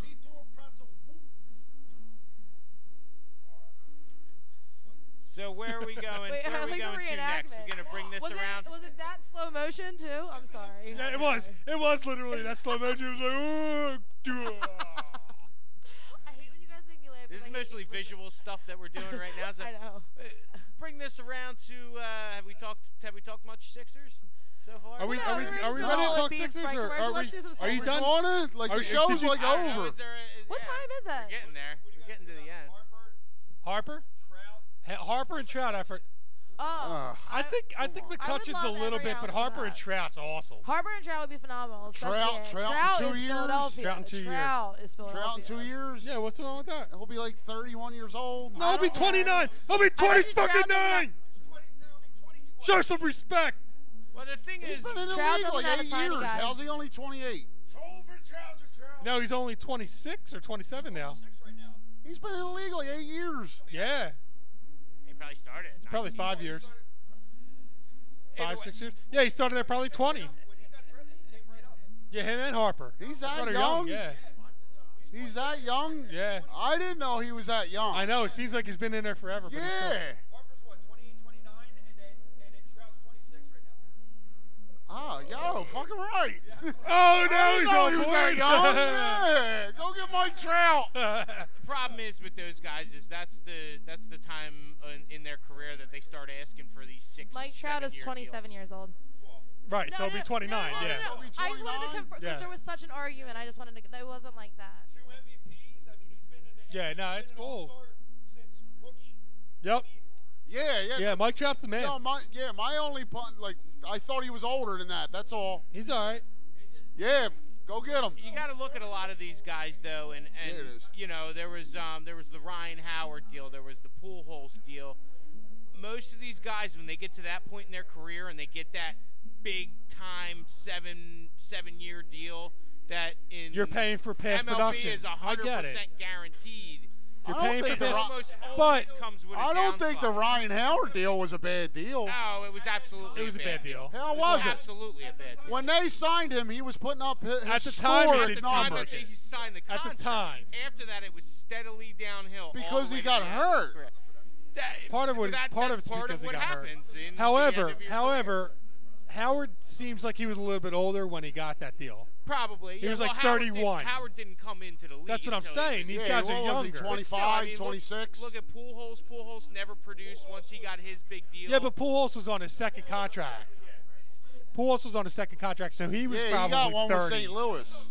So where are we going? Wait, where I <laughs> are we like the going to next? reenactment. We're gonna bring this was around. It, was it that slow motion too? I'm sorry. Yeah, it was. It was literally that slow motion. It was like, "Ooh, duh." <laughs> This is mostly visual stuff that we're doing right now. <laughs> So I know. uh, Bring this around to uh, have we talked? Have we talked much Sixers so far? Are we are we are we ready to talk Sixers or are we are you done? on it? Like, the Are you- show's, did you- like, I don't know, over. is there a- is- What yeah, time is We're that? getting there. We're getting to the end. Harper, Trout, Harper and Trout. I for, Oh. I think I think McCutcheon's love a little every bit, but ounce of Harper and Trout's awesome. Harbor and Trout would be phenomenal. It's Trout- fucking- Trout in Trout two is years? Philadelphia. Trout in two years. Trout is Philadelphia. Trout in two years? Yeah, what's wrong with that? He'll be like 31 years old. No, I'll be 29. I'll be 20 fucking nine. Show some respect. Well, the thing He's is, been in the Trout league doesn't like have a eight tiny years. guy. How's he only 28? No, he's only 26 or 27 now. He's been in the league like eight years. Yeah, He probably started. at it's probably 19. five years, five six years. Yeah, he started at probably 20. Yeah, him and Harper. He's That's that what they're young? Yeah, He's that young? yeah. I didn't know he was that young. I know. It seems like he's been in there forever. But he's still- Yeah. Oh, yo, fucking right. Oh <laughs> I no, didn't he's know on he was board. that young. Yeah, go get Mike <laughs> Trout. The <laughs> problem is with those guys is that's the that's the time in, in their career that they start asking for these six. Mike Trout seven is year 27 deals. years old. Right, No, so it'll no, be 29. no, no, yeah. no, no. I just wanted to 29? confirm Yeah. because there was such an argument. I just wanted to. It wasn't like that. Yeah, no, it's cool. Yep. Yeah, yeah. Yeah, Mike Trout's the man. No, my, yeah, my only punt, like, I thought he was older than that. That's all. He's all right. Yeah, go get him. You got to look at a lot of these guys though, and and Yeah, it is. you know there was um there was the Ryan Howard deal, there was the Pujols deal. Most of these guys, when they get to that point in their career and they get that big time seven seven year deal that in You're paying for past MLB production. is I hundred get it. percent guaranteed. You're I paying don't for think the this. Ry- but I don't think the Ryan Howard deal was a bad deal. No, it was absolutely. It was a bad, deal. How was it? Absolutely a bad deal. When they signed him, he was putting up his At the time, historic at the time that numbers. they- he signed the At the contract. time. After that, it was steadily downhill. all Because the he way to got the end of his hurt. career. That- Part of what that- part of it's that's part because of he what got hurt. happens. In the however, end of your however, Howard seems like he was a little bit older when he got that deal. Probably. He yeah. was Well, like Howard didn't- 31. Howard didn't come into the league. That's what I'm until he saying. was- These Yeah, guys are what was he, younger. But still, I 25, mean, look- 26? Look, at Pujols. Pujols never produced once he got his big deal. Yeah, but Pujols was on his second contract. Pujols was on his second contract, so he was yeah, probably he got one 30. with St. Louis.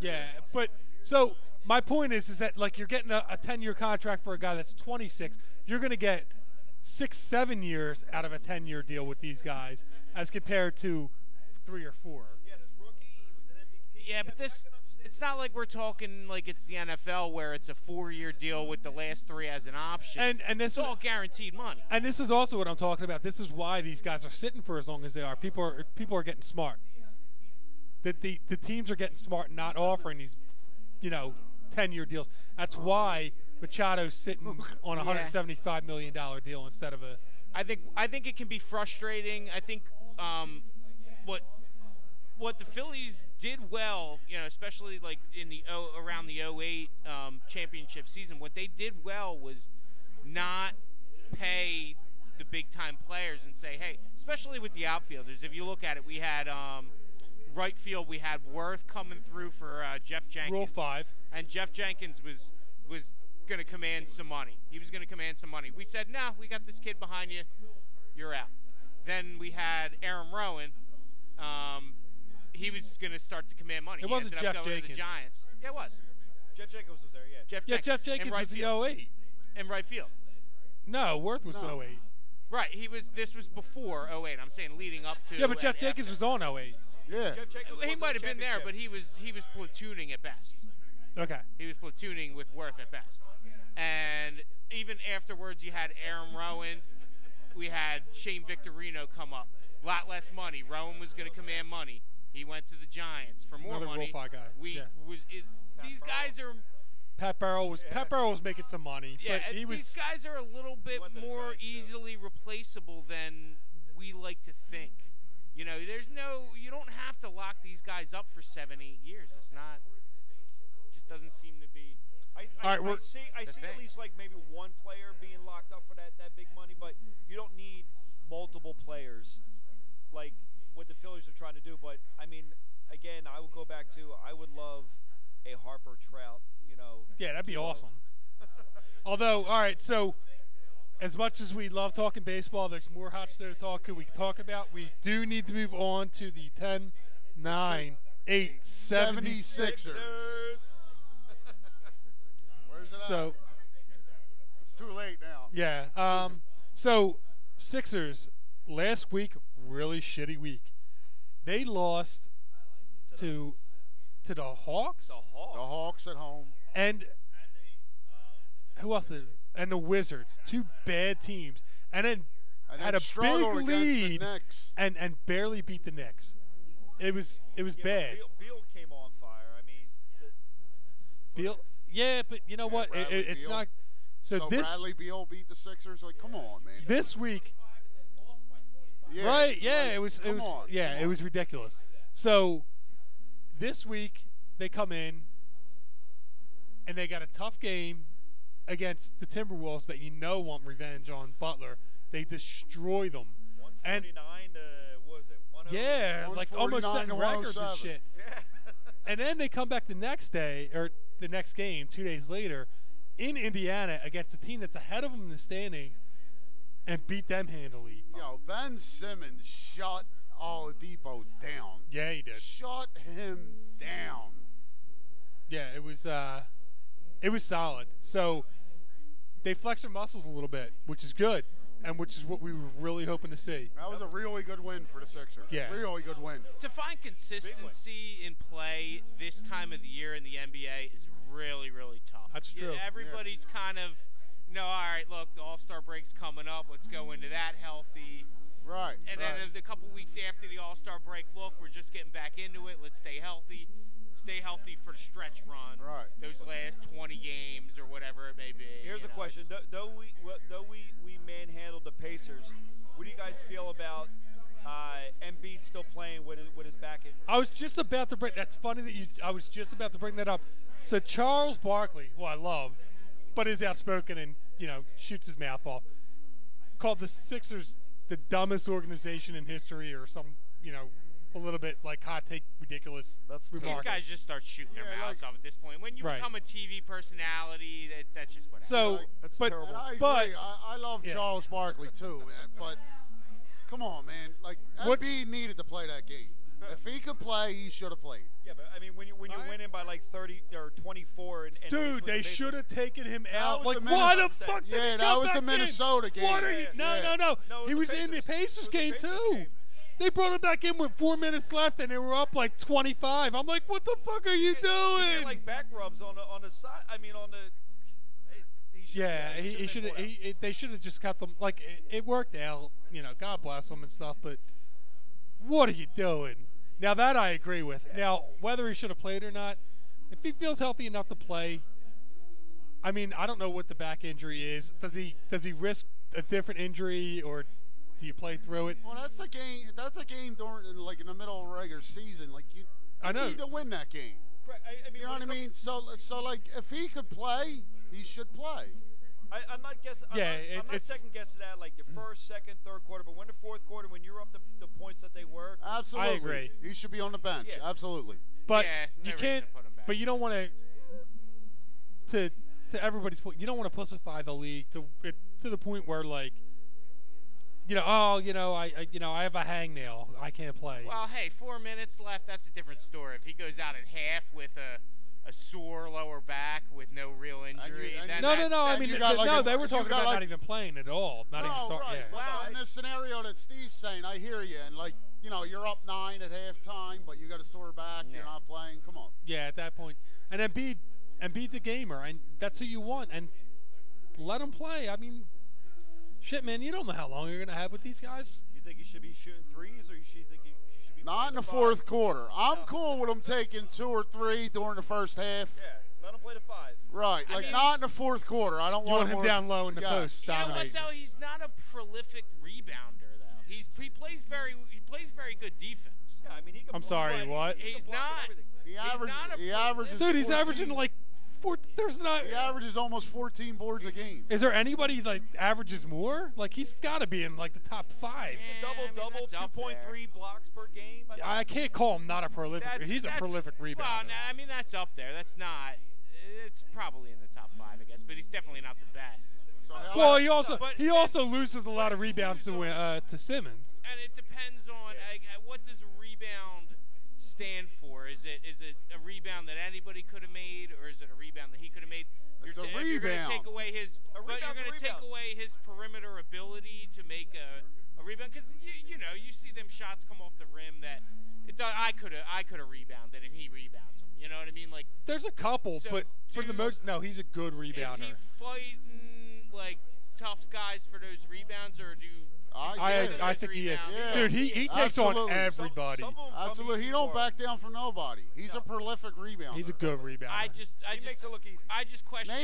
Yeah, but so my point is, is that like you're getting a, a 10-year contract for a guy that's 26. You're going to get six, seven years out of a 10-year deal with these guys, as compared to three or four. Yeah, but this it's not like we're talking like it's the NFL where it's a four-year deal with the last three as an option. And and this it's all guaranteed money. And this is also what I'm talking about. This is why these guys are sitting for as long as they are. People are people are getting smart. That the the teams are getting smart and not offering these, you know, ten year deals. That's why Machado's sitting on a <laughs> Yeah. hundred seventy five million dollar deal instead of a I think I think it can be frustrating. I think um, what what the Phillies did well, you know, especially like in the o, around the 08 um, championship season, what they did well was not pay the big time players and say, hey, especially with the outfielders. If you look at it, we had um, right field, we had Worth coming through for uh, Jeff Jenkins. Rule five. And Jeff Jenkins was was going to command some money. He was going to command some money. We said, no, we got this kid behind you. You're out. Then we had Aaron Rowan. Um, he was going to start to command money. It He wasn't ended up Jeff going Jenkins. To the Giants. Yeah, it was. Jeff Jacobs was there, yeah. Jeff Yeah, Jenkins. Jeff Jenkins in right was the field. 08. In right field. No, Worth was No. 08. Right. He was. This was before 08. I'm saying leading up to. Yeah, but Jeff and Jenkins was on 08. Yeah. Jeff Jacobs He wasn't might the have been there, championship. but he was he was platooning at best. Okay. He was platooning with Worth at best. And even afterwards, you had Aaron Rowan. We had Shane Victorino come up. lot less money. Rowan was going to command money. He went to the Giants for more Another money. Wolfhard guy, We yeah. was it, these guys are Pat Barrow was Pat Barrow was making some money, yeah, but he and was these guys are a little bit more easily replaceable than we like to think. You know, there's no you don't have to lock these guys up for seven, eight years. It's not just doesn't seem to be I, I, All right, I we're- see. I the see at thing. least like maybe one player being locked up for that that big money, but you don't need multiple players like what the Phillies are trying to do. But I mean, again, I would go back to I would love a Harper Trout. You know. Yeah, that'd be duo. awesome. Although, all right, so as much as we love talking baseball, there's more hot stove talk could we talk about. We do need to move on to the 10, 9, 8, 76. 76ers. Where's it So, at? It's too late now. yeah. Um, so, Sixers, last week, really shitty week. They lost to to the Hawks? The Hawks at home. and uh, who else? Did, and the Wizards, two bad teams, and then And had then a big struggled against the lead Knicks. and and barely beat the Knicks. It was it was bad. Beal, Beal came on fire. I mean, the, Beal, yeah, but you know what? It- Bradley it- it's Beal. not. So, this Bradley Beal beat the Sixers. Like, come on, man. this week, Yeah, right? Yeah, like, it was it come was on, yeah, come it on. was ridiculous. So this week they come in and they got a tough game against the Timberwolves that you know want revenge on Butler. They destroy them. And 149 to what was it? 100? yeah, like almost setting oh records and shit. <laughs> and then they come back the next day or the next game, two days later, in Indiana against a team that's ahead of them in the standings, and beat them handily. Yo, Ben Simmons shut Oladipo down. Yeah, he did. Shut him down. Yeah, it was uh, it was solid. So they flex their muscles a little bit, which is good, and which is what we were really hoping to see. That was a really good win for the Sixers. Yeah. Really good win. To find consistency in play this time of the year in the NBA is really, really tough. That's You- true. Yeah. everybody's kind of, you know, all right, look, the All Star break's coming up. Let's go into that healthy. Right, And right. then a, a couple weeks after the All Star break, look, we're just getting back into it. Let's stay healthy. Stay healthy for the stretch run. Right. Those last 20 games or whatever it may be. Here's you a know, question: it's- though, though we well, though we we manhandled the Pacers, what do you guys feel about uh, Embiid still playing with his, with his back injury? I was just about to bring. That's funny that you. I was just about to bring that up. So Charles Barkley, who I love, but is outspoken and you know shoots his mouth off, called the Sixers the dumbest organization in history, or some you know a little bit like hot take ridiculous. That's These guys just start shooting their mouths off at this point. When you Right. become a TV personality, that, that's just what So, happens. but And I agree. but I, I love Yeah. Charles Barkley too, man. But come on, man. Like What's- Embiid needed to play that game. If he could play, he should have played. Yeah, but I mean, when you when you're winning by like 30 or 24, and, and Dude, they should have taken him out. was Like, the why the Minnesota- fuck did Yeah, he that come was the back in? Minnesota game. What are you? Yeah, No, yeah. no, no. No, it He was was the in the Pacers game too. They brought him back in with four minutes left, and they were up like 25. I'm like, what the fuck are you He doing? had, like back rubs on the on the side. I mean, on the. He should, yeah, he, he should've should. been have. brought out. He, it- they should have just cut them. Like, it, it worked out. You know, God bless them and stuff. But what are you doing? Now that I agree with. Now whether he should have played or not, if he feels healthy enough to play, I mean, I don't know what the back injury is. Does he does he risk a different injury or do you play through it? Well, that's a game. That's a game during like in the middle of regular season. Like you, I you know. need to win that game. you know what I mean? So, so like if he could play, he should play. I, I'm not guessing. I'm Yeah, not, it- I'm not it's- second guessing that. Like the first, second, third quarter, but when the fourth quarter, when you're up the, the points that they were, Absolutely. agree. He should be on the bench. Yeah. Absolutely. But you can't. But you don't want to. To to everybody's point, you don't want to pussify the league to it, to the point where like, you know, oh, you know, I, I you know I have a hangnail, I can't play. Well, hey, four minutes left. That's a different story. If he goes out at half with a a sore lower back with no real injury, then no, no, that's- no. I that's- mean, th- no, they were talking about not even playing at all. Not even No, start, right. yeah. But no, in this scenario that Steve's saying, I hear you. And like, you know, you're up nine at halftime, but you got a sore back. You're not playing. Come on. Yeah, at that point, and Embiid, Embiid's a gamer, and that's who you want, and let him play. I mean, shit, man, you don't know how long you're gonna have with these guys. you think you should be shooting threes, or you should think you, you should be Not in the five? fourth quarter. I'm cool with him taking two or three during the first half. Yeah, let him play the five. Right. I Like, mean, not in the fourth quarter. I don't You want him on down low Oh, in the yeah. post, You know what though? He's not a prolific rebounder though. He's he plays very he plays very good defense. Yeah, I mean he I'm sorry, what? He's not. He, average- not a he averages. Dude, he's 14. averaging like four. There's not. He averages almost 14 boards a game. Is there anybody like averages more? Like he's got to be in like the top five. double double, two point three blocks per game. I I can't call him not a prolific. That's- he's a that's- prolific rebounder. Well, no, I mean that's up there. That's not. It's probably in the top five, I guess, but he's definitely not the best. Well, he also he also loses a lot of rebounds to uh, to Simmons. and it depends on like, uh, what does a rebound stand for. Is it is it a rebound that anybody could have made, or is it a rebound that he could have made? You're, It's a if you're gonna rebound. take away his, but you're going to take away his perimeter ability to make a, a rebound because you, you know you see them shots come off the rim that it does, I could have I could have rebounded and he rebounds them. You know what I mean? Like There's a couple, So but for the most, no, he's a good is rebounder. he fighting like tough guys for those rebounds, or do I, I think he is. Dude, he, he takes on Absolutely. everybody. Absolutely. He don't back down from nobody. He's a prolific rebounder. He's a good rebounder. I just I just makes it look easy. I just question.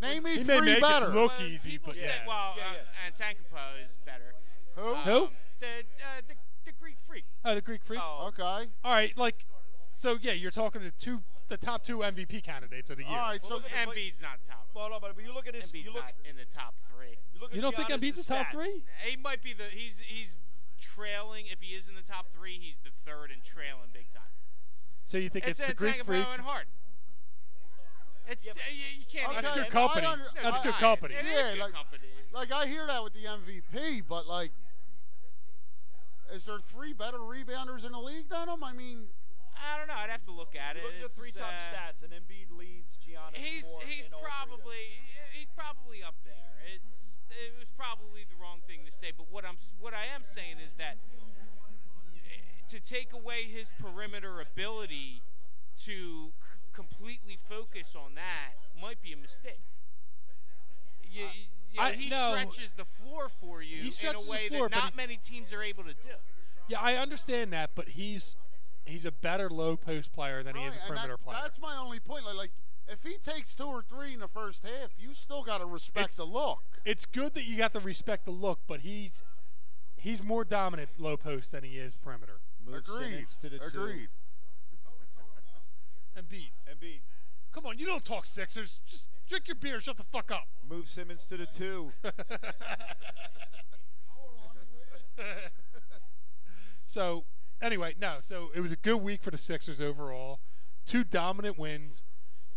Name me He may three make it better. look Well, easy, People but say, yeah. well, uh, Antankapo is better. Who? Um, Who? The, uh, the the Greek freak. Oh, the Greek Freak. Okay. All right, like, so yeah, you're talking to two, the top two MVP candidates of the year. Well, look at Embiid's not top. Well, no, but you look at his. Embiid's you look- not in the top three. You, look at You don't think Giannis's Embiid's a top stats. three? He might be the. He's he's trailing. If he is in the top three, he's the third and trailing big time. So you think it's, the Greek Antankapo Freak? and Hart. It's uh, you, you can't. That's Okay, good I company. under- That's I- good company. It is yeah, good like, company. Like I hear that with the MVP, but like, is there three better rebounders in the league than him? I mean, I don't know. I'd have to look at it. Look at the It's, three top uh, stats, and Embiid leads Giannis. He's more he's in all three of them. probably he's probably up there. It's it was probably the wrong thing to say, but what I'm s- what I am saying is that eh, to take away his perimeter ability to c- completely focus on that might be a mistake. You, you, Uh, I- he no. stretches the floor for He you in a stretches the way floor, that but not he's- many teams are able to do. Yeah, I understand that, but he's he's a better low post player than he is a And that- perimeter player. That's my only point. Like, like, if he takes two or three in the first half, you still got to respect the look. It's good that you got to respect the look, but he's he's more dominant low post than he is perimeter. Move Agreed. Simmons to the two. Agreed. Embiid. Embiid. Come on, you don't talk Sixers. Just drink your beer. Shut the fuck up. Move Simmons to the two. <laughs> So anyway, no. So it was a good week for the Sixers overall. Two dominant wins.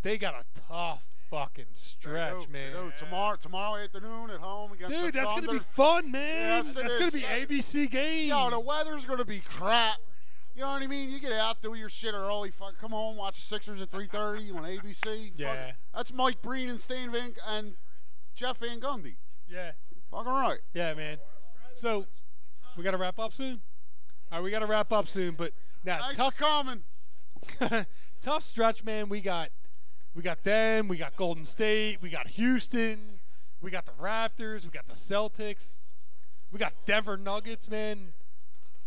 They got a tough fucking They stretch, do, man. they do. tomorrow, tomorrow afternoon at home against the Dude, that's gonna be Thunder. fun, man. Yes, it that's gonna is. be ABC game. Yo, the weather's gonna be crap. You know what I mean? You get out, do your shit early. Fuck, come home, watch the Sixers at 3:30 on ABC. Yeah. Fuck, that's Mike Breen and Stan Van and Jeff Van Gundy. Yeah. Fucking right. Yeah, man. So we gotta wrap up soon. All right, we gotta wrap up soon. But now, Thanks tough for coming. <laughs> tough stretch, man. We got we got them. We got Golden State. We got Houston. We got the Raptors. We got the Celtics. We got Denver Nuggets, man.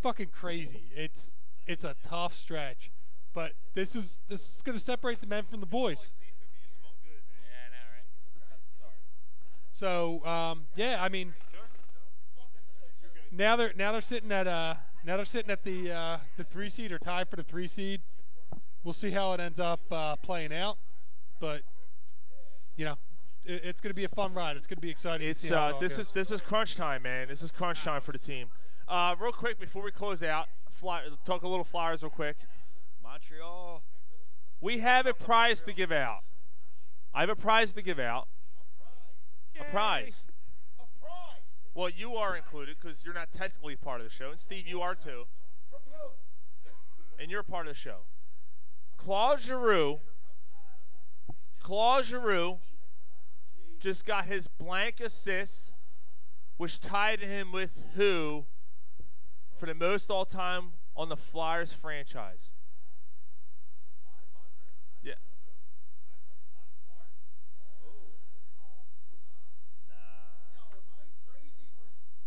Fucking crazy. It's it's a tough stretch, but this is this is gonna separate the men from the boys. Yeah, I know, right? So um, yeah, I mean, now they're now they're sitting at uh now they're sitting at the uh, the three seed or tied for the three seed. We'll see how it ends up uh, playing out, but you know, it, it's going to be a fun ride. It's going to be exciting. to It's see how it uh, all this goes. is this is crunch time, man. This is crunch time for the team. Uh, real quick before we close out, fly, talk a little flyers real quick. Montreal. We have a prize to give out. I have a prize to give out. A prize. A prize. Well, you are included because you're not technically part of the show, and Steve, you are too. And you're part of the show. Claude Giroux. Claude Giroux just got his blank assist, which tied him with who for the most all time on the Flyers franchise. Yeah. <laughs>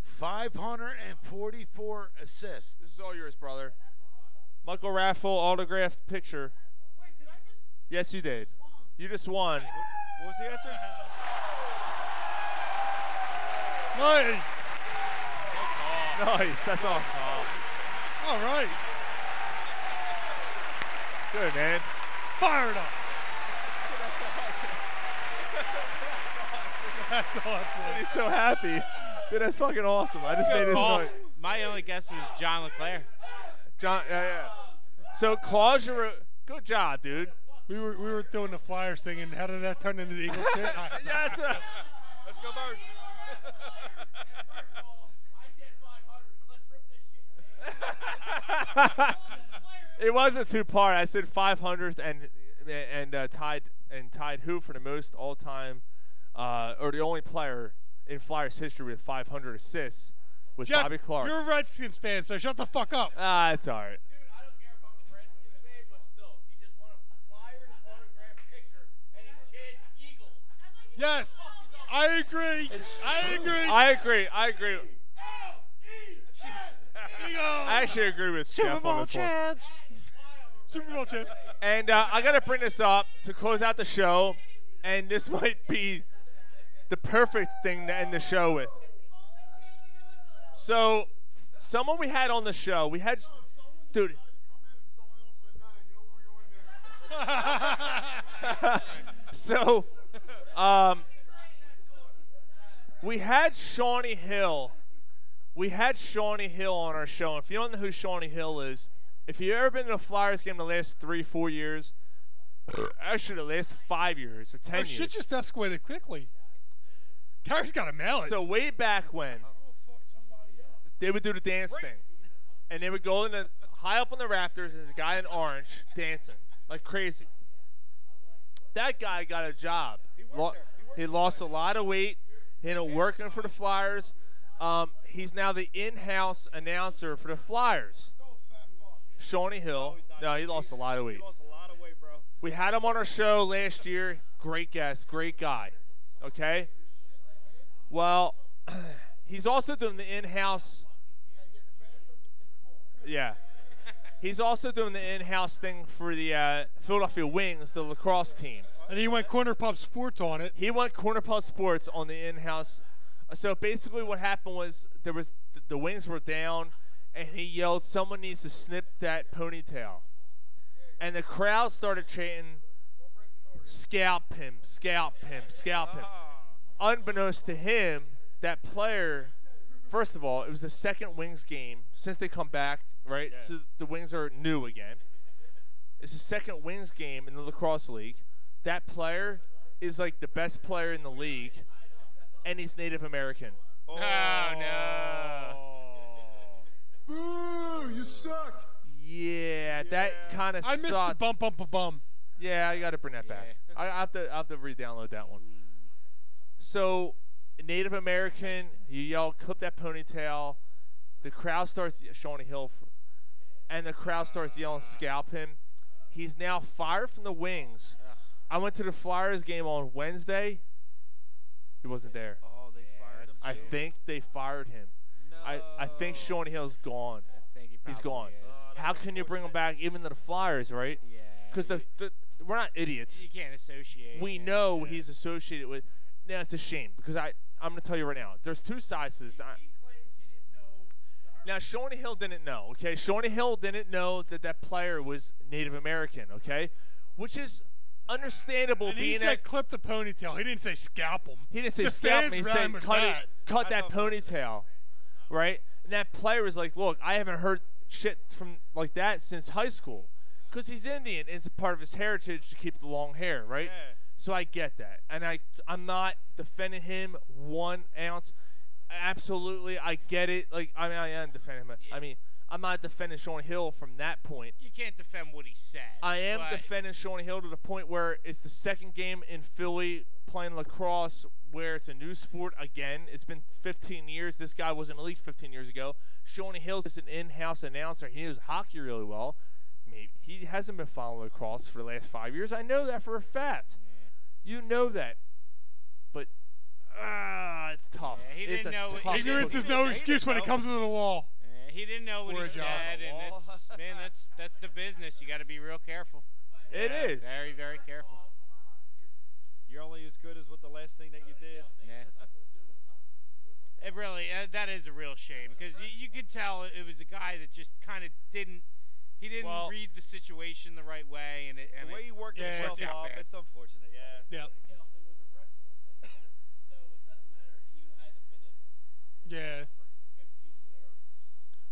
Five hundred and forty-four assists. This is all yours, brother. Michael Raffle autographed picture. Wait, did I just? Yes, you did. You just won. What was the answer? <laughs> Nice. Nice. That's all. All right. Good man. Fired up. <laughs> That's awesome. He's so happy. Dude, that's fucking awesome. I just Good made his call. night. My only guess was John LeClaire. John, yeah, yeah. So Claude Giroux, good job, dude. We were we were doing the Flyers thing, and how did that turn into the Eagles? <laughs> shit? I- Yes. uh, Let's go, Birds. it was a two-part. I said 500th and and uh, tied and tied who for the most all-time uh, or the only player in Flyers history with 500 assists was Jeff, Bobby Clark. You're a Redskins fan, so shut the fuck up. <laughs> Ah, it's all right. Yes, I agree. I agree. I agree. I agree. I actually agree with Jeff on this one. Super Bowl champs. And uh, I got to bring this up to close out the show, and this <laughs> might be the perfect thing to end the show with. So, someone we had on the show, we had, dude. <laughs> so, um, we had Shawnee Hill. We had Shawnee Hill on our show. And if you don't know who Shawnee Hill is, if you've ever been to a Flyers game the last three, four years, uh, actually the last five years or ten Oh, years. shit just escalated quickly. Gary's got a mallet. So way back when, they would do the dance thing, and they would go in the high up on the rafters. And there's a guy in orange dancing like crazy. That guy got a job. He, he lost a lot of weight. He ended up working for the Flyers. Um, he's now the in-house announcer for the Flyers. Shawnee Hill. No, he lost a lot of weight. We had him on our show last year. Great guest, great guy. Okay? Well, <clears throat> he's also doing the in-house. Yeah. He's also doing the in-house thing for the uh, Philadelphia Wings, the lacrosse team. And he went Corner Pub Sports on it. He went Corner Pub Sports on the in-house. So basically, what happened was there was th- the wings were down, and he yelled, "Someone needs to snip that ponytail," and the crowd started chanting, "Scalp him! Scalp him! Scalp him!" Unbeknownst to him, that player. First of all, it was the second Wings game since they come back, right? So the Wings are new again. It's the second Wings game in the lacrosse league. That player is like the best player in the league, and he's Native American. Oh, Boo! Oh, You suck. Yeah, that kind of I missed the sucked. bum bum bum bum. Yeah, I got to bring that back. I, I have to I have to re-download that one. So, Native American, you yell, clip that ponytail. The crowd starts Shawnee Hill, f- and the crowd starts yelling, scalp him. He's now fired from the wings. I went to the Flyers game on Wednesday. He wasn't there. Oh, they fired him. I think they fired him. I, I think Sean Hill's gone. think he He's gone. probably is. How can you bring him back, even to the Flyers, right? Yeah. Because the, the we're not idiots. You can't associate. We it. know what he's associated with. Now it's a shame because I I'm gonna tell you right now. There's two sides to this. I, now Shawnee Hill didn't know. Okay, Shawnee Hill didn't know that that player was Native American. Okay, which is understandable. And being he that- said clip the ponytail. He didn't say scalp him. he didn't say The scalp him. fans He ran said with cut that. it, cut that ponytail, right? And that player was like, "Look, I haven't heard shit from like that since high school, because he's Indian. It's a part of his heritage to keep the long hair, right? So I get that, and I I'm not defending him one ounce. Absolutely, I get it. Like I mean, I am defending him. I mean, I'm not defending Sean Hill from that point. You can't defend what he said. I am but defending Sean Hill to the point where it's the second game in Philly playing lacrosse where it's a new sport again. It's been 15 years. This guy was in the league 15 years ago. Sean Hill's just an in-house announcer. He knows hockey really well. Maybe he hasn't been following lacrosse for the last five years. I know that for a fact. You know that, but ah, it's tough. Yeah, he It's didn't a know what- tough Ignorance is no cookie. excuse when it comes to the law. uh, he didn't know what Or he a job. said, and that's man, that's that's the business. You got to be real careful. It It is is. very very careful. You're only as good as what the last thing that you did. It really uh, that is a real shame because you, you could tell it, it was a guy that just kind of didn't he didn't Well- read the situation the right way, and, it, and the way it, you work it yourself worked up, out bad. it's unfortunate. Yeah. Yep. Yeah.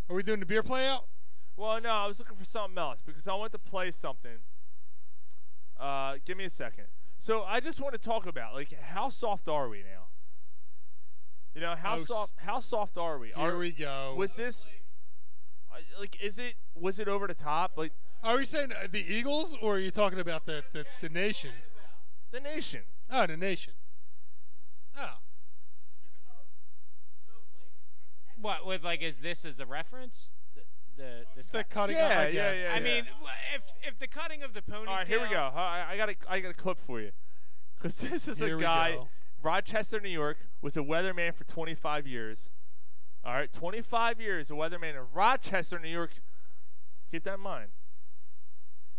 Are we doing the beer play out? Well, no, I was looking for something else because I want to play something. Uh, give me a second. So I just want to talk about like how soft are we now? You know how Oh, s- soft how soft are we? Here are, we go. Was this I- like is it was it over the top? Like Are we saying uh, the Eagles or are you talking about the, the, the nation? The nation. Oh, the nation. Oh. What with like is this as a reference? The the, this guy- cutting Yeah, yeah, yeah, yeah. I mean, w- if if the cutting of the ponytail. All right, here we go. All right, I got a, I got a clip for you. Because this is Here a we guy, go. Rochester, New York, was a weatherman for 25 years. All right, 25 years, a weatherman in Rochester, New York. Keep that in mind.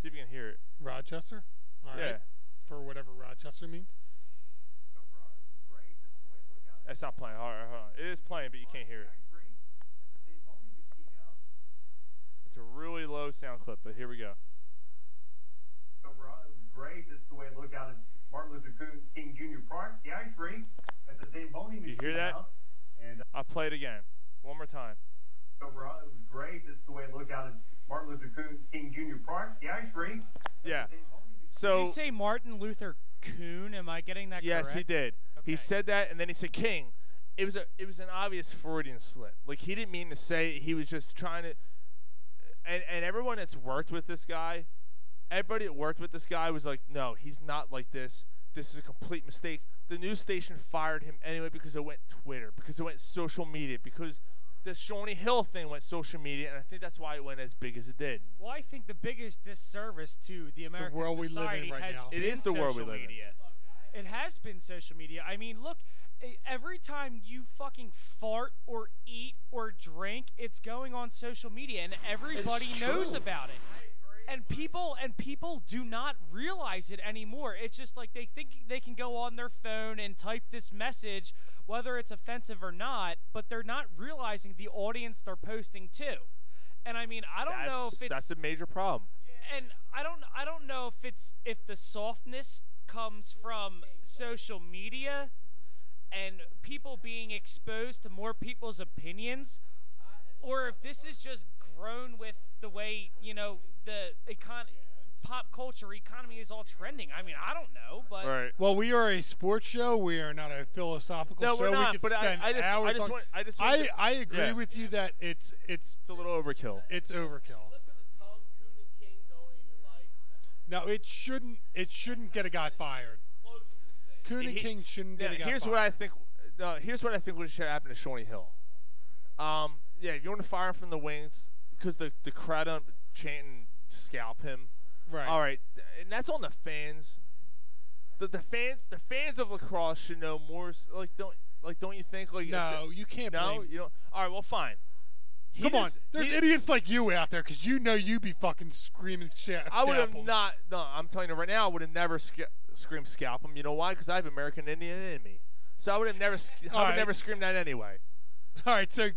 See if you can hear it. Rochester? All right. Yeah. For whatever Rochester means. That's not playing. All right, hold on. It is playing, but you can't hear it. It's a really low sound clip, but here we go. overall, it was great. This is the way it looked out at Martin Luther King Jr. Park, the ice rink at the Zamboni You Machine hear that? House. And I'll play it again. One more time. overall, it was great. This is the way it looked out at Martin Luther King Jr. Park, the ice rink. Yeah. Did So he say Martin Luther Coon? Am I getting that Yes, correct? he did. He said that, and then he said King. It was a it was an obvious Freudian slip. Like he didn't mean to say it. He was just trying to. And and everyone that's worked with this guy, everybody that worked with this guy was like, no, he's not like this. This is a complete mistake. The news station fired him anyway because it went Twitter, because it went social media, because the Shawnee Hill thing went social media, and I think that's why it went as big as it did. Well, I think the biggest disservice to the It's the American world we live in society right has now. It been is the world we social live in. media. It has been social media. I mean, look, e- every time you fucking fart or eat or drink, it's going on social media, and everybody knows true. about it. And people and people do not realize it anymore. It's just like they think they can go on their phone and type this message, whether it's offensive or not, but they're not realizing the audience they're posting to. And I mean, I don't that's, know if it's that's a major problem. and I don't I don't know if it's if the softness comes from social media and people being exposed to more people's opinions or if this is just grown with the way, you know, the econ pop culture economy is all trending. I mean, I don't know, but Well, we are a sports show. We are not a philosophical No, show. we're not, We could but I- spend I just- hours I just talking- want- I just I, want to- I agree yeah. with you that it's it's it's a little overkill. It's overkill. No, it shouldn't. It shouldn't get a guy fired. Coon and He- King shouldn't get now, a guy Here's fired. what I think. No, here's what I think would should happen to Shawnee Hill. Um, yeah, if you want to fire him from the wings because the the crowd on chanting scalp him. Right. All right, and that's on the fans. The the fans the fans of lacrosse should know more. s- Like don't like don't you think like if No, the- you can't No, blame- you don't. All right, well fine. He Come just- on, there's he- idiots like you out there because you know you be fucking screaming shit. I would have not. No, I'm telling you right now, I would have never sca- screamed scalp him. You know why? Because I have American Indian in me, so I would have never. sc- I would All right. never screamed that anyway. All right, so,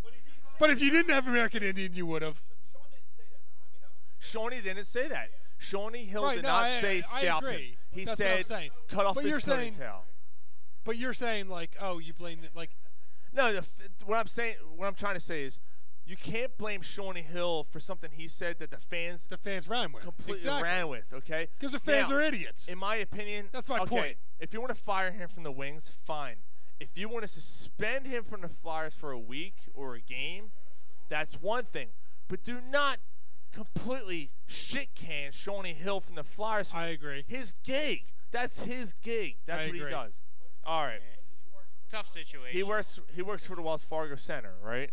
but if you didn't have American Indian, you would have. Shawnee didn't say that. Shawnee Hill Right, did no, not I- say I scalp him. agree. He That's what I'm said saying. cut off But his you're saying- ponytail. But you're saying like, oh, you blame it like. No, the, f- what I'm saying, what I'm trying to say is, you can't blame Shawnee Hill for something he said that the fans, the fans ran with, completely Exactly. ran with. Okay, 'Cause the fans Now, are idiots. In my opinion, That's my okay, point. If you want to fire him from the wings, fine. If you want to suspend him from the Flyers for a week or a game, that's one thing. But do not completely shit can Shawnee Hill from the Flyers. I agree. His gig. That's his gig. That's I what agree. he does. All right. Tough situation. He works. He works for the Wells Fargo Center, right?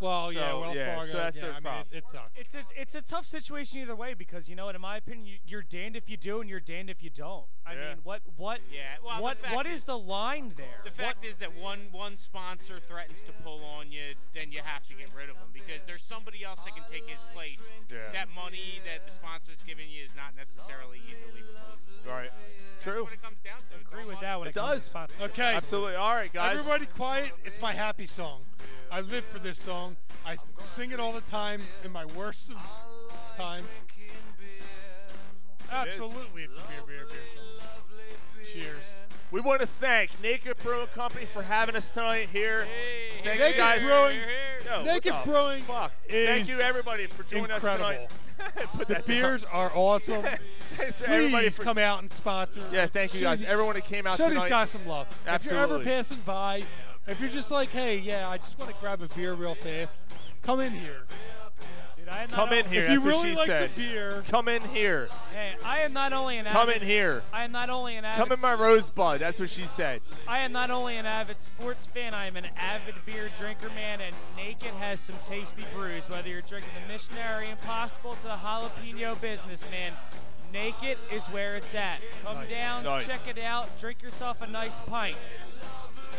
Well, yeah, So, Wells yeah, Fargo, So that's yeah, their I mean, problem. it- it sucks. It's a it's a tough situation either way because you know what? In my opinion, you, you're damned if you do and you're damned if you don't. I Yeah. mean, what what Yeah, well, the what fact what is- is the line there? The fact is that one one sponsor threatens to pull on you, then you have to get rid of him because there's somebody else that can take his place. Yeah. That money that the sponsor's giving you is not necessarily easily replaceable. Right. That's True. what it comes down to. It's all money. it does. Okay. Absolutely. All right, guys. Everybody quiet. It's my happy song. I live for this song. I sing it all the time in my worst of times. Absolutely, it's a beer, beer, beer song. Cheers. We want to thank Naked Brewing Company for having us tonight here. thank Naked you guys. Brewing- Yo, what Naked the Brewing Fuck. is Thank you everybody for joining incredible. us tonight. Put The that down. beers are awesome. Thanks Please to <laughs> everybody for- come out and sponsor. Yeah, thank you guys. Show- Everyone that came out show tonight. these guys some love. If you're ever Absolutely. passing by, if you're just like, hey, yeah, I just want to grab a beer real fast, come in here. Did I not Come in al- here. If you That's what really she like some said. beer- Come in here. Hey, I am not only an Come avid, in here. I am not only an avid Come in my rosebud. That's what she said. I am not only an avid sports fan, I am an avid beer drinker man, and Naked has some tasty brews. Whether you're drinking the Missionary Impossible to the Jalapeno Businessman, Naked is where it's at. Come Nice. down, Nice. check it out, drink yourself a nice pint.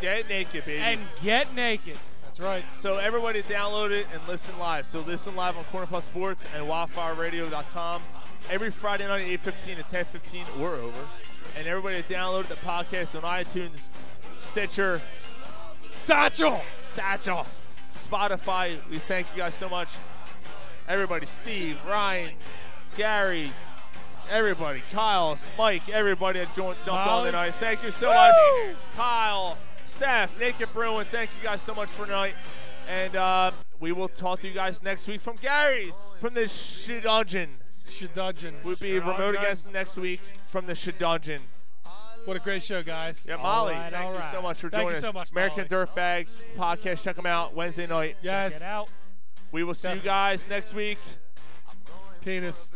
Get naked, baby. And get naked. That's right. So everybody download it and listen live. So listen live on Corner Plus Sports and WildfireRadio.com every Friday night at 8.15 to 10.15 or over. And everybody download the podcast on iTunes, Stitcher, Satchel, Satchel, Spotify. We thank you guys so much. Everybody, Steve, Ryan, Gary, everybody, Kyle, Mike, everybody that joined, jumped on Molly. tonight. Thank you so Woo! much, Kyle, staff, Naked Bruin. Thank you guys so much for tonight, and uh, we will talk to you guys next week from Gary from the Shedungeon. Shedungeon. We'll be Shedungeon. remote against next week from the Shedungeon. What a great show, guys. Yeah, Molly, All right, thank all you right. so much for Thank joining you so us. much, American Molly. Dirtbags podcast. Check them out Wednesday night. Yes. Check it out. We will see you guys next week. Penis.